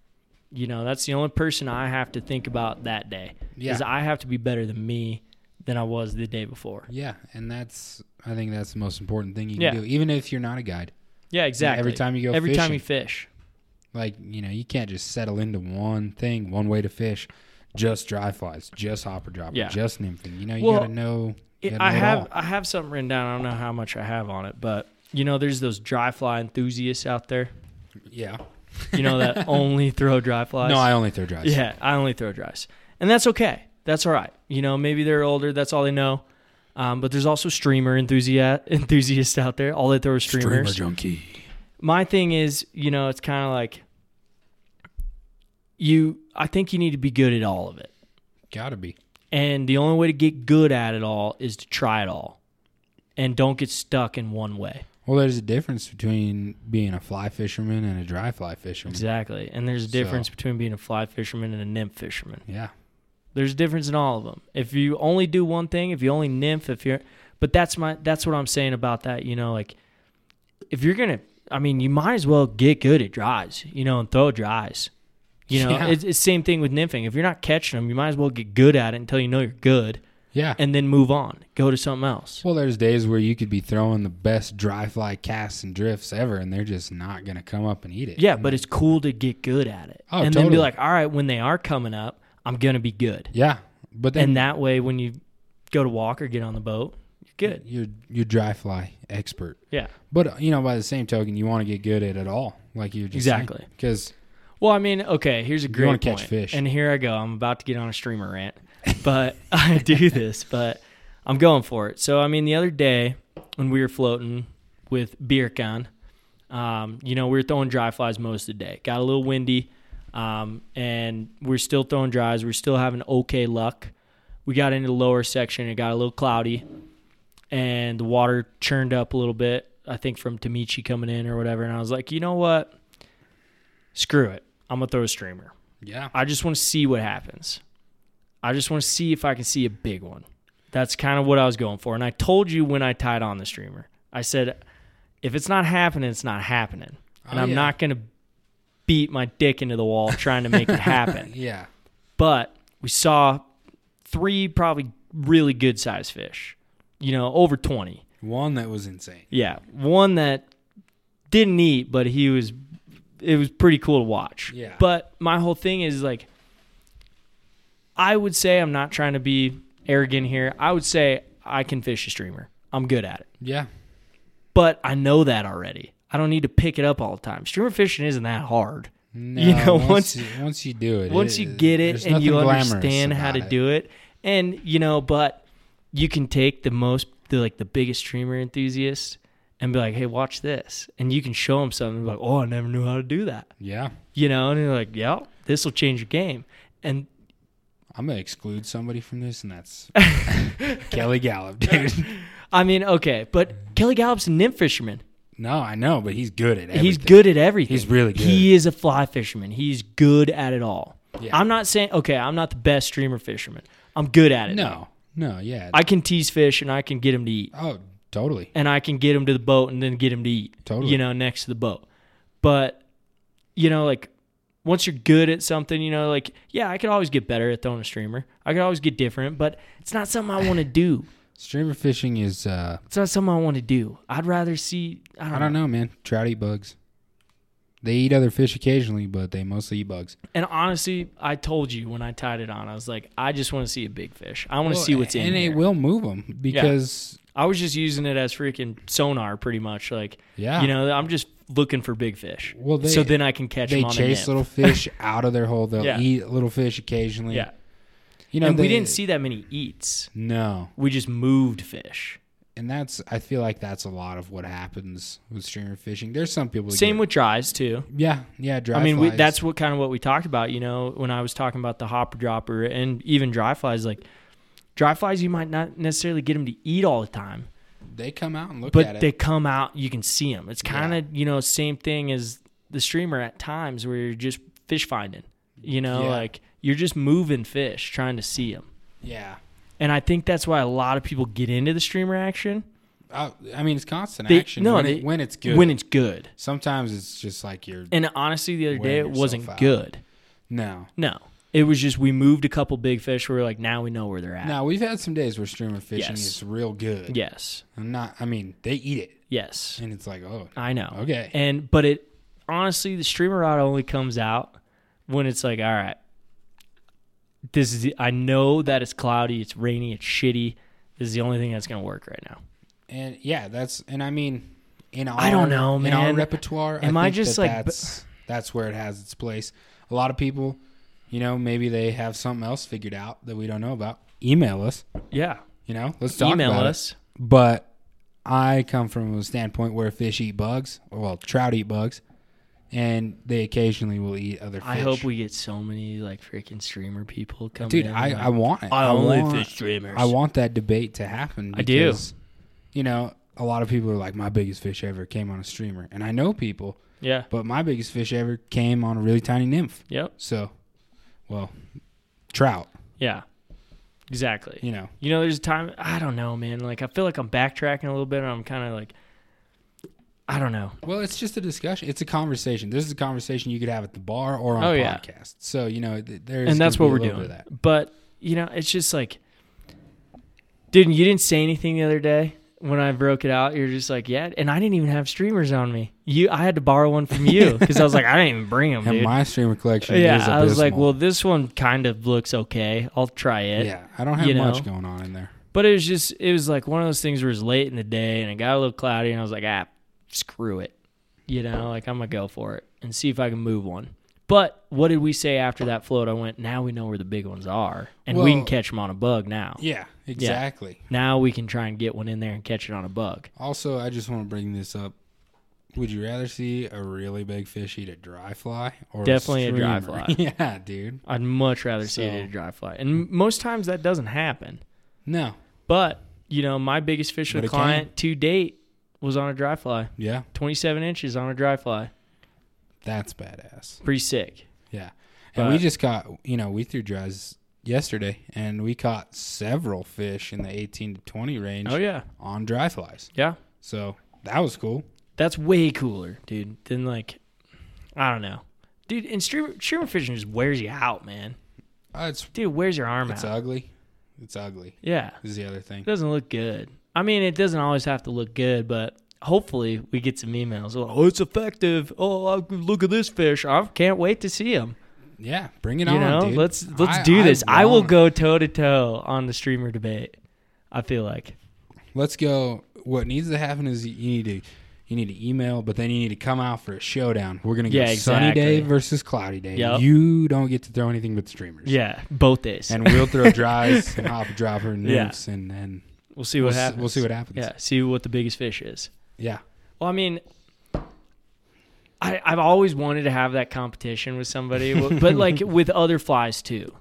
S2: You know, that's the only person I have to think about that day.
S3: Yeah.
S2: Is I have to be better than me than I was the day before.
S3: Yeah, and that's I think that's the most important thing you can
S2: Yeah.
S3: do, even if you're not a guide.
S2: Yeah, exactly.
S3: Every time you go
S2: every time
S3: fishing.
S2: you fish.
S3: Like you know, you can't just settle into one thing, one way to fish, just dry flies, just hopper dropper,
S2: Yeah.
S3: just nymphing. You know, you
S2: Well,
S3: gotta know. you
S2: It-
S3: gotta
S2: I
S3: know it
S2: have
S3: all.
S2: I have something written down. I don't know how much I have on it, but you know, there's those dry fly enthusiasts out there.
S3: Yeah.
S2: You know that only throw dry flies.
S3: No, I only throw dries.
S2: Yeah, I only throw dries, and that's okay. That's all right. You know, maybe they're older. That's all they know. Um, but there's also streamer enthusiast enthusiasts out there. All they throw are
S3: Streamer
S2: streamers.
S3: junkie.
S2: My thing is, you know, it's kind of like you. I think you need to be good at all of it,
S3: Gotta be.
S2: and the only way to get good at it all is to try it all, and don't get stuck in one way.
S3: Well, there's a difference between being a fly fisherman and a dry fly fisherman.
S2: Exactly. And there's a
S3: So-
S2: difference between being a fly fisherman and a nymph fisherman.
S3: Yeah.
S2: There's a difference in all of them. If you only do one thing, if you only nymph, if you're, but that's my that's what I'm saying about that. You know, like if you're gonna, I mean, you might as well get good at dries. You know, and throw dries. You know,
S3: Yeah.
S2: it's, it's same thing with nymphing. If you're not catching them, you might as well get good at it until you know you're good,
S3: Yeah.
S2: and then move on, go to something else.
S3: well, there's days where you could be throwing the best dry fly casts and drifts ever, and they're just not gonna come up and eat it.
S2: Yeah, but it's cool to get good at it,
S3: Oh,
S2: and then be
S3: totally.
S2: like, all right, when they are coming up, I'm gonna be good,
S3: Yeah. But then
S2: and that way, when you go to walk or get on the boat, you're good.
S3: you're you're dry fly expert.
S2: Yeah.
S3: But uh, you know, by the same token, you want to get good at it all, like you were just
S2: Exactly.
S3: Because
S2: Well, I mean, okay, here's a great
S3: wanna catch
S2: point.
S3: fish.
S2: And here I go. I'm about to get on a streamer rant, but I do this, but I'm going for it. So, I mean, the other day when we were floating with Birkan, um, you know, we were throwing dry flies most of the day. Got a little windy, um, and we're still throwing dries. We're still having okay luck. We got into the lower section. It got a little cloudy, and the water churned up a little bit. I think from Tamichi coming in or whatever. And I was like, you know what? Screw it. I'm gonna throw a streamer.
S3: yeah,
S2: I just want to see what happens. I just want to see if I can see a big one. That's kind of what I was going for. And I told you when I tied on the streamer, I said, if it's not happening, it's not happening. And
S3: Oh,
S2: I'm
S3: yeah.
S2: not going to beat my dick into the wall trying to make it happen.
S3: yeah,
S2: But we saw three probably really good sized fish, you know, over 20.
S3: one that was insane.
S2: Yeah. One that didn't eat, but he was it was pretty cool to watch.
S3: Yeah.
S2: But my whole thing is like I would say I'm not trying to be arrogant here. I would say I can fish a streamer. I'm good at it.
S3: Yeah,
S2: But I know that already. I don't need to pick it up all the time. Streamer fishing isn't that hard.
S3: no,
S2: You know, once-
S3: once you, once you do it,
S2: Once
S3: it-
S2: you get it
S3: there's
S2: and you
S3: nothing glamorous
S2: understand how to
S3: about
S2: do it, and you know, but you can take the most, the like the biggest streamer enthusiast, and be like, "Hey, watch this," and you can show them something like, "Oh, I never knew how to do that,"
S3: yeah,
S2: you know, and you're like, "Yeah, this will change your game." And
S3: I'm gonna exclude somebody from this, and that's Kelly Gallup, dude.
S2: I mean, okay, but Kelly Gallup's a nymph fisherman.
S3: No, I know, but he's good at everything.
S2: He's good at everything.
S3: He's really good.
S2: He is a fly fisherman. He's good at it all.
S3: Yeah.
S2: I'm not saying okay. I'm not the best streamer fisherman. I'm good at it. though.
S3: No, No, yeah.
S2: I can tease fish and I can get them to eat,
S3: oh, totally.
S2: and I can get them to the boat and then get them to eat.
S3: Totally.
S2: You know, next to the boat. But you know, like once you're good at something, you know, like yeah, I could always get better at throwing a streamer. I could always get different, but it's not something I want to do.
S3: Streamer fishing is, uh,
S2: It's not something I want to do. I'd rather see. I don't,
S3: I don't
S2: know.
S3: know, man. Trout eat bugs. They eat other fish occasionally, but they mostly eat bugs.
S2: And honestly, I told you when I tied it on, I was like, I just want to see a big fish. I want to
S3: Well,
S2: see what's in
S3: And
S2: here.
S3: it will move them because,
S2: I was just using it as freaking sonar, pretty much. Like,
S3: yeah,
S2: you know, I'm just looking for big fish.
S3: Well, they-
S2: so then I can catch
S3: they
S2: them on
S3: chase
S2: the
S3: little fish out of their hole. They'll
S2: Yeah.
S3: eat little fish occasionally.
S2: Yeah,
S3: you know
S2: and we
S3: they-
S2: didn't see that many eats.
S3: No,
S2: We just moved fish.
S3: and that's I feel like that's a lot of what happens with streamer fishing. There's some people. that
S2: Same
S3: get-
S2: with dries too.
S3: yeah, yeah. Dry
S2: I mean, we,
S3: flies.
S2: that's what kind of what we talked about. You know, when I was talking about the hopper dropper and even dry flies, like dry flies, you might not necessarily get them to eat all the time.
S3: they come out and look at
S2: but
S3: it.
S2: they come out you can see them it's
S3: Yeah.
S2: kind of you know same thing as the streamer at times where you're just fish finding you know
S3: Yeah.
S2: like you're just moving fish trying to see them
S3: yeah,
S2: and i think that's why a lot of people get into the streamer action
S3: I, Oh, I mean it's constant
S2: They-
S3: action.
S2: no,
S3: when,
S2: they-
S3: it, when it's good.
S2: when it's good
S3: sometimes it's just like you're
S2: and honestly the other day
S3: Wearing
S2: it wasn't
S3: yourself out.
S2: good
S3: no.
S2: no it was just we moved a couple big fish where we're like now we know where they're at
S3: Now we've had some days where streamer fishing
S2: Yes.
S3: is real good.
S2: yes
S3: I'm not. I mean they eat it,
S2: yes
S3: and it's like oh
S2: i know
S3: okay.
S2: And but it honestly, the streamer rod only comes out when it's like, all right, this is. The, I know that it's cloudy, it's rainy, it's shitty. This is the only thing that's gonna work right now.
S3: And yeah, that's and I mean, in our,
S2: I don't know,
S3: in our
S2: man.
S3: repertoire.
S2: Am I
S3: think
S2: just,
S3: that
S2: like,
S3: that's that's where it has its place. A lot of people, you know, maybe they have something else figured out that we don't know about. Email us,
S2: Yeah,
S3: you know, let's talk
S2: email
S3: about it.
S2: us.
S3: But I come from a standpoint where fish eat bugs, or well, trout eat bugs, and they occasionally will eat other fish.
S2: I hope we get so many like freaking streamer people coming.
S3: dude.
S2: in,
S3: I,
S2: like,
S3: I want it.
S2: I only
S3: want,
S2: fish streamers.
S3: I want that debate to happen.
S2: I do.
S3: because, You know, a lot of people are like, my biggest fish ever came on a streamer, and I know people,
S2: yeah.
S3: but my biggest fish ever came on a really tiny nymph.
S2: Yep.
S3: So, well, trout.
S2: Yeah. Exactly.
S3: You know,
S2: You know, there's a time I don't know, man. Like I feel like I'm backtracking a little bit. and I'm kind of like, I don't know.
S3: well, it's just a discussion. It's a conversation. This is a conversation you could have at the bar or on
S2: Oh,
S3: a
S2: yeah.
S3: podcast. So you know, th- there's
S2: and that's
S3: gonna
S2: what
S3: be a
S2: we're doing.
S3: little bit of that.
S2: But you know, it's just like, dude, you didn't say anything the other day when I broke it out. You're just like, yeah, and I didn't even have streamers on me. You, I had to borrow one from you because I was like, I didn't even bring them,
S3: And
S2: dude.
S3: my streamer collection.
S2: yeah,
S3: is
S2: I was like,
S3: abysmal.
S2: well, this one kind of looks okay. I'll try it.
S3: yeah, I don't have
S2: you know.
S3: much going on in there.
S2: But it was just, it was like one of those things where it was late in the day and it got a little cloudy, and I was like, ah, screw it. You know, like I'm gonna go for it and see if I can move one. But what did we say after that float? I went, now we know where the big ones are, and we can
S3: Well-
S2: catch them on a bug now.
S3: Yeah, exactly.
S2: Now we can try and get one in there and catch it on a bug.
S3: Also, I just want to bring this up. Would you rather see a really big fish eat a dry fly or
S2: Definitely a dry
S3: streamer?
S2: fly.
S3: yeah, dude.
S2: I'd much rather see it
S3: So-
S2: at a dry fly. And most times that doesn't happen.
S3: No.
S2: But, you know, my biggest fish
S3: But
S2: with
S3: it can.
S2: client to date was on a dry fly.
S3: Yeah,
S2: 27 inches on a dry fly.
S3: that's badass.
S2: Pretty sick.
S3: Yeah, and we
S2: But-
S3: just caught. You know, we threw dries yesterday, and we caught several fish in the eighteen to twenty range
S2: Oh, yeah.
S3: on dry flies.
S2: Yeah.
S3: So that was cool.
S2: That's way cooler, dude, than like, I don't know. Dude, and streamer, streamer fishing just wears you out, man.
S3: Uh, it's
S2: Dude, it wears your arm
S3: it's uh,
S2: out.
S3: ugly. It's ugly.
S2: Yeah.
S3: Is the other thing.
S2: It doesn't look good. I mean, it doesn't always have to look good, but hopefully we get some emails. Like, oh, it's effective. Oh, I- look at this fish. I can't wait to see him.
S3: Yeah, bring it
S2: You
S3: on,
S2: know,
S3: dude.
S2: let's let's
S3: I-
S2: do this. I, will
S3: want-
S2: go toe to toe on the streamer debate. I feel like
S3: let's go. What needs to happen is you need to you need to email, but then you need to come out for a showdown. We're gonna go
S2: Yeah,
S3: sunny day
S2: exactly.
S3: versus cloudy day.
S2: Yep.
S3: You don't get to throw anything but streamers.
S2: yeah, both days,
S3: and we'll throw dries and hop dropper and
S2: Yeah.
S3: nymphs, and then
S2: we'll see what
S3: we'll, s-
S2: happens.
S3: we'll see what happens.
S2: Yeah, see what the biggest fish is.
S3: yeah,
S2: Well, I mean, I I've always wanted to have that competition with somebody, but like with other flies too.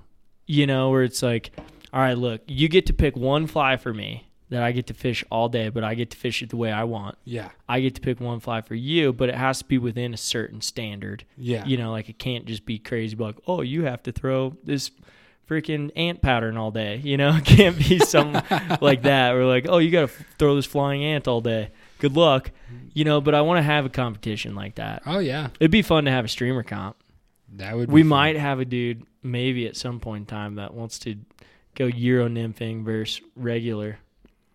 S2: You know, where it's like, all right, look, you get to pick one fly for me that I get to fish all day, but I get to fish it the way I want.
S3: yeah,
S2: I get to pick one fly for you, but it has to be within a certain standard.
S3: yeah.
S2: You know, like it can't just be crazy, but like, oh, you have to throw this freaking ant pattern all day. You know, it can't be something like that. We're like, oh, you got to throw this flying ant all day. Good luck. You know, but I want to have a competition like that.
S3: Oh yeah,
S2: It'd be fun to have a streamer comp.
S3: that would. Be
S2: We
S3: fun.
S2: might have a dude maybe at some point in time that wants to go Euro nymphing versus regular,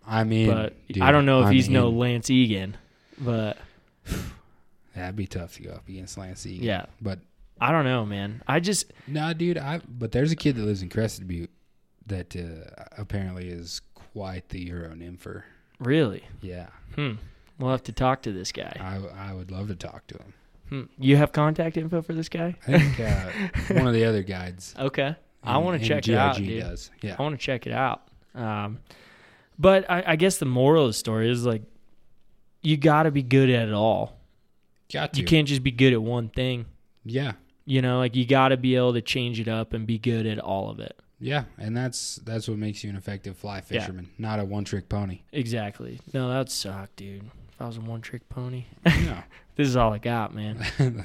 S3: I mean,
S2: but
S3: dude,
S2: I don't know if
S3: I'm
S2: he's no
S3: in.
S2: Lance Egan. But
S3: That'd be tough to go up against Lance Egan.
S2: yeah,
S3: but
S2: I don't know, man. I just
S3: nah, dude. I but there's a kid that lives in Crested Butte that uh, apparently is quite the Euro nympher.
S2: really,
S3: Yeah,
S2: hmm. We'll have to talk to this guy.
S3: I I would love to talk to him.
S2: Hmm. You have contact info for this guy?
S3: I think uh, one of the other guides.
S2: Okay. I
S3: in-
S2: want
S3: in
S2: to check it out,
S3: GRG
S2: dude.
S3: Does. Yeah,
S2: I want to check it out. Um, but I, I guess the moral of the story is like, you got to be good at it all.
S3: got
S2: You can't just be good at one thing.
S3: Yeah,
S2: You know, like you got to be able to change it up and be good at all of it.
S3: yeah, and that's that's what makes you an effective fly
S2: Yeah.
S3: fisherman, not a one trick pony.
S2: Exactly. No, that would suck, dude. If I was a one trick pony,
S3: No,
S2: this is all I got, man.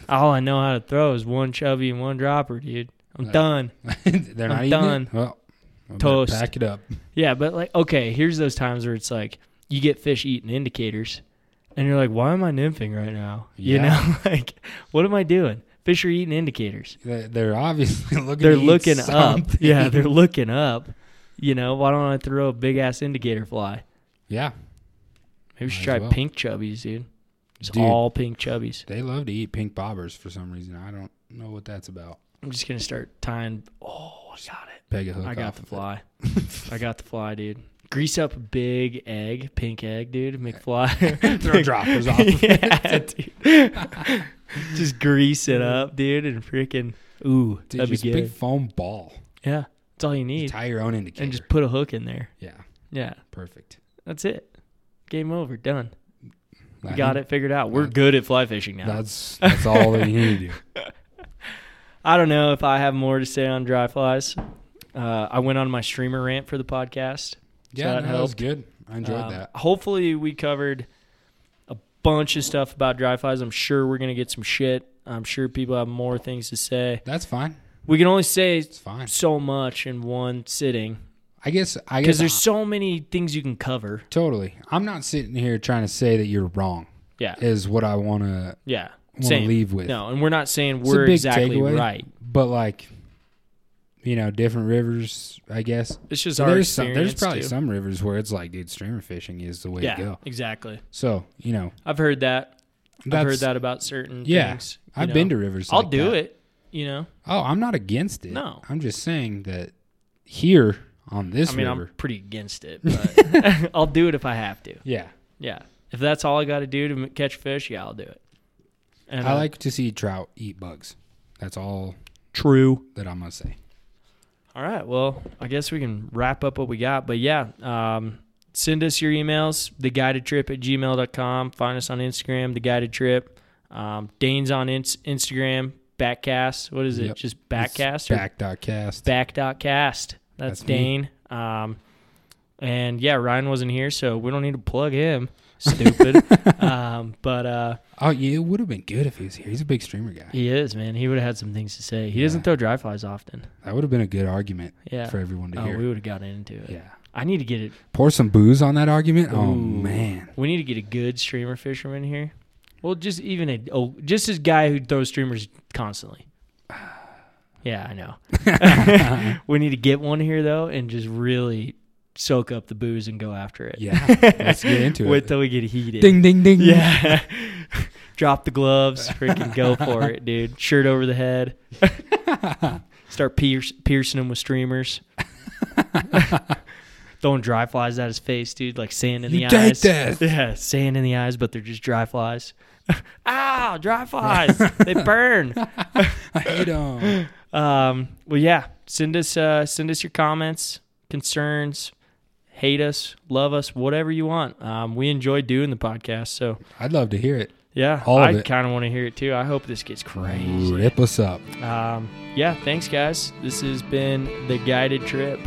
S2: all I know how to throw is one chubby and one dropper, dude. I'm
S3: Yeah.
S2: done.
S3: they're not
S2: I'm
S3: eating
S2: done.
S3: It? Well, I better
S2: Toast.
S3: Pack it up.
S2: Yeah, but like, okay, here's those times where it's like you get fish eating indicators, and you're like, why am I nymphing right now? You
S3: Yeah.
S2: know, like, what am I doing? Fish are eating indicators.
S3: They're, they're obviously looking.
S2: They're
S3: to eat
S2: looking up.
S3: something.
S2: Yeah, they're looking up. You know, why don't I throw a big ass indicator fly?
S3: yeah.
S2: Maybe we should
S3: Might
S2: try
S3: as well.
S2: pink chubbies, dude. It's
S3: Dude.
S2: all pink chubbies.
S3: They love to eat pink bobbers for some reason. I don't know what that's about.
S2: I'm just gonna start tying. Oh, I got it.
S3: Peg a hook.
S2: I got
S3: off
S2: the
S3: of it.
S2: fly. I got the fly, dude. Grease up a big egg, pink egg, dude. McFly.
S3: Throw droppers off. of it.
S2: yeah, dude. just grease it up, dude, and freaking ooh,
S3: Dude,
S2: that'd
S3: just
S2: be good.
S3: big foam ball.
S2: yeah, that's all you
S3: You
S2: need,
S3: tie your own indicator.
S2: and just put a hook in there.
S3: yeah,
S2: Yeah,
S3: perfect.
S2: that's it. Game over. Done. We
S3: I
S2: got
S3: think
S2: it figured out. We're
S3: that's-
S2: good at fly fishing now.
S3: That's that's all that you need to do.
S2: I don't know if I have more to say on dry flies. Uh, I went on my streamer rant for the podcast.
S3: Yeah,
S2: that
S3: no, that was
S2: helped.
S3: good. I enjoyed
S2: Um,
S3: that.
S2: Hopefully, we covered a bunch of stuff about dry flies. I'm sure we're gonna get some shit. I'm sure people have more things to say.
S3: That's fine.
S2: We can only say
S3: It's fine.
S2: so much in one sitting
S3: I guess I guess
S2: because there's so many things you can cover.
S3: totally. I'm not sitting here trying to say that you're wrong.
S2: Yeah,
S3: Is what I want to
S2: yeah.
S3: want to
S2: Same.
S3: leave with.
S2: No, and we're not saying
S3: It's a
S2: we're
S3: big
S2: exactly
S3: takeaway.
S2: right.
S3: But like, you know, different rivers. I guess
S2: It's just our
S3: there's some,
S2: experience.
S3: there's probably
S2: too.
S3: some rivers where it's like, dude, streamer fishing is the way
S2: Yeah,
S3: to go.
S2: exactly.
S3: So you know,
S2: I've heard that.
S3: that's,
S2: I've heard that about certain
S3: Yeah,
S2: things. you
S3: I've
S2: know.
S3: been to rivers.
S2: I'll
S3: like
S2: do
S3: that.
S2: it. You know,
S3: Oh, I'm not against it.
S2: No.
S3: I'm just saying that here on this
S2: I mean,
S3: river.
S2: I'm pretty against it, but I'll do it if I have to.
S3: yeah,
S2: Yeah, if that's all I got to do to m- catch fish, yeah, I'll do it. And
S3: I
S2: uh,
S3: like to see trout eat bugs. That's all
S2: true.
S3: that I'm gonna say.
S2: All right. Well, I guess we can wrap up what we got. But yeah, um, send us your emails, theguidedtrip at gmail.com. Find us on Instagram, The Guided Trip. Um, Dane's on ins- Instagram, Backcast. What is it?
S3: Yep.
S2: Just Backcast or
S3: Back dot cast.
S2: back dot cast. That's,
S3: That's
S2: Dane. Um, and yeah, Ryan wasn't here, so we don't need to plug him. Stupid. um, but uh,
S3: Oh, yeah, it would have been good if he was here. He's a big streamer guy.
S2: he is, man. He would have had some things to say. He doesn't
S3: Yeah.
S2: throw dry flies often.
S3: That would have been a good argument
S2: Yeah.
S3: for everyone to
S2: Oh,
S3: hear.
S2: we would have gotten into it.
S3: yeah.
S2: I need to get it
S3: Pour some booze on that argument. Oh
S2: Ooh.
S3: man.
S2: We need to get a good streamer fisherman here. Well, just even a oh, just this guy who throws streamers constantly. Yeah, I know. we need to get one here though, and just really soak up the booze and go after it.
S3: Yeah. Let's get into
S2: Wait
S3: it.
S2: till we get heated.
S3: Ding ding ding.
S2: Yeah. Drop the gloves, freaking go for it, dude. Shirt over the head. Start pierce, piercing him with streamers. Throwing dry flies at his face, dude, like sand in
S3: You
S2: the
S3: take
S2: eyes.
S3: that.
S2: Yeah, sand in the eyes, but they're just dry flies. Ow, dry flies. they burn.
S3: I hate 'em.
S2: Um, well, yeah. Send us uh, send us your comments, concerns, hate us, love us, whatever you want. Um, we enjoy doing the podcast, so
S3: I'd love to hear it.
S2: yeah,
S3: All of
S2: I
S3: it.
S2: kind of want to hear it too. I hope this gets crazy.
S3: Rip us up.
S2: Um, yeah, thanks guys. This has been the guided trip.